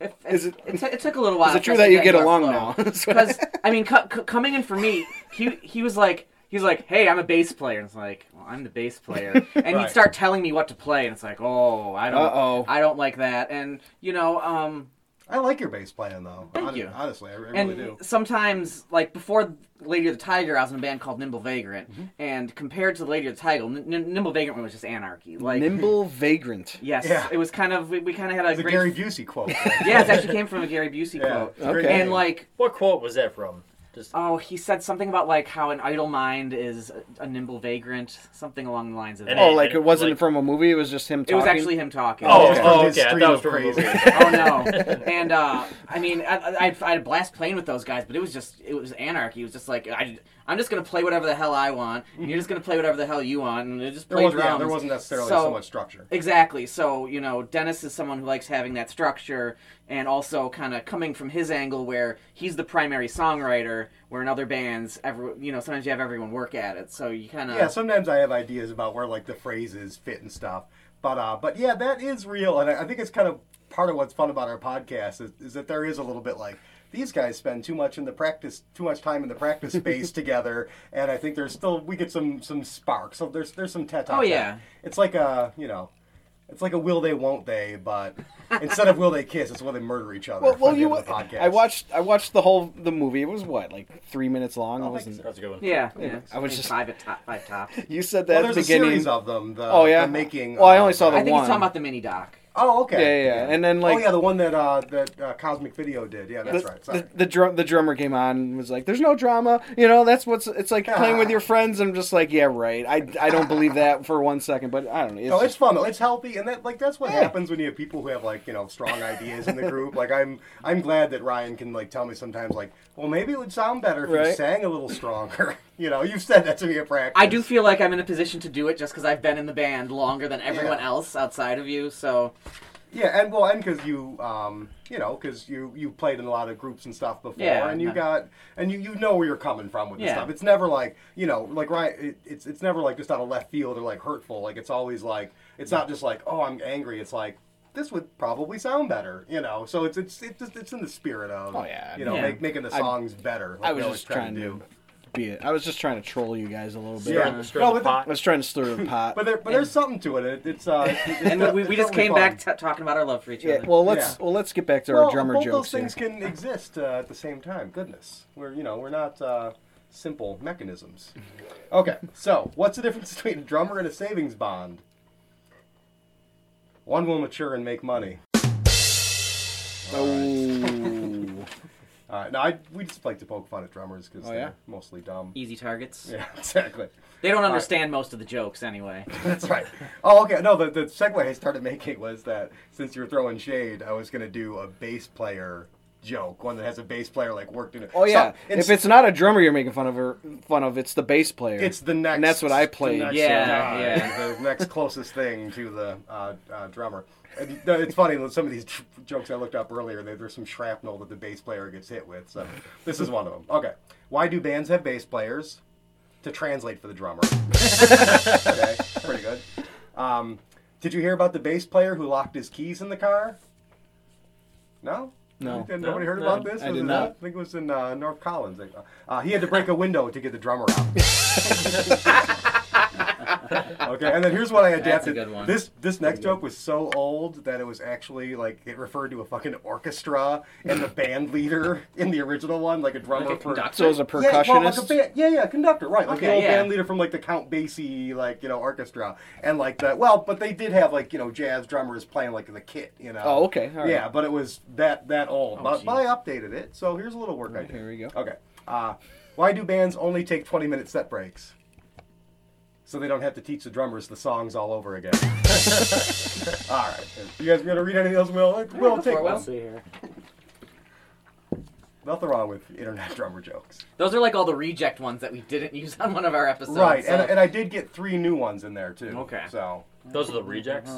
Speaker 3: it,
Speaker 1: is it-
Speaker 3: it, t- it took a little
Speaker 4: Uh,
Speaker 3: while.
Speaker 1: Is it true
Speaker 3: for us
Speaker 1: that
Speaker 3: to
Speaker 1: you get
Speaker 3: into our
Speaker 1: along
Speaker 3: flow.
Speaker 1: now? That's what I-
Speaker 3: Because I mean, cu- cu- coming in for me, he he was like he's like, hey, I'm a bass player, and it's like, well, I'm the bass player, and
Speaker 4: Right.
Speaker 3: he'd start telling me what to play, and it's like, oh, I don't,
Speaker 1: Uh-oh.
Speaker 3: I don't like that, and you know, um,
Speaker 4: I like your bass playing though.
Speaker 3: Thank
Speaker 4: Hon-
Speaker 3: you.
Speaker 4: Honestly, I, I really
Speaker 3: and
Speaker 4: do.
Speaker 3: sometimes like before Lady of the Tiger, I was in a band called Nimble Vagrant,
Speaker 4: Mm-hmm.
Speaker 3: and compared to Lady of the Tiger, N- N- Nimble Vagrant was just anarchy, like.
Speaker 1: Nimble vagrant.
Speaker 3: Yes,
Speaker 4: Yeah.
Speaker 3: it was kind of we, we kind of had a
Speaker 4: It's a
Speaker 3: great
Speaker 4: Gary Busey quote.
Speaker 3: Yeah, it actually came from a Gary Busey
Speaker 4: Yeah,
Speaker 3: quote.
Speaker 4: it's a great
Speaker 1: Okay.
Speaker 4: name.
Speaker 3: And like,
Speaker 2: What quote was that from? Just
Speaker 3: oh, he said something about like how an idle mind is a, a nimble vagrant, something along the lines of that.
Speaker 2: And
Speaker 1: Oh,
Speaker 2: it-
Speaker 1: like it wasn't
Speaker 2: like-
Speaker 1: from a movie; it was just him
Speaker 3: it
Speaker 1: talking.
Speaker 3: was actually him talking.
Speaker 2: oh,
Speaker 4: okay.
Speaker 2: oh,
Speaker 4: His
Speaker 2: okay. I
Speaker 4: stream
Speaker 2: thought it was
Speaker 4: of
Speaker 2: from a
Speaker 4: praise.
Speaker 2: movie.
Speaker 3: Oh, no! And uh, I mean, I, I, I had a blast playing with those guys, but it was just it was anarchy. It was just like I, I'm just gonna play whatever the hell I want, and you're just gonna play whatever the hell you want, and they just
Speaker 4: there
Speaker 3: play
Speaker 4: wasn't,
Speaker 3: drums.
Speaker 4: yeah, there wasn't necessarily so, much structure.
Speaker 3: Exactly. So, you know, Dennis is someone who likes having that structure and also kind of coming from his angle where he's the primary songwriter, where in other bands, every, you know, sometimes you have everyone work at it. So you kind of.
Speaker 4: Yeah, sometimes I have ideas about where like the phrases fit and stuff. But uh, but yeah, that is real, and I, I think it's kind of part of what's fun about our podcast is, is that there is a little bit like these guys spend too much in the practice, too much time in the practice space together, and I think there's still we get some some sparks. So there's there's some tete.
Speaker 3: Oh, yeah.
Speaker 4: it's like a you know. It's like a will they, won't they, but instead of will they kiss, it's will they murder each other.
Speaker 1: Well, well
Speaker 4: by the
Speaker 1: you.
Speaker 4: end of the podcast.
Speaker 1: I watched. I watched the whole the movie. It was what, like three minutes long. It
Speaker 4: Oh, like
Speaker 1: wasn't-
Speaker 2: That's a good one.
Speaker 3: Yeah. yeah.
Speaker 1: I was
Speaker 3: Like
Speaker 1: just-
Speaker 3: Five, at top, five tops.
Speaker 1: You said
Speaker 4: Well,
Speaker 1: that at
Speaker 4: there's
Speaker 1: the
Speaker 4: a
Speaker 1: beginning.
Speaker 4: series of them. The,
Speaker 1: Oh, yeah?
Speaker 4: the making.
Speaker 1: Well, I
Speaker 4: of-
Speaker 1: only saw the
Speaker 3: I think
Speaker 1: one.
Speaker 3: he's talking about the mini doc.
Speaker 4: Oh, okay.
Speaker 1: Yeah, yeah, yeah. And then, like-
Speaker 4: oh yeah, the one that uh, that uh, Cosmic Video did. Yeah, that's
Speaker 1: the,
Speaker 4: right. Sorry.
Speaker 1: The, the, drum, the drummer came on and was like, "There's no drama, you know. That's what's it's like playing with your friends." I'm just like, "Yeah, right. I, I don't believe that for one second, but I don't know. It's
Speaker 4: no,
Speaker 1: just-
Speaker 4: it's fun though. It's healthy, and that like that's what
Speaker 1: Yeah.
Speaker 4: happens when you have people who have like you know strong ideas in the group. Like I'm I'm glad that Ryan can like tell me sometimes like, well maybe it would sound better if you
Speaker 1: Right.
Speaker 4: sang a little stronger. you know, you've said that to me at practice.
Speaker 3: I do feel like I'm in a position to do it just because I've been in the band longer than everyone
Speaker 4: Yeah.
Speaker 3: else outside of you. So,
Speaker 4: Yeah, and well, and because you, um, you know, because you you played in a lot of groups and stuff before,
Speaker 3: Yeah,
Speaker 4: and you
Speaker 3: no.
Speaker 4: got and you you know where you're coming from with this
Speaker 3: Yeah.
Speaker 4: stuff. It's never like you know, like right, it, it's it's never like just out of left field or like hurtful. Like it's always like it's not just like oh I'm angry. It's like this would probably sound better, you know. So it's it's it's just, it's in the spirit of
Speaker 1: Oh, yeah.
Speaker 4: you know,
Speaker 3: Yeah.
Speaker 4: make, making the
Speaker 1: I-
Speaker 4: songs better. Like
Speaker 1: I
Speaker 4: we
Speaker 1: was
Speaker 4: always
Speaker 1: just
Speaker 4: try
Speaker 1: trying to, be it. I was just trying to troll you guys a little bit.
Speaker 4: Yeah.
Speaker 2: Stir- stir
Speaker 4: No,
Speaker 2: the
Speaker 4: but the-
Speaker 1: I
Speaker 2: pot.
Speaker 1: was trying to stir the pot.
Speaker 4: But there, but there's something to it. it it's uh, it's- it's
Speaker 3: and we,
Speaker 4: it's
Speaker 3: we just
Speaker 4: totally
Speaker 3: came
Speaker 4: fun.
Speaker 3: back t- talking about our love for each
Speaker 1: yeah,
Speaker 3: other.
Speaker 1: well, let's
Speaker 4: Yeah.
Speaker 1: well let's get back to
Speaker 4: well,
Speaker 1: our drummer
Speaker 4: both
Speaker 1: jokes.
Speaker 4: those things
Speaker 1: here.
Speaker 4: can exist uh, at the same time. Goodness, we're you know we're not uh, simple mechanisms. Okay, so what's the difference between a drummer and a savings bond? One will mature and make money.
Speaker 1: Oh.
Speaker 4: Uh, no, I, we just like to poke fun at drummers because
Speaker 1: Oh,
Speaker 4: they're
Speaker 1: yeah?
Speaker 4: mostly dumb.
Speaker 3: Easy targets.
Speaker 4: Yeah, exactly.
Speaker 3: They don't understand most of the jokes anyway.
Speaker 4: That's right. Oh, okay. No, the, the segue I started making was that since you were throwing shade, I was going to do a bass player joke, one that has a bass player like worked in it.
Speaker 1: Oh yeah.
Speaker 4: Some-
Speaker 1: if it's not a drummer you're making fun of, or fun of it's the bass player.
Speaker 4: It's the next.
Speaker 1: And that's what I played.
Speaker 4: the next
Speaker 3: Yeah,
Speaker 4: guy,
Speaker 3: yeah.
Speaker 4: The next closest thing to the uh, uh, drummer. And, no, it's funny. Some of these tr- jokes I looked up earlier. There, there's some shrapnel that the bass player gets hit with. So this is one of them. Okay. Why do bands have bass players? To translate for the drummer. okay, pretty good. Um, did you hear about the bass player who locked his keys in the car? No.
Speaker 1: No.
Speaker 4: Did nobody heard
Speaker 2: No,
Speaker 4: about this?
Speaker 1: I
Speaker 4: Was
Speaker 1: did
Speaker 4: it-
Speaker 1: not.
Speaker 4: I think it was in uh, North Collins. Uh, he had to break a window to get the drummer out. Okay, and then here's what I
Speaker 6: That's a
Speaker 4: adapted.
Speaker 6: good one.
Speaker 4: This this next joke was so old that it was actually like it referred to a fucking orchestra and the band leader in the original one, like a drummer
Speaker 6: Like a
Speaker 4: for
Speaker 6: conductor?
Speaker 1: So as a percussionist,
Speaker 4: Yeah, well, like a band, yeah, yeah, conductor, right? Like the
Speaker 3: Okay,
Speaker 4: old
Speaker 3: yeah.
Speaker 4: band leader from like the Count Basie, like you know, orchestra, and like that. Well, but they did have like you know jazz drummers playing like the kit, you know.
Speaker 1: Oh, okay, all right.
Speaker 4: Yeah, but it was that that old.
Speaker 6: Oh,
Speaker 4: but, but I
Speaker 6: geez.
Speaker 4: updated it, so here's a little work I did.
Speaker 1: here we go.
Speaker 4: Okay. Uh, why do bands only take 20 minute set breaks? So they don't have to teach the drummers the songs all over again. all right. You guys going to read anything else? We'll, we'll take
Speaker 5: Let's
Speaker 4: one.
Speaker 5: see here.
Speaker 4: Nothing wrong with internet drummer jokes.
Speaker 3: Those are like all the reject ones that we didn't use on one of our episodes.
Speaker 4: right.
Speaker 3: so-
Speaker 4: And, and I did get three new ones in there, too.
Speaker 3: Okay.
Speaker 4: So,
Speaker 2: Those are the rejects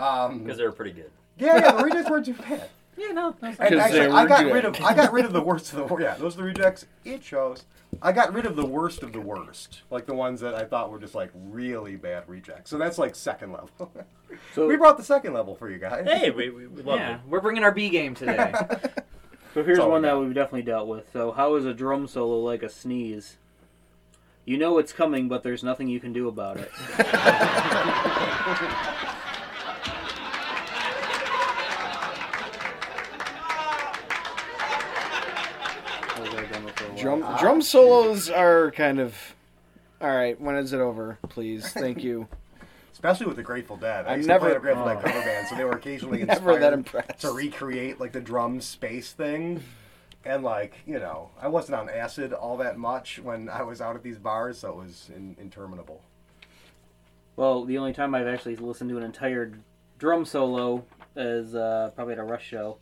Speaker 4: um,
Speaker 2: because they're pretty good.
Speaker 4: yeah, yeah, the rejects weren't too bad.
Speaker 3: yeah, no. no, it's
Speaker 4: And
Speaker 1: 'Cause
Speaker 4: actually,
Speaker 1: they
Speaker 4: I
Speaker 1: were
Speaker 4: got
Speaker 1: good.
Speaker 4: rid of I got rid of the worst of the worst. Yeah, those are the rejects. It shows. I got rid of the worst of the worst, like the ones that I thought were just like really bad rejects. So that's like second level.
Speaker 5: So-
Speaker 4: we brought the second level for you guys.
Speaker 2: Hey, we, we, we love
Speaker 3: yeah,
Speaker 2: it.
Speaker 3: we're bringing our B game today.
Speaker 5: So here's
Speaker 4: That's all
Speaker 5: one
Speaker 4: we
Speaker 5: that
Speaker 4: got.
Speaker 5: we've definitely dealt with. So how is a drum solo like a sneeze? You know it's coming, but there's nothing you can do about it. That was our demo for a while.
Speaker 1: Drum drum solos are kind of all right. When is it over, please? Thank you.
Speaker 4: Especially with the Grateful Dead. I
Speaker 1: I'm
Speaker 4: used
Speaker 1: never- Oh.
Speaker 4: to play a Grateful Dead cover band, so they were occasionally
Speaker 1: Never that
Speaker 4: inspired
Speaker 1: impressed.
Speaker 4: to recreate like the drum space thing. And like you know, I wasn't on acid all that much when I was out at these bars, so it was in, interminable.
Speaker 5: Well, the only time I've actually listened to an entire drum solo is uh, probably at a Rush show.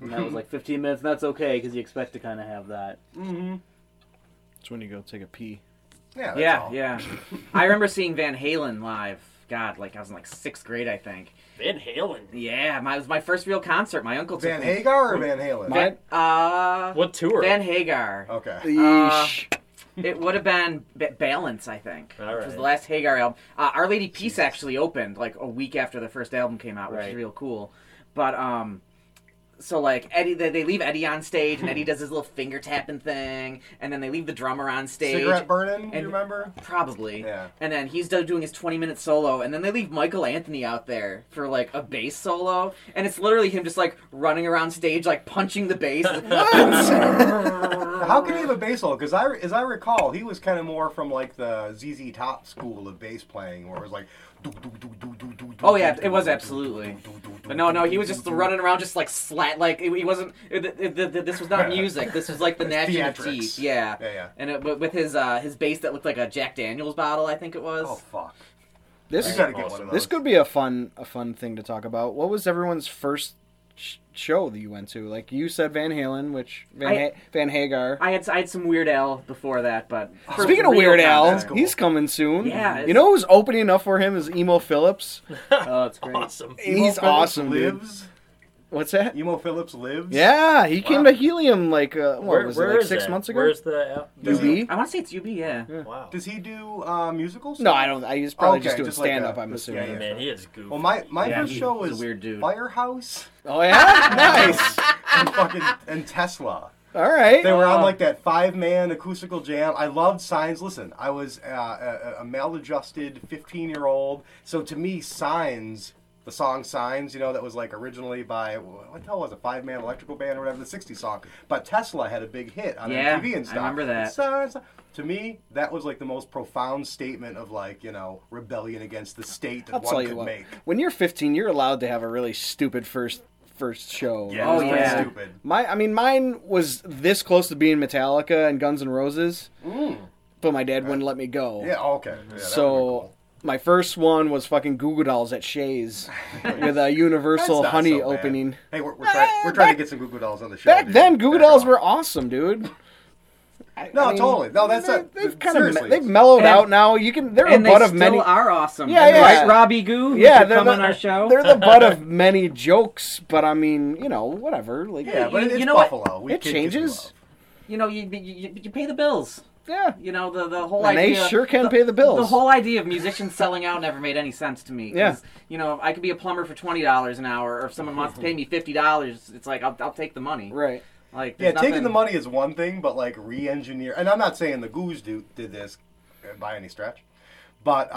Speaker 5: And that was like 15 minutes, and that's okay because you expect to kind of have that.
Speaker 1: It's when you go take a pee.
Speaker 4: Yeah. That's
Speaker 3: yeah,
Speaker 4: all.
Speaker 3: yeah. I remember seeing Van Halen live. God, like I was in like sixth grade, I think.
Speaker 2: Van Halen.
Speaker 3: Yeah, my, it was my first real concert. My uncle took
Speaker 4: Van
Speaker 3: me.
Speaker 4: Hagar or Van Halen?
Speaker 1: Mine?
Speaker 3: Uh,
Speaker 2: What tour?
Speaker 3: Van Hagar.
Speaker 4: Okay.
Speaker 1: Yeesh.
Speaker 3: It would have been B- Balance, I think.
Speaker 2: All
Speaker 3: which was
Speaker 2: right.
Speaker 3: the last Hagar album. Uh, Our Lady Peace actually opened like a week after the first album came out, which is
Speaker 5: Right.
Speaker 3: real cool. But um, so like Eddie, they, they leave Eddie on stage, and Eddie does his little finger tapping thing, and then they leave the drummer on stage.
Speaker 4: Cigarette burning, do you
Speaker 3: And-
Speaker 4: remember?
Speaker 3: Probably.
Speaker 4: Yeah.
Speaker 3: And then he's do- doing his 20 minute solo, and then they leave Michael Anthony out there for like a bass solo, and it's literally him just like running around stage, like punching the bass.
Speaker 4: How can he have a bass solo? Because I, as I recall, he was kind of more from like the ZZ Top school of bass playing, where it was like. do, do, do, do, do, do,
Speaker 3: Oh, yeah,
Speaker 4: do,
Speaker 3: it was
Speaker 4: do, do,
Speaker 3: absolutely.
Speaker 4: do, do, do,
Speaker 3: But no, no, he was
Speaker 4: do,
Speaker 3: just
Speaker 4: do, do.
Speaker 3: running around, just like slat. Like it, he wasn't. It, it, it, it- this was not music. This was like the gnashing of
Speaker 4: Theatrics.
Speaker 3: teeth. Yeah.
Speaker 4: Yeah, yeah.
Speaker 3: And it, but with his uh, his bass that looked like a Jack Daniels bottle, I think it was.
Speaker 4: Oh fuck! You
Speaker 1: This
Speaker 4: gotta get one of those.
Speaker 1: this could be a fun a fun thing to talk about. What was everyone's first sh- show that you went to? Like you said, Van Halen, which Van
Speaker 3: I-
Speaker 1: ha- Van Hagar.
Speaker 3: I had I had some Weird Al before that, but
Speaker 4: Oh,
Speaker 3: first
Speaker 1: Speaking of
Speaker 3: real
Speaker 1: Weird Al,
Speaker 3: concert.
Speaker 4: cool.
Speaker 1: he's coming soon.
Speaker 3: Yeah, it's-
Speaker 1: you know who's opening enough for him is Emo Phillips.
Speaker 5: Oh, it's great.
Speaker 2: Awesome.
Speaker 4: Emo
Speaker 1: he's
Speaker 4: Phillips
Speaker 1: awesome, dude.
Speaker 4: Lives.
Speaker 1: What's that?
Speaker 4: Emo Phillips lives.
Speaker 1: Yeah, he came to Helium like uh, what was it, like
Speaker 2: is
Speaker 1: six
Speaker 2: that?
Speaker 1: months ago?
Speaker 2: Where's the
Speaker 4: Does he-
Speaker 1: UB?
Speaker 3: I want to say it's UB, yeah.
Speaker 2: Wow.
Speaker 4: Does he do uh, musicals?
Speaker 1: No, I don't. I he's probably just
Speaker 4: Okay,
Speaker 1: doing
Speaker 4: just like
Speaker 1: stand up.
Speaker 4: a-
Speaker 1: I'm
Speaker 4: just-
Speaker 1: assuming.
Speaker 4: yeah,
Speaker 2: Man, he is goofy.
Speaker 4: Well, my my
Speaker 3: Yeah,
Speaker 4: first
Speaker 3: he-
Speaker 4: show
Speaker 3: he's a
Speaker 4: was
Speaker 3: weird dude.
Speaker 4: Firehouse
Speaker 1: Oh yeah, nice.
Speaker 4: and fucking and Tesla.
Speaker 1: All right.
Speaker 4: They were on like that five man acoustical jam. I loved signs. Listen, I was uh, a, a maladjusted 15 year old. So to me, signs, the song Signs, you know, that was like originally by, what the hell was it, five man electrical band or whatever, the 60s song. But Tesla had a big hit on
Speaker 3: Yeah,
Speaker 4: MTV and
Speaker 3: I
Speaker 4: stuff.
Speaker 3: remember that.
Speaker 4: Signs. To me, that was like the most profound statement of like, you know, rebellion against the state that
Speaker 1: I'll tell
Speaker 4: one
Speaker 1: you
Speaker 4: could
Speaker 1: what.
Speaker 4: make.
Speaker 1: When you're 15, you're allowed to have a really stupid first first show.
Speaker 4: Yeah,
Speaker 3: Oh,
Speaker 4: it was pretty
Speaker 3: yeah.
Speaker 4: stupid.
Speaker 1: My, I mean, mine was this close to being Metallica and Guns N' Roses, but my dad wouldn't let me go.
Speaker 4: Mm. Yeah, okay. Yeah, that would've
Speaker 1: so
Speaker 4: been cool.
Speaker 1: my first one was fucking Goo Goo Dolls at Shays with a Universal
Speaker 4: That's not
Speaker 1: Honey
Speaker 4: so bad.
Speaker 1: opening.
Speaker 4: Hey, we're, we're, try- we're trying to get some Goo Goo Dolls on the show.
Speaker 1: Back
Speaker 4: dude.
Speaker 1: then, Goo Goo
Speaker 4: Back
Speaker 1: Dolls
Speaker 4: off.
Speaker 1: were awesome, dude. I-
Speaker 4: No,
Speaker 1: I mean,
Speaker 4: totally. No, that's
Speaker 1: they,
Speaker 4: a-
Speaker 1: They've kind of
Speaker 4: seriously.
Speaker 1: they've mellowed
Speaker 3: And-
Speaker 1: out now. You can they're
Speaker 3: And
Speaker 1: a
Speaker 3: they
Speaker 1: butt
Speaker 3: still
Speaker 1: of many.
Speaker 3: are awesome.
Speaker 1: Yeah,
Speaker 3: And
Speaker 1: yeah.
Speaker 3: Right, Robbie Goo.
Speaker 1: Yeah,
Speaker 3: Yeah,
Speaker 1: they're
Speaker 3: come
Speaker 1: the-
Speaker 3: on our show.
Speaker 1: They're the butt of many jokes, but I mean, you know, whatever. Like,
Speaker 4: Yeah, but
Speaker 3: you-
Speaker 4: it's
Speaker 3: you know what?
Speaker 4: Buffalo. We
Speaker 1: It
Speaker 4: kid gives you
Speaker 1: changes.
Speaker 4: love.
Speaker 3: You know, you, you you- you pay the bills.
Speaker 1: yeah.
Speaker 3: You know, the the whole
Speaker 1: And they
Speaker 3: idea.
Speaker 1: sure can pay the bills.
Speaker 3: The whole idea of musicians selling out never made any sense to me. 'cause,
Speaker 1: Yeah.
Speaker 3: You know, if I could be a plumber for twenty dollars an hour, or if someone wants to pay me fifty dollars, it's like I'll, I'll take the money.
Speaker 1: Right.
Speaker 3: Like
Speaker 4: Yeah,
Speaker 3: there's
Speaker 4: taking the
Speaker 3: nothing-
Speaker 4: money is one thing, but like re-engineer. And I'm not saying the Goos do did this uh, by any stretch, But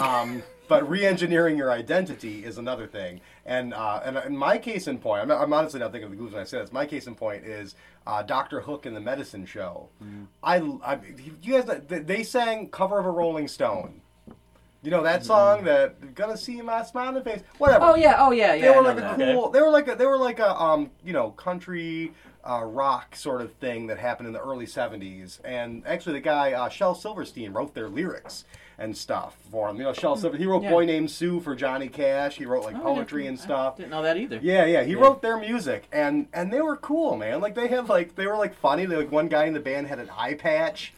Speaker 4: um, but re-engineering your identity is another thing. And uh, and in my case in point, I'm, I'm honestly not thinking of the Goose when I say this. My case in point is uh, Doctor Hook in the Medicine Show.
Speaker 3: Mm-hmm.
Speaker 4: I, I you guys they- they sang cover of a Rolling Stone. You know
Speaker 3: Mm-hmm.
Speaker 4: that song that gonna see my smiling face, whatever
Speaker 3: Oh yeah, oh yeah, yeah.
Speaker 4: they
Speaker 3: I
Speaker 4: were
Speaker 3: know
Speaker 4: like a
Speaker 3: that.
Speaker 4: cool. They were like a. They were like a. Um, you know, country uh, rock sort of thing that happened in the early '70s. And actually, the guy uh, Shel Silverstein wrote their lyrics and stuff for him. You know, Shel Silverstein. He wrote
Speaker 3: Hmm. Yeah.
Speaker 4: "Boy Named Sue" for Johnny Cash. He wrote like
Speaker 3: Oh, I
Speaker 4: poetry
Speaker 3: didn't-
Speaker 4: and stuff.
Speaker 3: I didn't know that either.
Speaker 4: Yeah, yeah. He wrote their music, and and they were cool, man. Like they had like they were like funny. They, like one guy in the band had an eye patch,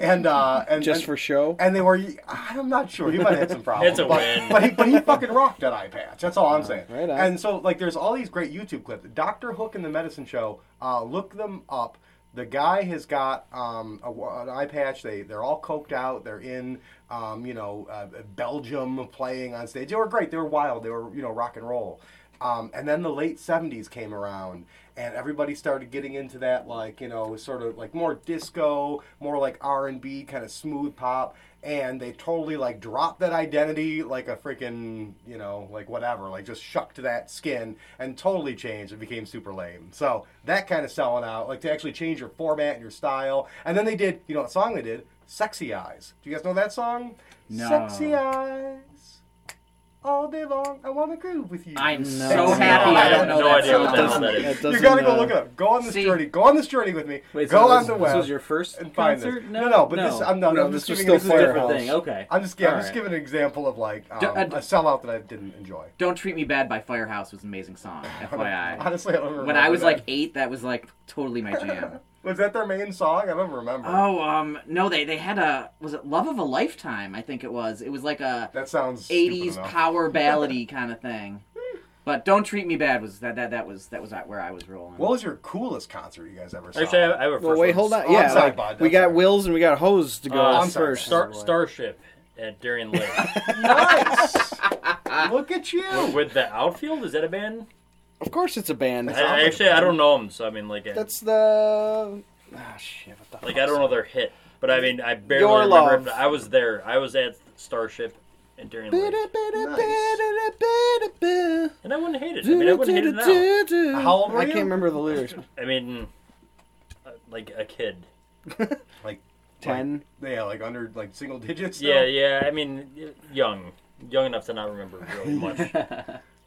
Speaker 4: and uh, and
Speaker 1: Just
Speaker 4: and-
Speaker 1: for show?
Speaker 4: And they were. I'm not sure. He might have had some problems.
Speaker 2: It's a
Speaker 4: but,
Speaker 2: win.
Speaker 4: But he, but he fucking rocked that eye patch. That's all I'm saying.
Speaker 1: right on.
Speaker 4: And so like there's all these great YouTube clips. Doctor Hook and the Medicine Show. Uh, look them up. The guy has got um, a, wa- an eye patch. They they're all coked out. They're in um, you know uh, Belgium playing on stage. They were great. They were wild. They were you know rock and roll. Um, and then the late 70s came around, and everybody started getting into that, like, you know, sort of like more disco, more like R&B, kind of smooth pop. And they totally, like, dropped that identity like a freaking, you know, like whatever, like just shucked to that skin and totally changed. It became super lame. So that kind of selling out, like to actually change your format and your style. And then they did, you know what song they did? Sexy Eyes. Do you guys know that song?
Speaker 5: No.
Speaker 4: Sexy Eyes. All day long, I want to groove with you.
Speaker 3: I'm
Speaker 1: No.
Speaker 3: so happy I don't
Speaker 2: No,
Speaker 3: know
Speaker 2: I have
Speaker 3: that
Speaker 2: no idea
Speaker 3: song.
Speaker 2: what that is.
Speaker 1: Doesn't-
Speaker 2: is.
Speaker 1: that
Speaker 4: You
Speaker 1: doesn't,
Speaker 4: gotta go
Speaker 1: uh,
Speaker 4: look it up. Go on this
Speaker 3: See-
Speaker 4: journey. Go on this journey with me.
Speaker 5: Wait,
Speaker 4: go
Speaker 5: so
Speaker 4: on
Speaker 5: this,
Speaker 4: the
Speaker 5: this
Speaker 4: web
Speaker 5: was your first
Speaker 4: and find
Speaker 5: concert?
Speaker 4: this. No, no, but this I'm not.
Speaker 1: No,
Speaker 4: I'm just
Speaker 1: this was still
Speaker 4: giving this
Speaker 5: It's a
Speaker 1: Fire
Speaker 5: different
Speaker 1: House.
Speaker 5: thing. Okay.
Speaker 4: I'm just. Yeah, I'm
Speaker 5: All
Speaker 4: just
Speaker 5: right.
Speaker 4: giving an example of like um,
Speaker 3: D- uh, d-
Speaker 4: a sellout that I didn't enjoy.
Speaker 3: Don't Treat Me Bad by Firehouse was an amazing song, FYI.
Speaker 4: Honestly, I don't remember.
Speaker 3: When I was
Speaker 4: that.
Speaker 3: like eight, that was like totally my jam.
Speaker 4: was that their main song? I don't remember.
Speaker 3: Oh, um, no, they they had a was it Love of a Lifetime? I think it was. It was like a
Speaker 4: that sounds stupid
Speaker 3: '80s
Speaker 4: enough.
Speaker 3: power ballady kind of thing. But Don't Treat Me Bad was that that that was that was where I was rolling.
Speaker 4: What was your coolest concert you guys ever saw?
Speaker 2: Actually, I have, I have a first
Speaker 1: Well, wait,
Speaker 2: one.
Speaker 1: hold on.
Speaker 4: Oh, I'm
Speaker 1: yeah,
Speaker 4: sorry,
Speaker 1: like,
Speaker 4: bud.
Speaker 1: we
Speaker 4: I'm
Speaker 1: got
Speaker 4: sorry.
Speaker 1: wills and we got hoes to go
Speaker 2: Uh,
Speaker 4: I'm sorry.
Speaker 1: first.
Speaker 2: Star, Starship at Darien Lake.
Speaker 4: nice. Look at you.
Speaker 2: With the outfield, is that a band?
Speaker 1: Of course, it's a band.
Speaker 2: I, I actually, I don't know them, so I mean, like, I-
Speaker 1: That's the. Ah, shit. What the
Speaker 2: like
Speaker 1: fuck's-
Speaker 2: I don't know their hit, but I mean, I barely
Speaker 1: Your
Speaker 2: remember.
Speaker 1: Love.
Speaker 2: If I was there. I was at Starship at Darien Lake, and I wouldn't hate it. I mean, I wouldn't hate it now.
Speaker 4: How old were
Speaker 1: I
Speaker 4: you?
Speaker 1: can't remember the lyrics.
Speaker 2: I mean, uh, like a kid.
Speaker 4: Like
Speaker 1: Ten.
Speaker 4: yeah, like under like single digits. still?
Speaker 2: Yeah, yeah. I mean, y- young, young enough to not remember really much.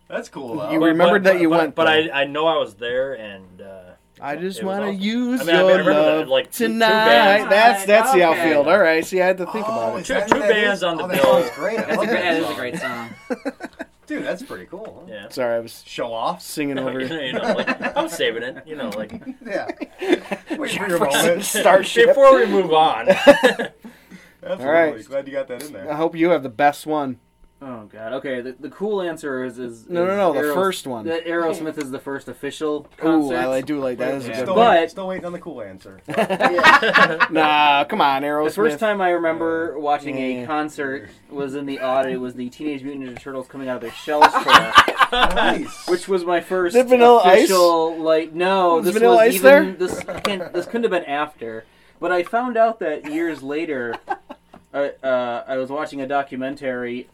Speaker 4: That's cool. Though.
Speaker 1: You were- remembered that you
Speaker 2: but,
Speaker 1: went
Speaker 2: but
Speaker 1: there.
Speaker 2: I, I know I was there, and uh,
Speaker 1: I just
Speaker 2: It was
Speaker 1: want to
Speaker 2: awesome.
Speaker 1: use
Speaker 2: I mean, I
Speaker 1: your
Speaker 2: remember that,
Speaker 1: love
Speaker 2: like, two- two
Speaker 1: tonight.
Speaker 2: bands.
Speaker 1: that's that's the
Speaker 3: Okay.
Speaker 1: outfield. All right. See, I had to think
Speaker 5: Oh,
Speaker 1: about it.
Speaker 4: is
Speaker 2: Two-
Speaker 4: that
Speaker 2: two
Speaker 4: what that
Speaker 2: bands
Speaker 4: is?
Speaker 2: on the
Speaker 4: oh, that
Speaker 2: bill.
Speaker 4: song's great. I
Speaker 3: That's a
Speaker 4: love
Speaker 3: great, that is
Speaker 4: song.
Speaker 3: a great song.
Speaker 4: Dude, that's pretty cool.
Speaker 2: yeah.
Speaker 1: Sorry, I was
Speaker 4: Show offs.
Speaker 1: singing over
Speaker 2: you know, like, I'm saving it. You know, like
Speaker 4: Yeah. Wait for your moment.
Speaker 1: Starship.
Speaker 2: before we move on.
Speaker 4: Absolutely.
Speaker 1: right.
Speaker 4: Glad you got that in
Speaker 1: I
Speaker 4: there.
Speaker 1: hope you have the best one.
Speaker 5: Oh God. Okay. The, the cool answer is is
Speaker 1: No,
Speaker 5: is
Speaker 1: no, no, the
Speaker 5: Aeros-
Speaker 1: first one.
Speaker 5: That Aerosmith is the first official
Speaker 1: Ooh,
Speaker 5: concert.
Speaker 1: I, I do like that. That is a
Speaker 5: Yeah.
Speaker 1: good
Speaker 4: Still,
Speaker 1: one.
Speaker 5: But-
Speaker 4: still waiting on the cool answer.
Speaker 1: Nah, come on,
Speaker 5: The
Speaker 1: Aerosmith.
Speaker 5: first time I remember watching
Speaker 1: Yeah.
Speaker 5: a concert was in the audit. It was the Teenage Mutant Ninja Turtles coming out of their shells tour,
Speaker 4: nice.
Speaker 5: which was my first
Speaker 1: Did Vanilla Ice-
Speaker 5: official. Like no,
Speaker 1: Was
Speaker 5: this
Speaker 1: Vanilla
Speaker 5: was
Speaker 1: Ice
Speaker 5: even
Speaker 1: there?
Speaker 5: this can't, this couldn't have been after. But I found out that years later, I, uh, I was watching a documentary.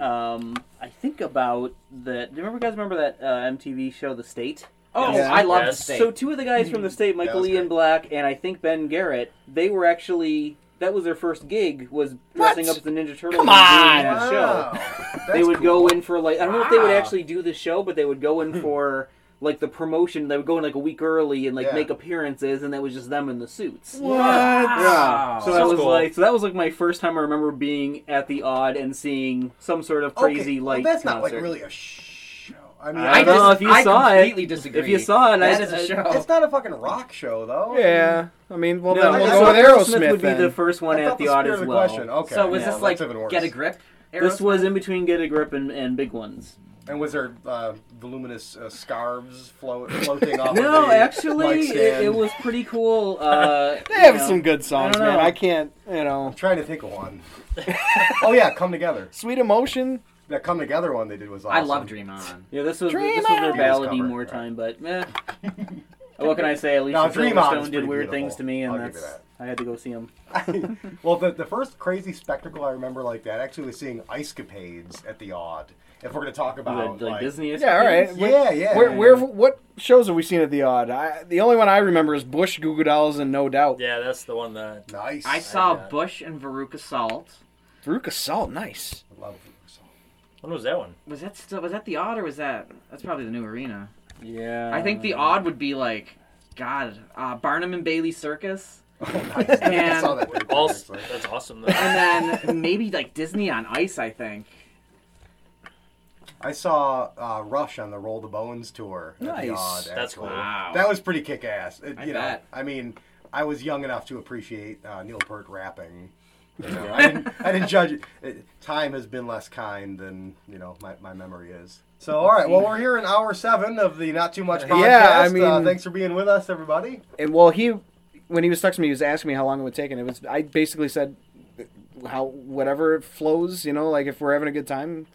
Speaker 5: Um, I think about the. Do you remember guys remember that uh, MTV show The State?
Speaker 3: Oh,
Speaker 1: Yeah.
Speaker 3: I love
Speaker 2: Yes.
Speaker 3: the state.
Speaker 5: So two of the guys from the state, Michael
Speaker 4: that's
Speaker 5: Ian Black and I think Ben Garrett, they were actually that was their first gig was dressing
Speaker 1: What?
Speaker 5: up as the Ninja Turtles
Speaker 1: Come
Speaker 5: and doing
Speaker 1: on!
Speaker 5: that show.
Speaker 4: That's
Speaker 5: they would
Speaker 4: cool. Hmm.
Speaker 5: go in for like I don't know if they would
Speaker 3: Wow.
Speaker 5: actually do the show, but they would go in for like the promotion. They would go in like a week early and like
Speaker 4: Yeah.
Speaker 5: make appearances, and that was just them in the suits.
Speaker 1: What?
Speaker 3: Wow.
Speaker 5: So I
Speaker 2: That's
Speaker 5: was
Speaker 2: cool.
Speaker 5: like, so that was like my first time I remember being at the odd and seeing some sort of
Speaker 4: Okay,
Speaker 5: crazy
Speaker 4: well,
Speaker 5: like.
Speaker 4: that's not like
Speaker 5: concert.
Speaker 4: really a show. I mean,
Speaker 5: I
Speaker 4: I
Speaker 5: don't know
Speaker 4: just,
Speaker 5: if you saw it.
Speaker 3: I completely disagree.
Speaker 5: If you saw it,
Speaker 3: that
Speaker 5: I-
Speaker 3: is a
Speaker 5: I-
Speaker 3: show.
Speaker 4: it's not a fucking rock show though.
Speaker 1: Yeah, I mean, well, then
Speaker 5: No,
Speaker 1: we'll
Speaker 4: I-
Speaker 1: go with
Speaker 4: I-
Speaker 5: Aerosmith,
Speaker 1: Aerosmith
Speaker 5: would be
Speaker 1: then.
Speaker 5: the first one
Speaker 4: I
Speaker 5: at
Speaker 4: thought
Speaker 5: the
Speaker 4: the
Speaker 5: odd
Speaker 4: spirit
Speaker 5: as
Speaker 4: of the
Speaker 5: well.
Speaker 4: question. Oh, Okay.
Speaker 3: so was
Speaker 4: yeah,
Speaker 3: this
Speaker 4: that's
Speaker 3: like
Speaker 4: even worse.
Speaker 3: Get a Grip?
Speaker 5: This was
Speaker 3: Aerosmith?
Speaker 5: in between Get a Grip and, and Big Ones.
Speaker 4: And was there uh, voluminous uh, scarves float, floating off? of
Speaker 5: No,
Speaker 4: the
Speaker 5: actually,
Speaker 4: mic
Speaker 5: it,
Speaker 4: stand?
Speaker 5: it was pretty cool. Uh,
Speaker 1: They have
Speaker 5: you know.
Speaker 1: some good songs,
Speaker 5: I don't
Speaker 1: man.
Speaker 5: know.
Speaker 1: I can't, you know.
Speaker 4: I'm trying to think of one. oh yeah, come together.
Speaker 1: Sweet Emotion.
Speaker 4: That come together one they did was awesome.
Speaker 3: I love Dream On.
Speaker 5: Yeah, this was
Speaker 1: Dream
Speaker 5: this was their
Speaker 1: On!
Speaker 5: ballady
Speaker 4: Discovered,
Speaker 5: more
Speaker 4: right.
Speaker 5: time, but eh. what can I say? At least
Speaker 4: No,
Speaker 5: the
Speaker 4: Dream On is
Speaker 5: Silverstone did
Speaker 4: pretty
Speaker 5: weird
Speaker 4: beautiful.
Speaker 5: things to me, and
Speaker 4: I'll give you
Speaker 5: that's
Speaker 4: that.
Speaker 5: I had to go see him.
Speaker 4: well, the, the first crazy spectacle I remember like that actually was seeing ice capades at the Odd. If we're going to talk about
Speaker 5: like, like Disney.
Speaker 1: Yeah, all right.
Speaker 4: Yeah, yeah, yeah.
Speaker 1: Where, where, what shows have we seen at the odd? I, the only one I remember is Bush, Goo Goo Dolls, and No Doubt.
Speaker 2: Yeah, that's the one that.
Speaker 4: nice,
Speaker 3: I saw
Speaker 2: that.
Speaker 3: Bush and Veruca Salt.
Speaker 1: Veruca Salt, nice.
Speaker 4: I love it. So-
Speaker 2: When was that one?
Speaker 3: Was that still was that the odd or was that that's probably the new arena?
Speaker 5: Yeah.
Speaker 3: I think the odd would be like, God, uh, Barnum and Bailey Circus,
Speaker 4: Oh, nice. I saw that. thing,
Speaker 2: All,
Speaker 4: actually.
Speaker 2: that's awesome. Though.
Speaker 3: and then maybe like Disney on Ice. I think.
Speaker 4: I saw uh, Rush on the Roll the Bones tour. at the
Speaker 1: Nice.
Speaker 4: Odd,
Speaker 2: That's
Speaker 4: actually.
Speaker 2: cool.
Speaker 3: Wow.
Speaker 4: That was pretty kick ass. You
Speaker 3: I
Speaker 4: know,
Speaker 3: bet.
Speaker 4: I mean, I was young enough to appreciate uh, Neil Peart rapping. You know, I, didn't, I didn't judge it. it. Time has been less kind than you know my, my memory is. So all right, well we're here in hour seven of the Not Too Much podcast.
Speaker 1: Yeah, I
Speaker 4: uh,
Speaker 1: mean-
Speaker 4: thanks for being with us, everybody.
Speaker 1: And well, he when he was texting me, he was asking me how long it would take, and it was I basically said how whatever flows, you know, like if we're having a good time.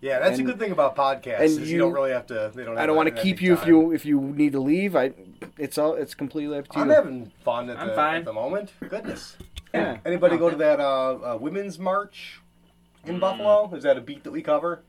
Speaker 4: Yeah, that's
Speaker 1: And-
Speaker 4: a good thing about podcasts.
Speaker 1: and
Speaker 4: is you,
Speaker 1: you-
Speaker 4: don't really have to. They don't.
Speaker 1: I don't want
Speaker 4: to
Speaker 1: to keep you if you if you need to leave. I it's all it's completely up to
Speaker 4: I'm
Speaker 1: you.
Speaker 4: having fun at,
Speaker 3: I'm
Speaker 4: the,
Speaker 3: fine.
Speaker 4: at the moment. Goodness.
Speaker 1: Yeah.
Speaker 4: Anybody go to that uh, uh, women's march
Speaker 1: Mm.
Speaker 4: in Buffalo? Is that a beat that we cover?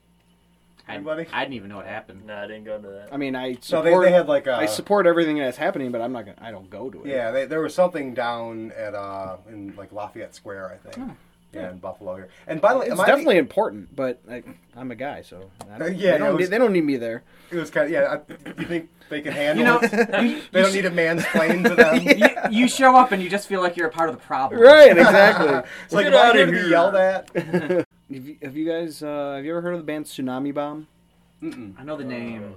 Speaker 4: Anybody?
Speaker 3: I, I didn't even know what happened.
Speaker 2: Nah, I didn't go to that.
Speaker 1: I mean, I
Speaker 4: No,
Speaker 1: support.
Speaker 4: they, they had like a
Speaker 1: I support everything that's happening, but I'm not gonna. I don't go to it.
Speaker 4: yeah. They, there was something down at uh in like Lafayette Square, I
Speaker 2: Hmm.
Speaker 4: think. yeah. in Buffalo here. And by the way,
Speaker 1: It's
Speaker 4: am I the-
Speaker 1: definitely important, but like, I'm a guy, so I don't,
Speaker 4: Yeah,
Speaker 1: they
Speaker 4: it
Speaker 1: don't,
Speaker 4: was-
Speaker 1: need, they don't need me there.
Speaker 4: it was kind of yeah. I, you think they can handle?
Speaker 3: know,
Speaker 4: it? they don't need a mansplain to them.
Speaker 3: You, you show up and you just feel like you're a part of the problem.
Speaker 1: Right, exactly.
Speaker 4: It's like
Speaker 2: Get
Speaker 4: am I
Speaker 2: outta
Speaker 4: here to be
Speaker 2: here.
Speaker 4: yelled at?
Speaker 1: have, you, have you guys uh, have you ever heard of the band Tsunami Bomb?
Speaker 3: I know the name.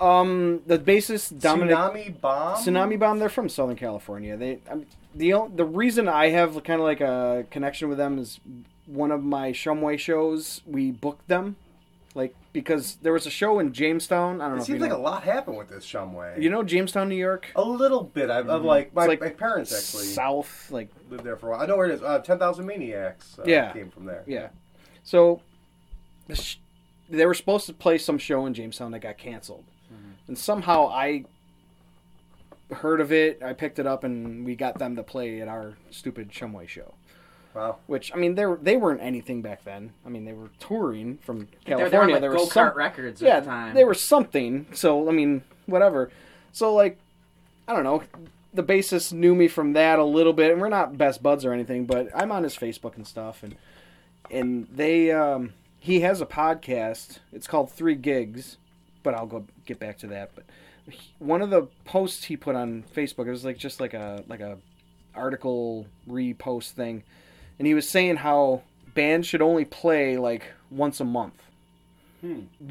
Speaker 1: Um, the bassist Dominic
Speaker 4: Tsunami bomb.
Speaker 1: Tsunami Bomb. They're from Southern California. They I mean, the o- the reason I have kind of like a connection with them is one of my Shumway shows. We booked them, like because there was a show in Jamestown. I don't know.
Speaker 4: It
Speaker 1: if you
Speaker 4: seems like
Speaker 1: know.
Speaker 4: a lot happened with this Shumway.
Speaker 1: you know Jamestown, New York.
Speaker 4: a little bit. I've, I've like my,
Speaker 1: It's like
Speaker 4: my parents actually
Speaker 1: South, like
Speaker 4: lived there for a while. I know where it is. Uh, Ten Thousand Maniacs. Uh,
Speaker 1: Yeah.
Speaker 4: came from there.
Speaker 1: Yeah. So the sh- they were supposed to play some show in Jamestown that got canceled.
Speaker 3: Mm-hmm.
Speaker 1: And somehow I heard of it, I picked it up and we got them to play at our stupid Shumway show.
Speaker 4: Wow.
Speaker 1: Which I mean they were, they weren't anything back then. I mean they were touring from
Speaker 3: They're,
Speaker 1: California.
Speaker 3: they're on like
Speaker 1: They were
Speaker 3: Go Kart
Speaker 1: some-
Speaker 3: Records
Speaker 1: yeah,
Speaker 3: at the time.
Speaker 1: they were something. So I mean, whatever. So like, I don't know. The bassist knew me from that a little bit, and we're not best buds or anything, but I'm on his Facebook and stuff, and and they um, he has a podcast. It's called Three Gigs, but I'll go get back to that. But he- one of the posts he put on Facebook, it was like just like a like a article repost thing, and he was saying how bands should only play like once a month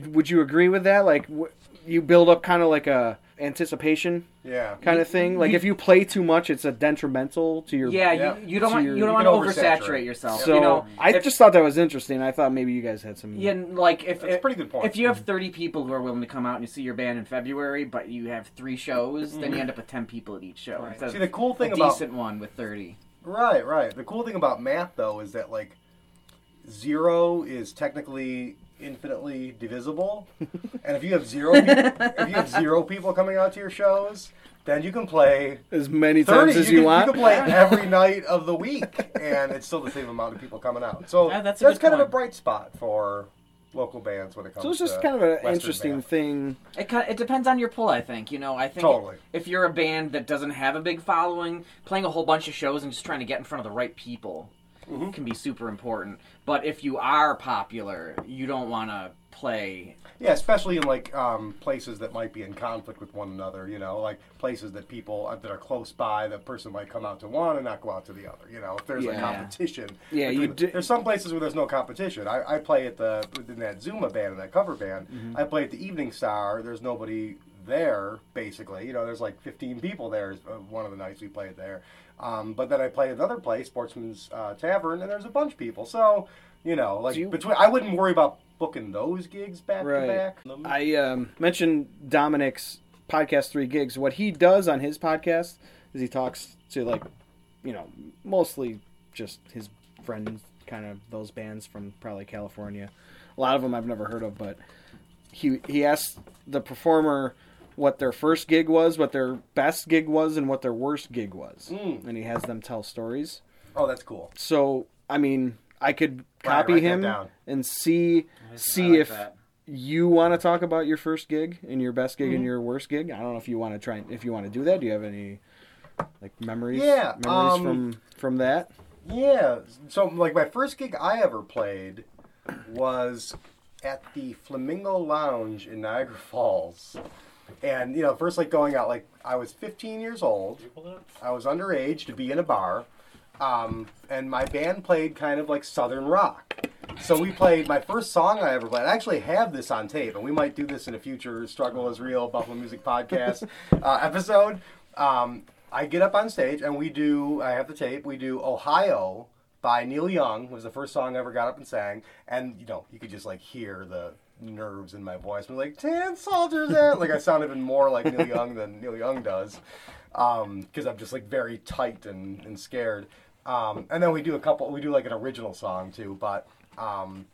Speaker 1: would you agree with that like w- you build up kind of like a anticipation
Speaker 4: Yeah.
Speaker 1: kind of thing like if you play too much it's a detrimental to your
Speaker 3: yeah,
Speaker 4: Yeah.
Speaker 3: You, you don't
Speaker 1: So
Speaker 3: want
Speaker 1: you're-
Speaker 3: you don't
Speaker 4: you
Speaker 3: want
Speaker 4: can
Speaker 3: to
Speaker 4: oversaturate.
Speaker 3: oversaturate yourself.
Speaker 1: so
Speaker 3: you know,
Speaker 1: i
Speaker 3: if-
Speaker 1: just thought that was interesting i thought maybe you guys had some
Speaker 3: Yeah, and, like if
Speaker 4: That's a
Speaker 3: if-
Speaker 4: pretty good point.
Speaker 3: If you have thirty people who are willing to come out and you see your band in February, but you have three shows, then you end up with ten people at each show.
Speaker 5: Right.
Speaker 3: instead
Speaker 4: See,
Speaker 3: of
Speaker 4: the cool thing
Speaker 3: a
Speaker 4: about-
Speaker 3: decent one with thirty.
Speaker 4: Right, right. The cool thing about math, though, is that like zero is technically infinitely divisible, and if you have zero, peop if you have zero people coming out to your shows, then you can play
Speaker 1: as many
Speaker 4: thirty.
Speaker 1: times as
Speaker 4: you,
Speaker 1: you,
Speaker 4: can,
Speaker 1: want
Speaker 4: you can play every night of the week, and it's still the same amount of people coming out. So
Speaker 3: Yeah,
Speaker 4: that's,
Speaker 3: that's a good
Speaker 4: kind of a
Speaker 3: point.
Speaker 4: bright spot for local bands when it comes.
Speaker 1: so it's
Speaker 4: to
Speaker 1: just kind of an
Speaker 4: Western
Speaker 1: interesting
Speaker 4: math.
Speaker 1: thing
Speaker 3: It kind it depends on your pull, I think. You know, I think
Speaker 4: Totally.
Speaker 3: if you're a band that doesn't have a big following, playing a whole bunch of shows and just trying to get in front of the right people
Speaker 4: Mm-hmm.
Speaker 3: can be super important. But if you are popular, you don't want to play.
Speaker 4: Yeah, especially in like um, places that might be in conflict with one another. You know, like places that people uh, that are close by, the person might come out to one and not go out to the other. You know, if there's a
Speaker 1: Yeah.
Speaker 4: competition.
Speaker 1: Yeah,
Speaker 4: between
Speaker 1: you
Speaker 4: the-
Speaker 1: do-
Speaker 4: There's some places where there's no competition. I, I play at the in that Zuma band and that cover band.
Speaker 1: Mm-hmm.
Speaker 4: I play at the Evening Star. There's nobody there basically. You know, there's like 15 people there. Is uh, one of the nights we played there. Um, but then I play at another place, Sportsman's uh, Tavern, and there's a bunch of people. So you know, like
Speaker 1: Do you-
Speaker 4: between, I wouldn't worry about booking those gigs back
Speaker 1: Right.
Speaker 4: to back.
Speaker 1: I um, mentioned Dominic's podcast, Three Gigs. What he does on his podcast is he talks to like, you know, mostly just his friends, kind of those bands from probably California. A lot of them I've never heard of, but he he asks the performer what their first gig was, what their best gig was, and what their worst gig was.
Speaker 4: Mm.
Speaker 1: And he has them tell stories.
Speaker 4: Oh, that's cool.
Speaker 1: So I mean, I could
Speaker 4: Brian,
Speaker 1: copy
Speaker 4: write that
Speaker 1: him
Speaker 4: down.
Speaker 1: and see see if you want to talk about your first gig and your best gig and your worst gig. I don't know if you want to try if you want to do that. Do you have any like memories?
Speaker 4: Yeah,
Speaker 1: memories
Speaker 4: um,
Speaker 1: from from that.
Speaker 4: Yeah. So, like, my first gig I ever played was at the Flamingo Lounge in Niagara Falls. And, you know, first, like, going out, like, I was 15 years old. I was underage to be in a bar. Um, and my band played kind of like Southern rock. So we played my first song I ever played. I actually have this on tape, and we might do this in a future Struggle is Real Buffalo Music Podcast uh, episode. Um, I get up on stage and we do, I have the tape, we do Ohio by Neil Young, was the first song I ever got up and sang. And, you know, you could just like hear the nerves in my voice. I'm like, 10 soldiers out! Like I sound even more like Neil Young than Neil Young does because I'm just like very tight and, and scared. Um, and then we do a couple, we do like an original song too, but um,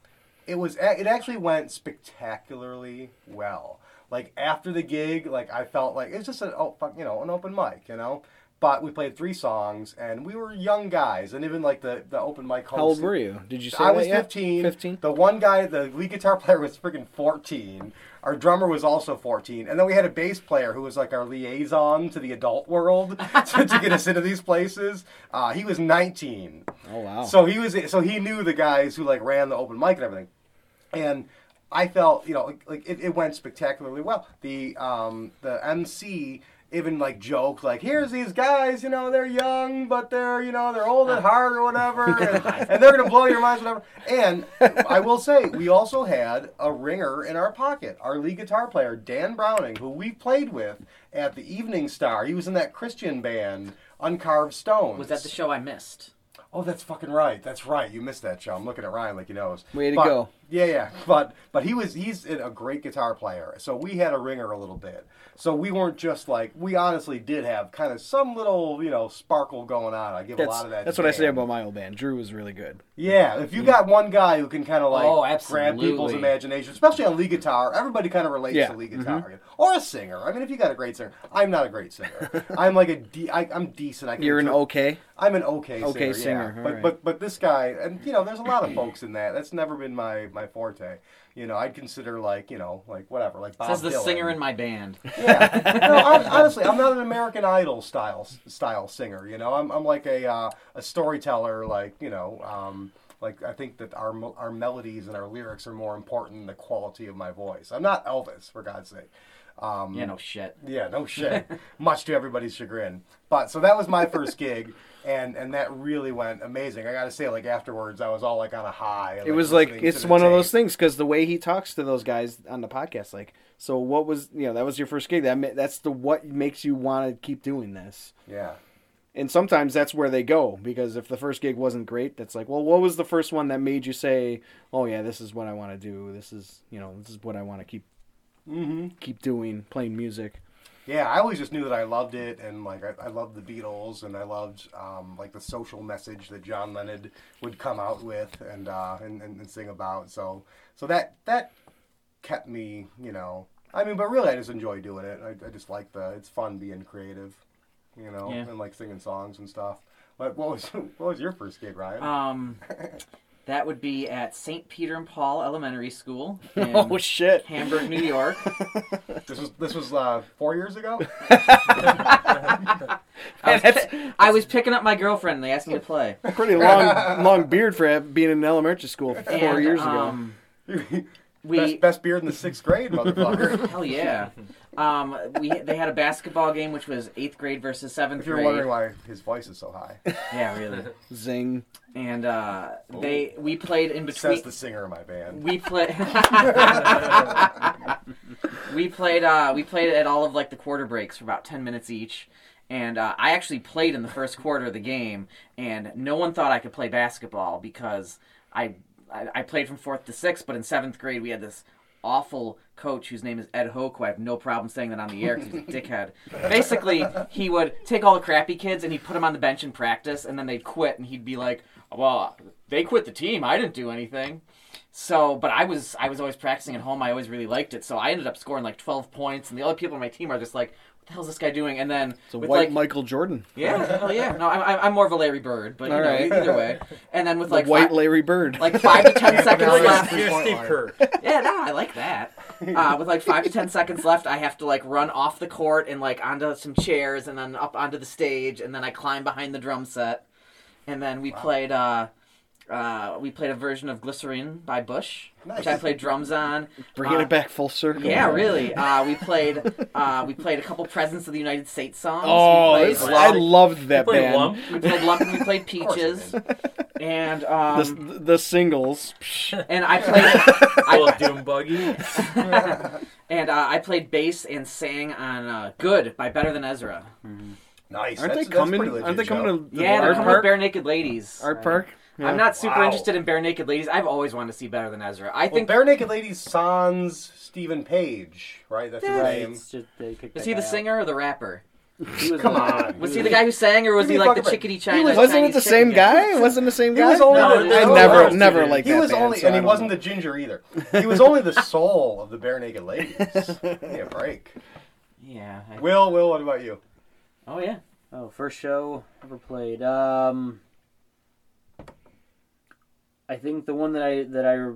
Speaker 4: it was a- it actually went spectacularly well. Like after the gig, like I felt like it's just an oh fuck you know an open mic you know. But we played three songs and we were young guys and even like the the open mic.
Speaker 1: How old
Speaker 4: host-
Speaker 1: were you? Did you say
Speaker 4: I
Speaker 1: that
Speaker 4: was
Speaker 1: yet?
Speaker 4: 15.
Speaker 1: 15?
Speaker 4: The one guy, the lead guitar player, was freaking 14. Our drummer was also 14. And then we had a bass player who was like our liaison to the adult world to, to get us into these places. Uh, he was 19.
Speaker 1: Oh wow.
Speaker 4: So he was so he knew the guys who like ran the open mic and everything, and I felt you know like, like it, it went spectacularly well. The um the MC even like joked like here's these guys you know they're young but they're you know they're old at heart or whatever and, and they're gonna blow your minds whatever. And I will say we also had a ringer in our pocket. Our lead guitar player Dan Browning, who we played with at the Evening Star, he was in that Christian band. Uncarved Stones.
Speaker 3: Was that the show I missed?
Speaker 4: Oh, that's fucking right. That's right. You missed that show. I'm looking at Ryan like he knows.
Speaker 1: Way to
Speaker 4: But-
Speaker 1: go.
Speaker 4: Yeah, yeah. But but he was he's a great guitar player. So we had a ringer a little bit. So we weren't just like we honestly did have kind of some little you know sparkle going on. I give a
Speaker 1: that's
Speaker 4: lot of that.
Speaker 1: that's
Speaker 4: to
Speaker 1: what I say
Speaker 4: Dan.
Speaker 1: about my old band. Drew was really good.
Speaker 4: Yeah, if you got one guy who can kind of like
Speaker 3: Oh,
Speaker 4: grab people's
Speaker 3: absolutely.
Speaker 4: imagination, especially on lead guitar, everybody kind of relates
Speaker 1: Yeah, Mm-hmm.
Speaker 4: to lead guitar or a singer. I mean, if you got a great singer, I'm not a great singer. I'm like a de- I, I'm decent. I can
Speaker 1: You're an
Speaker 4: interpret-
Speaker 1: okay.
Speaker 4: I'm an okay singer.
Speaker 1: Okay singer,
Speaker 4: yeah.
Speaker 1: all
Speaker 4: But
Speaker 1: right.
Speaker 4: but but this guy, and you know, there's a lot of folks in that. That's never been my my forte. You know, I'd consider like you know like whatever like Bob
Speaker 3: Says the
Speaker 4: Dylan.
Speaker 3: singer in my band.
Speaker 4: yeah. No, I'm, honestly, I'm not an American Idol style style singer. You know, I'm I'm like a uh, a storyteller. Like you know. Um, like I think that our mo- our melodies and our lyrics are more important than the quality of my voice. I'm not Elvis, for God's sake. Um,
Speaker 3: Yeah, no shit.
Speaker 4: yeah, no shit. Much to everybody's chagrin. But so that was my first gig, and and that really went amazing. I gotta say, like afterwards, I was all like on a high. and,
Speaker 1: It was like
Speaker 4: listening to
Speaker 1: it's
Speaker 4: the
Speaker 1: one of those
Speaker 4: tape.
Speaker 1: things because the way he talks to those guys on the podcast, like, so what was you know that was your first gig? That ma- that's the what makes you want to keep doing this.
Speaker 4: Yeah,
Speaker 1: And sometimes that's where they go because if the first gig wasn't great, that's like, well, what was the first one that made you say, "Oh yeah, this is what I want to do. This is you know this is what I want to keep keep doing, playing music."
Speaker 4: yeah. I always just knew that I loved it, and like I, I loved the Beatles, and I loved um, like the social message that John Lennon would come out with and uh, and, and and sing about. So so that that kept me, you know. I mean, but really, I just enjoy doing it. I, I just like the it's fun being creative, you know,
Speaker 3: Yeah.
Speaker 4: and like singing songs and stuff. But what was what was your first gig, Ryan?
Speaker 3: Um, that would be at St. Peter and Paul Elementary School in
Speaker 1: Oh shit!
Speaker 3: Hamburg, New York.
Speaker 4: this was this was uh, four years ago.
Speaker 3: I was, pi- I was picking up my girlfriend. and They asked me to play.
Speaker 1: Pretty long long beard for being in elementary school four
Speaker 3: And,
Speaker 1: years ago.
Speaker 3: um, we
Speaker 4: best, best beard in the sixth grade, motherfucker.
Speaker 3: hell yeah. Um, we they had a basketball game which was eighth grade versus seventh
Speaker 4: if you're
Speaker 3: grade.
Speaker 4: wondering why his voice is so high,
Speaker 3: Yeah, really.
Speaker 1: Zing!
Speaker 3: And uh, they we played in
Speaker 4: says
Speaker 3: between.
Speaker 4: the singer in my band.
Speaker 3: we played we played uh we played at all of like the quarter breaks for about 10 minutes each and uh, i actually played in the first quarter of the game and no one thought i could play basketball because i i, I played from fourth to sixth but in seventh grade we had this awful coach whose name is ed hoke who i have no problem saying that on the air because he's a dickhead basically he would take all the crappy kids and he'd put them on the bench in practice and then they'd quit and he'd be like well they quit the team i didn't do anything So, but I was I was always practicing at home. I always really liked it. So I ended up scoring like 12 points, and the other people on my team are just like, "What the hell is this guy doing?" And then
Speaker 1: It's a
Speaker 3: with
Speaker 1: white
Speaker 3: like,
Speaker 1: Michael Jordan,
Speaker 3: yeah, hell yeah. No, I'm- I'm I'm more of a Larry Bird, but you
Speaker 1: All
Speaker 3: know,
Speaker 1: right.
Speaker 3: either way. And then with like
Speaker 1: the white
Speaker 3: fi-
Speaker 1: Larry Bird.
Speaker 3: like five to ten seconds
Speaker 4: now it's-
Speaker 3: left,
Speaker 2: You're
Speaker 4: Point
Speaker 2: Steve
Speaker 4: line.
Speaker 2: Kerr.
Speaker 3: yeah, no, I like that. Uh, with like five to ten seconds left, I have to like run off the court and like onto some chairs and then up onto the stage and then I climb behind the drum set. And then we played uh, uh, we played a version of Glycerine by Bush, which I
Speaker 4: Nice.
Speaker 3: played drums on.
Speaker 1: Bringing
Speaker 3: Uh,
Speaker 1: it back full circle.
Speaker 3: Yeah, really. Uh, we played uh, we played a couple Presidents of the United States songs.
Speaker 1: Oh,
Speaker 3: we played,
Speaker 1: this-
Speaker 2: Slug.
Speaker 1: I loved that
Speaker 2: Play
Speaker 1: band.
Speaker 2: Lump.
Speaker 3: we played Lump and we played
Speaker 4: course we
Speaker 3: Peaches. And
Speaker 1: The,
Speaker 3: um,
Speaker 1: the singles. Psh,
Speaker 3: and I played
Speaker 2: Little Doom Buggy.
Speaker 3: and uh, I played bass and sang on uh, "Good" by Better Than Ezra.
Speaker 4: Nice.
Speaker 1: Aren't
Speaker 4: That's-
Speaker 1: they
Speaker 4: that's
Speaker 1: coming?
Speaker 4: pretty legit,
Speaker 1: Aren't they
Speaker 4: Joe.
Speaker 1: coming to the
Speaker 3: yeah, they're
Speaker 1: Art
Speaker 3: coming with
Speaker 1: Park?
Speaker 3: bare naked ladies.
Speaker 1: Art Park. Yeah.
Speaker 3: I'm not super
Speaker 4: Wow.
Speaker 3: interested in bare naked ladies. I've always wanted to see Better Than Ezra. I
Speaker 4: Well,
Speaker 3: think
Speaker 4: Bare Naked Ladies sans Stephen Page, right? That's his
Speaker 3: Yeah.
Speaker 4: name.
Speaker 5: It's just, they picked
Speaker 3: was
Speaker 5: that
Speaker 3: he the
Speaker 5: guy out.
Speaker 3: singer or the rapper?
Speaker 5: He was
Speaker 4: Come
Speaker 5: a-
Speaker 4: on.
Speaker 3: Was he the guy who sang, or was
Speaker 4: Give
Speaker 3: he
Speaker 4: me a
Speaker 3: like the
Speaker 4: fucking break.
Speaker 3: chickadee China?
Speaker 1: Wasn't it
Speaker 3: Chinese
Speaker 1: the same
Speaker 3: chicken guy?
Speaker 1: guy? Wasn't the same
Speaker 4: He
Speaker 1: guy?
Speaker 4: was only
Speaker 2: No,
Speaker 4: the,
Speaker 2: they
Speaker 1: I
Speaker 2: were
Speaker 1: never,
Speaker 2: all
Speaker 1: never
Speaker 2: together.
Speaker 1: liked
Speaker 4: He
Speaker 1: that
Speaker 4: was
Speaker 1: band,
Speaker 4: only,
Speaker 1: so
Speaker 4: and
Speaker 1: I
Speaker 4: he
Speaker 1: don't
Speaker 4: wasn't
Speaker 1: know.
Speaker 4: the ginger either. He was only the soul of the Bare Naked Ladies. Give me a break.
Speaker 3: Yeah. I-
Speaker 4: Will, Will, what about you?
Speaker 3: Oh yeah.
Speaker 5: Oh, first show ever played. Um, I think the one that I that I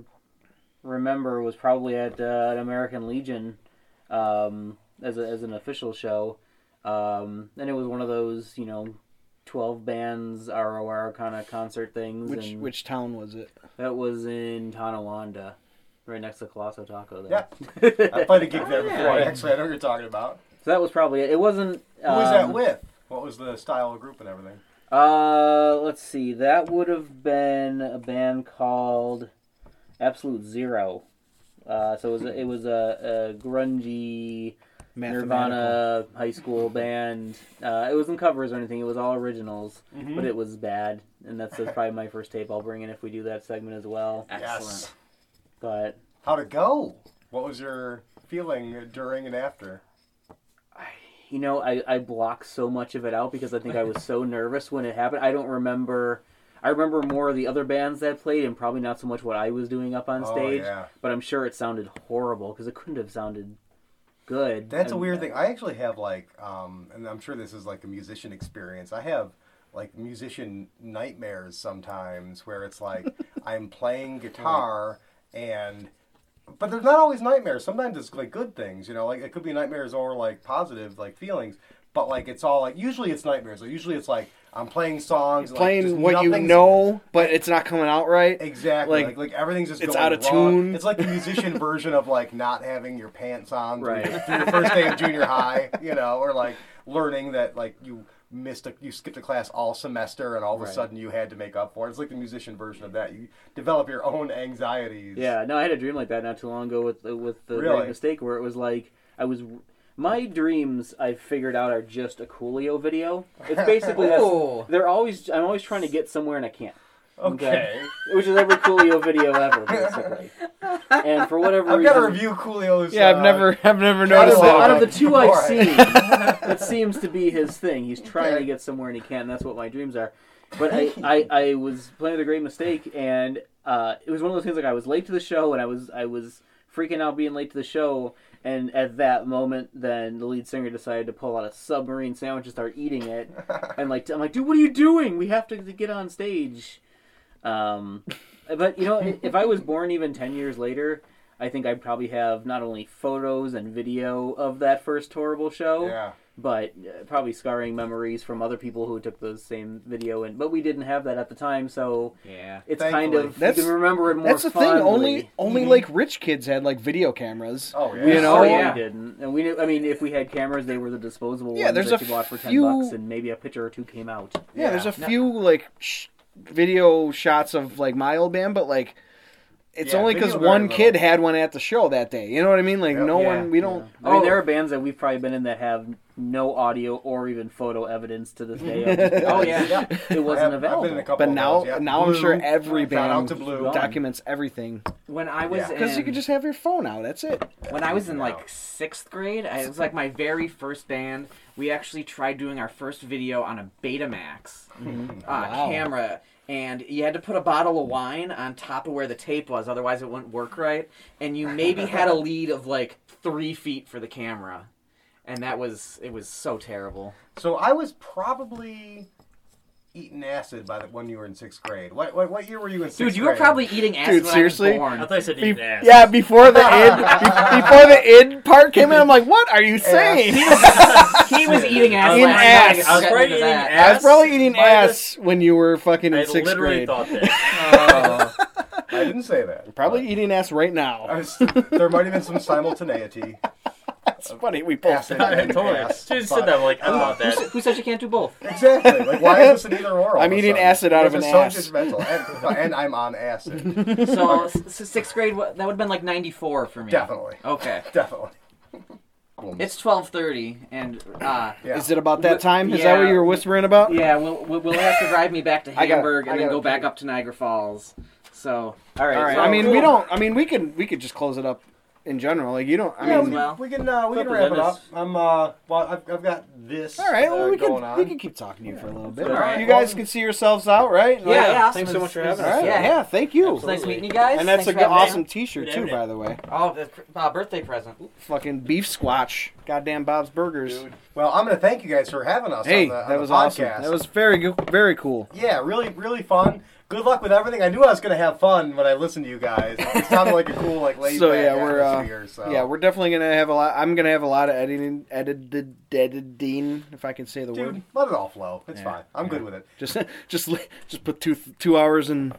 Speaker 5: remember was probably at uh, an American Legion um, as a, as an official show, um, and it was one of those you know. 12 bands ROR kind of concert things
Speaker 1: Which
Speaker 5: and
Speaker 1: which town was it?
Speaker 5: that was in Tonawanda right next to Colosso Taco there.
Speaker 4: I played a gig there
Speaker 3: Oh,
Speaker 4: before.
Speaker 3: yeah.
Speaker 4: Actually, I know what you're talking about.
Speaker 5: So that was probably it. It wasn't
Speaker 4: Who was that
Speaker 5: um,
Speaker 4: with? What was the style of group and everything?
Speaker 5: Uh, let's see. That would have been a band called Absolute Zero. Uh, so it was a, it was a, a grungy Nirvana high school band. Uh, it wasn't covers or anything. It was all originals,
Speaker 4: Mm-hmm. Mm.
Speaker 5: but it was bad. And that's, that's probably my first tape. I'll bring in if we do that segment as well.
Speaker 4: Yes.
Speaker 3: Excellent.
Speaker 5: But
Speaker 4: How'd it go? What was your feeling during and after?
Speaker 5: you know, I, I blocked so much of it out because I think I was so nervous when it happened. I don't remember. I remember more of the other bands that played, and probably not so much what I was doing up on
Speaker 4: Oh,
Speaker 5: stage.
Speaker 4: yeah.
Speaker 5: But I'm sure it sounded horrible because it couldn't have sounded good.
Speaker 4: That's a
Speaker 5: And-
Speaker 4: weird thing. I actually have like, um, and I'm sure this is like a musician experience. I have like musician nightmares sometimes where it's like I'm playing guitar and, but they're not always nightmares. Sometimes it's like good things, you know, like it could be nightmares or like positive like feelings, but like it's all like, usually it's nightmares. Like, usually it's like I'm playing songs. like,
Speaker 1: Playing
Speaker 4: just
Speaker 1: what you
Speaker 4: nothing's-
Speaker 1: know, but it's not coming out right.
Speaker 4: Exactly.
Speaker 1: Like,
Speaker 4: Like, like, everything's just
Speaker 1: it's
Speaker 4: going
Speaker 1: out of
Speaker 4: wrong.
Speaker 1: tune.
Speaker 4: It's like the musician version of like not having your pants on through-
Speaker 5: Right.
Speaker 4: through your first day of junior high, you know, or like learning that like you missed a you skipped a class all semester and all of a
Speaker 5: Right.
Speaker 4: sudden you had to make up for it. It's like the musician version of that. You develop your own anxieties.
Speaker 5: Yeah, no, I had a dream like that not too long ago with the, with the
Speaker 4: Really?
Speaker 5: Great mistake where it was like I was. My dreams, I figured out, are just a Coolio video. It's basically
Speaker 3: Ooh.
Speaker 4: Oh.
Speaker 5: that's, they're always. I'm always trying to get somewhere and I can't.
Speaker 4: Okay.
Speaker 5: which is every Coolio video ever, basically. And for whatever
Speaker 4: I've
Speaker 5: reason,
Speaker 4: got to review Coolio's.
Speaker 1: Yeah,
Speaker 4: uh,
Speaker 1: I've never, I've never
Speaker 4: out
Speaker 5: out,
Speaker 1: noticed
Speaker 4: of-
Speaker 5: of,
Speaker 1: that.
Speaker 5: out of
Speaker 1: one.
Speaker 5: the two I've
Speaker 4: Alright.
Speaker 5: seen, that seems to be his thing. He's trying
Speaker 4: Okay.
Speaker 5: to get somewhere and he can't. And that's what my dreams are. But I, I, I was playing the great mistake, and uh, it was one of those things like I was late to the show, and I was, I was freaking out being late to the show. And at that moment, then the lead singer decided to pull out a submarine sandwich and start eating it. And like, I'm like, dude, what are you doing? We have to get on stage. Um, but you know, if I was born even ten years later, I think I'd probably have not only photos and video of that first horrible show,
Speaker 4: Yeah.
Speaker 5: but uh, probably scarring memories from other people who took those same video. And but we didn't have that at the time, so
Speaker 3: Yeah.
Speaker 5: it's kind
Speaker 4: Thankfully.
Speaker 5: of
Speaker 1: That's-
Speaker 5: you can remember it more.
Speaker 1: That's the thing. Only,
Speaker 5: fondly.
Speaker 1: only like rich kids had like video cameras.
Speaker 4: Mm-hmm. Oh yeah.
Speaker 1: You know?
Speaker 5: oh,
Speaker 3: yeah.
Speaker 5: we didn't, and we. Knew, I mean, if we had cameras, they were the disposable
Speaker 1: Yeah,
Speaker 5: ones
Speaker 1: there's
Speaker 5: that
Speaker 1: a
Speaker 5: you bought for ten
Speaker 1: few-
Speaker 5: bucks, and maybe a picture or two came out.
Speaker 1: Yeah, there's a
Speaker 4: No.
Speaker 1: few like sh- video shots of like my old band, but like it's
Speaker 4: Yeah,
Speaker 1: only 'cause only
Speaker 4: video
Speaker 1: because
Speaker 4: very
Speaker 1: one
Speaker 4: little.
Speaker 1: kid had one at the show that day. You know what I mean? Like
Speaker 4: Yep.
Speaker 1: no
Speaker 3: Yeah,
Speaker 1: one, we don't.
Speaker 5: I
Speaker 3: Oh.
Speaker 5: mean, there are bands that we've probably been in that have no audio or even photo evidence to this day.
Speaker 3: Oh yeah.
Speaker 5: it
Speaker 4: I have, I've been in
Speaker 5: wasn't available.
Speaker 4: a couple
Speaker 1: But
Speaker 4: of
Speaker 1: now,
Speaker 4: those, yeah.
Speaker 1: now I'm
Speaker 4: Blue.
Speaker 1: sure every
Speaker 4: Shout out to
Speaker 1: band
Speaker 4: Blue.
Speaker 5: Gone.
Speaker 1: documents everything
Speaker 3: When I was
Speaker 4: Yeah.
Speaker 1: because
Speaker 3: in,
Speaker 1: you could just have your phone out. That's it.
Speaker 3: when I was in
Speaker 4: Yeah.
Speaker 3: like sixth grade, I, it was like my very first band. We actually tried doing our first video on a Betamax uh,
Speaker 1: Wow.
Speaker 3: camera, and you had to put a bottle of wine on top of where the tape was, otherwise it wouldn't work right. And you maybe had a lead of like three feet for the camera, and that was it was so terrible.
Speaker 4: So I was probably eating acid by the when you were in sixth grade. What what, what year were you in sixth grade?
Speaker 3: Dude, you were probably eating acid
Speaker 1: Dude,
Speaker 3: when
Speaker 1: seriously?
Speaker 3: I was born.
Speaker 2: I thought I said
Speaker 1: Be-
Speaker 2: eating ass.
Speaker 1: yeah, before the id, be- before the id part came in, I'm like, what are you saying?
Speaker 3: he was eating
Speaker 2: I
Speaker 3: ass.
Speaker 2: was
Speaker 1: Eating
Speaker 3: when
Speaker 2: like,
Speaker 3: I
Speaker 1: ass.
Speaker 3: was
Speaker 2: I was
Speaker 3: getting
Speaker 2: probably
Speaker 3: into
Speaker 2: eating
Speaker 3: that.
Speaker 1: I
Speaker 2: ass.
Speaker 1: was probably eating
Speaker 2: by the-
Speaker 1: ass when you were fucking in
Speaker 2: I
Speaker 1: sixth
Speaker 2: literally
Speaker 1: grade.
Speaker 2: thought that.
Speaker 4: Uh, I didn't say that.
Speaker 1: Probably eating ass right
Speaker 4: I
Speaker 1: now.
Speaker 4: was, there might have been some simultaneity.
Speaker 1: It's funny we both
Speaker 4: Acid
Speaker 1: said
Speaker 2: I
Speaker 4: and
Speaker 2: totally.
Speaker 4: ass,
Speaker 2: She just
Speaker 4: but-
Speaker 2: said that. I'm like, I thought
Speaker 5: Who
Speaker 2: that.
Speaker 5: s- Who says you can't do both?
Speaker 4: Exactly. Like, why is this an either or? all
Speaker 1: I'm
Speaker 4: of a
Speaker 1: eating
Speaker 4: sudden?
Speaker 1: acid out of
Speaker 4: This
Speaker 1: an
Speaker 4: is so
Speaker 1: ass.
Speaker 4: judgmental, and, and I'm on acid.
Speaker 3: So, s- s- sixth grade, wha- that would have been like 94 for me.
Speaker 4: Definitely,
Speaker 3: Okay.
Speaker 4: definitely.
Speaker 3: It's 12.30, and, uh,
Speaker 4: Yeah.
Speaker 1: Is it about that
Speaker 3: Wh-
Speaker 1: time? Is that what
Speaker 3: yeah.
Speaker 1: you were whispering about?
Speaker 3: yeah, Will, Will Will has to drive me back to
Speaker 1: I gotta-
Speaker 3: Hamburg
Speaker 1: I
Speaker 3: and then
Speaker 1: gotta
Speaker 3: go back
Speaker 1: pee.
Speaker 3: up to Niagara Falls. So,
Speaker 5: All right.
Speaker 1: All right.
Speaker 5: so-
Speaker 1: I mean, we don't. I mean, we could we could just close it up in general. Like you don't. I
Speaker 4: Yeah,
Speaker 1: mean,
Speaker 4: we,
Speaker 3: well.
Speaker 4: we can uh, we
Speaker 5: It's
Speaker 4: can
Speaker 5: up to
Speaker 4: wrap it
Speaker 5: Dennis.
Speaker 4: up. I'm uh, well, I've, I've got this.
Speaker 1: all right. Well,
Speaker 4: uh,
Speaker 1: we
Speaker 4: going
Speaker 1: can
Speaker 4: on.
Speaker 1: we can keep talking to you for a little bit.
Speaker 5: All
Speaker 3: right.
Speaker 1: You guys can see yourselves out, right?
Speaker 3: yeah, yeah, awesome.
Speaker 5: Thanks so much for
Speaker 3: It's-
Speaker 5: having
Speaker 1: All
Speaker 5: us.
Speaker 1: right. Yeah.
Speaker 3: Yeah.
Speaker 1: thank you.
Speaker 3: It's nice meeting you
Speaker 2: Absolutely.
Speaker 3: guys.
Speaker 1: And that's a
Speaker 3: Thanks
Speaker 1: good,
Speaker 3: for having
Speaker 1: awesome
Speaker 3: me.
Speaker 1: T-shirt
Speaker 2: Good
Speaker 1: too,
Speaker 2: having
Speaker 1: by
Speaker 2: you.
Speaker 1: the way.
Speaker 3: Oh, the cr- uh, birthday present.
Speaker 1: Fucking beef squatch. Goddamn Bob's Burgers.
Speaker 4: Well, I'm gonna thank you guys for having us.
Speaker 1: Hey,
Speaker 4: on the, on
Speaker 1: that
Speaker 4: the
Speaker 1: was
Speaker 4: podcast.
Speaker 1: awesome. That was very good. Very cool.
Speaker 4: yeah, really, really fun. Good luck with everything. I knew I was gonna have fun when I listened to you guys. It sounded like a cool, like laid
Speaker 1: So,
Speaker 4: back
Speaker 1: yeah, we're, uh,
Speaker 4: atmosphere. so
Speaker 1: Yeah, we're definitely gonna have a lot. I'm gonna have a lot of editing, edited, editing, if I can say the word.
Speaker 4: dude, let it all flow. It's
Speaker 1: Yeah,
Speaker 4: fine. I'm
Speaker 1: yeah.
Speaker 4: good with it.
Speaker 1: Just, just, li- just put two two hours and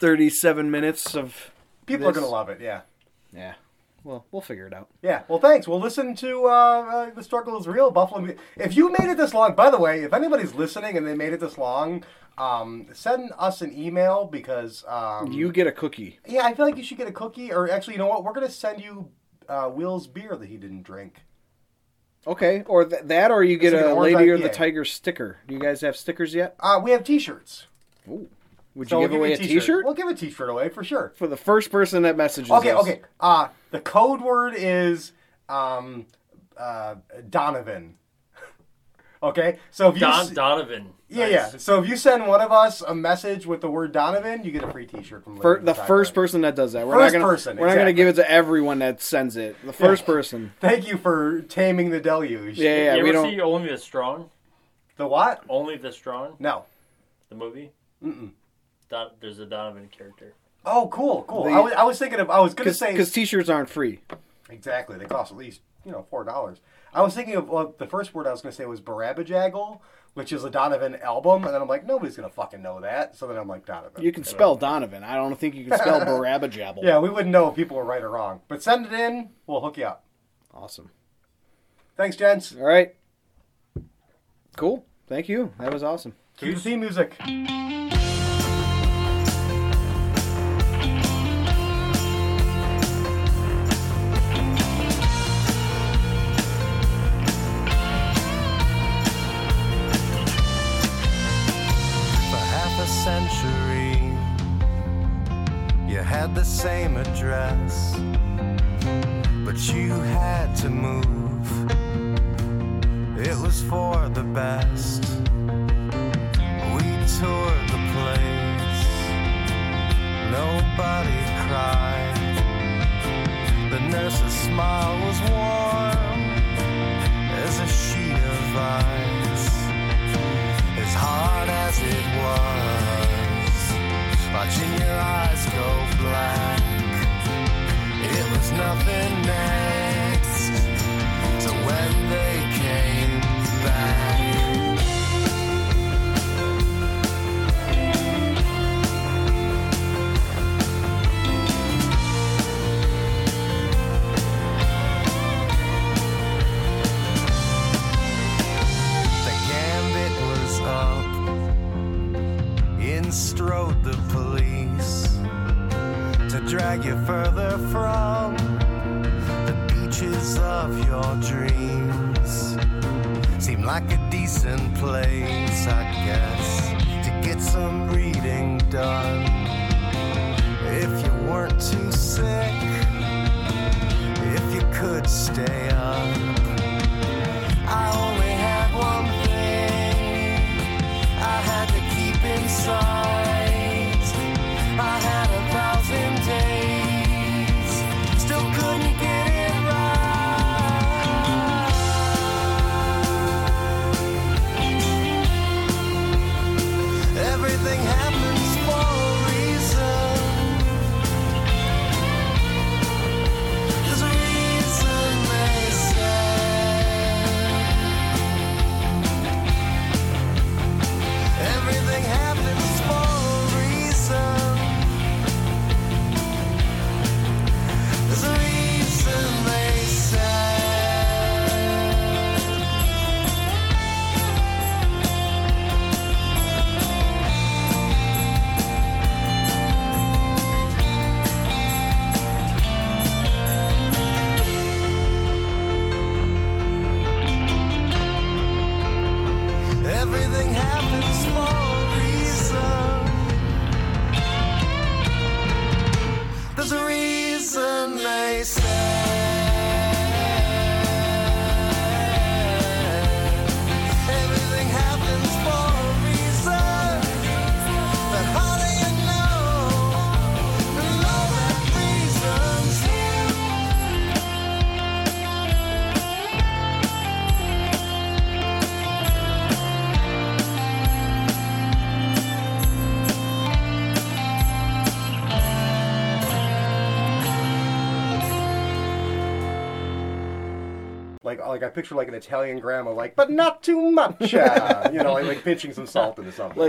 Speaker 1: thirty seven minutes of.
Speaker 4: People
Speaker 1: This-
Speaker 4: are gonna love it. Yeah,
Speaker 1: Yeah. Well, we'll figure it out.
Speaker 4: yeah. Well, thanks. We'll listen to uh, uh, the struggle is real. Buffalo. Mu- If you made it this long, by the way, if anybody's listening and they made it this long, um, send us an email because um,
Speaker 1: You get a cookie.
Speaker 4: Yeah, I feel like you should get a cookie. Or actually, you know what? We're gonna send you uh, Will's beer that he didn't drink.
Speaker 1: Okay, or th- that, or you get
Speaker 4: like an
Speaker 1: a
Speaker 4: orange
Speaker 1: Lady or the
Speaker 4: IPA.
Speaker 1: Tiger sticker. Do you guys have stickers yet?
Speaker 4: Uh, we have T-shirts.
Speaker 1: Would
Speaker 4: So
Speaker 1: you
Speaker 4: we'll
Speaker 1: give away a
Speaker 4: you
Speaker 1: T-shirt
Speaker 4: We'll give a T-shirt away for sure.
Speaker 1: for the first person that messages?
Speaker 4: Okay,
Speaker 1: us.
Speaker 4: okay. Uh, the code word is um, uh, Donovan. okay, so if you
Speaker 2: Don
Speaker 4: s-
Speaker 2: Donovan.
Speaker 4: yeah
Speaker 2: Nice.
Speaker 4: yeah, so if you send one of us a message with the word Donovan, you get a free T-shirt from
Speaker 1: For
Speaker 4: Lady
Speaker 1: the
Speaker 4: Tiger.
Speaker 1: first person that does that, we're
Speaker 4: First
Speaker 1: not gonna
Speaker 4: person,
Speaker 1: we're not gonna
Speaker 4: exactly.
Speaker 1: give it to everyone that sends it. The first person.
Speaker 4: Thank you for taming the deluge.
Speaker 1: Yeah, yeah,
Speaker 2: you
Speaker 1: we
Speaker 2: ever
Speaker 1: don't.
Speaker 2: see Only the Strong?
Speaker 4: The what?
Speaker 2: Only the Strong?
Speaker 4: No.
Speaker 2: The movie?
Speaker 4: Mm-mm.
Speaker 2: Don, there's a Donovan character.
Speaker 4: Oh, cool, cool.
Speaker 1: The-
Speaker 4: I, was, I was thinking of. I was gonna say
Speaker 1: Because T-shirts aren't free.
Speaker 4: Exactly. They cost at least, you know, four dollars. I was thinking of well, the first word I was going to say was Barabajaggle, which is a Donovan album, and then I'm like, nobody's going to fucking know that. So then I'm like, Donovan.
Speaker 1: You can spell Donovan. I don't think you can spell Barabajabble.
Speaker 4: Yeah, we wouldn't know if people were right or wrong. But send it in. We'll hook you up.
Speaker 1: Awesome.
Speaker 4: Thanks, gents.
Speaker 1: All right. Cool. Thank you. That was awesome.
Speaker 4: Cue the theme music.
Speaker 6: for half a century. You had the same address, but you had to move. It was for the best. We toured the place, nobody cried. The nurse's smile was warm as a sheet of ice as hard as it was. Watching your eyes go black, it was nothing next to when they came back. The gambit was up. In strode the police to drag you further from the beaches of your dreams. Seemed like a decent place, I guess, to get some reading done. If you weren't too sick, if you could stay up. I only had one thing I had to keep inside.
Speaker 4: like like I uh, picture like an Italian grandma, like but not too much, uh, you know, like, like pinching some salt into something.
Speaker 1: Like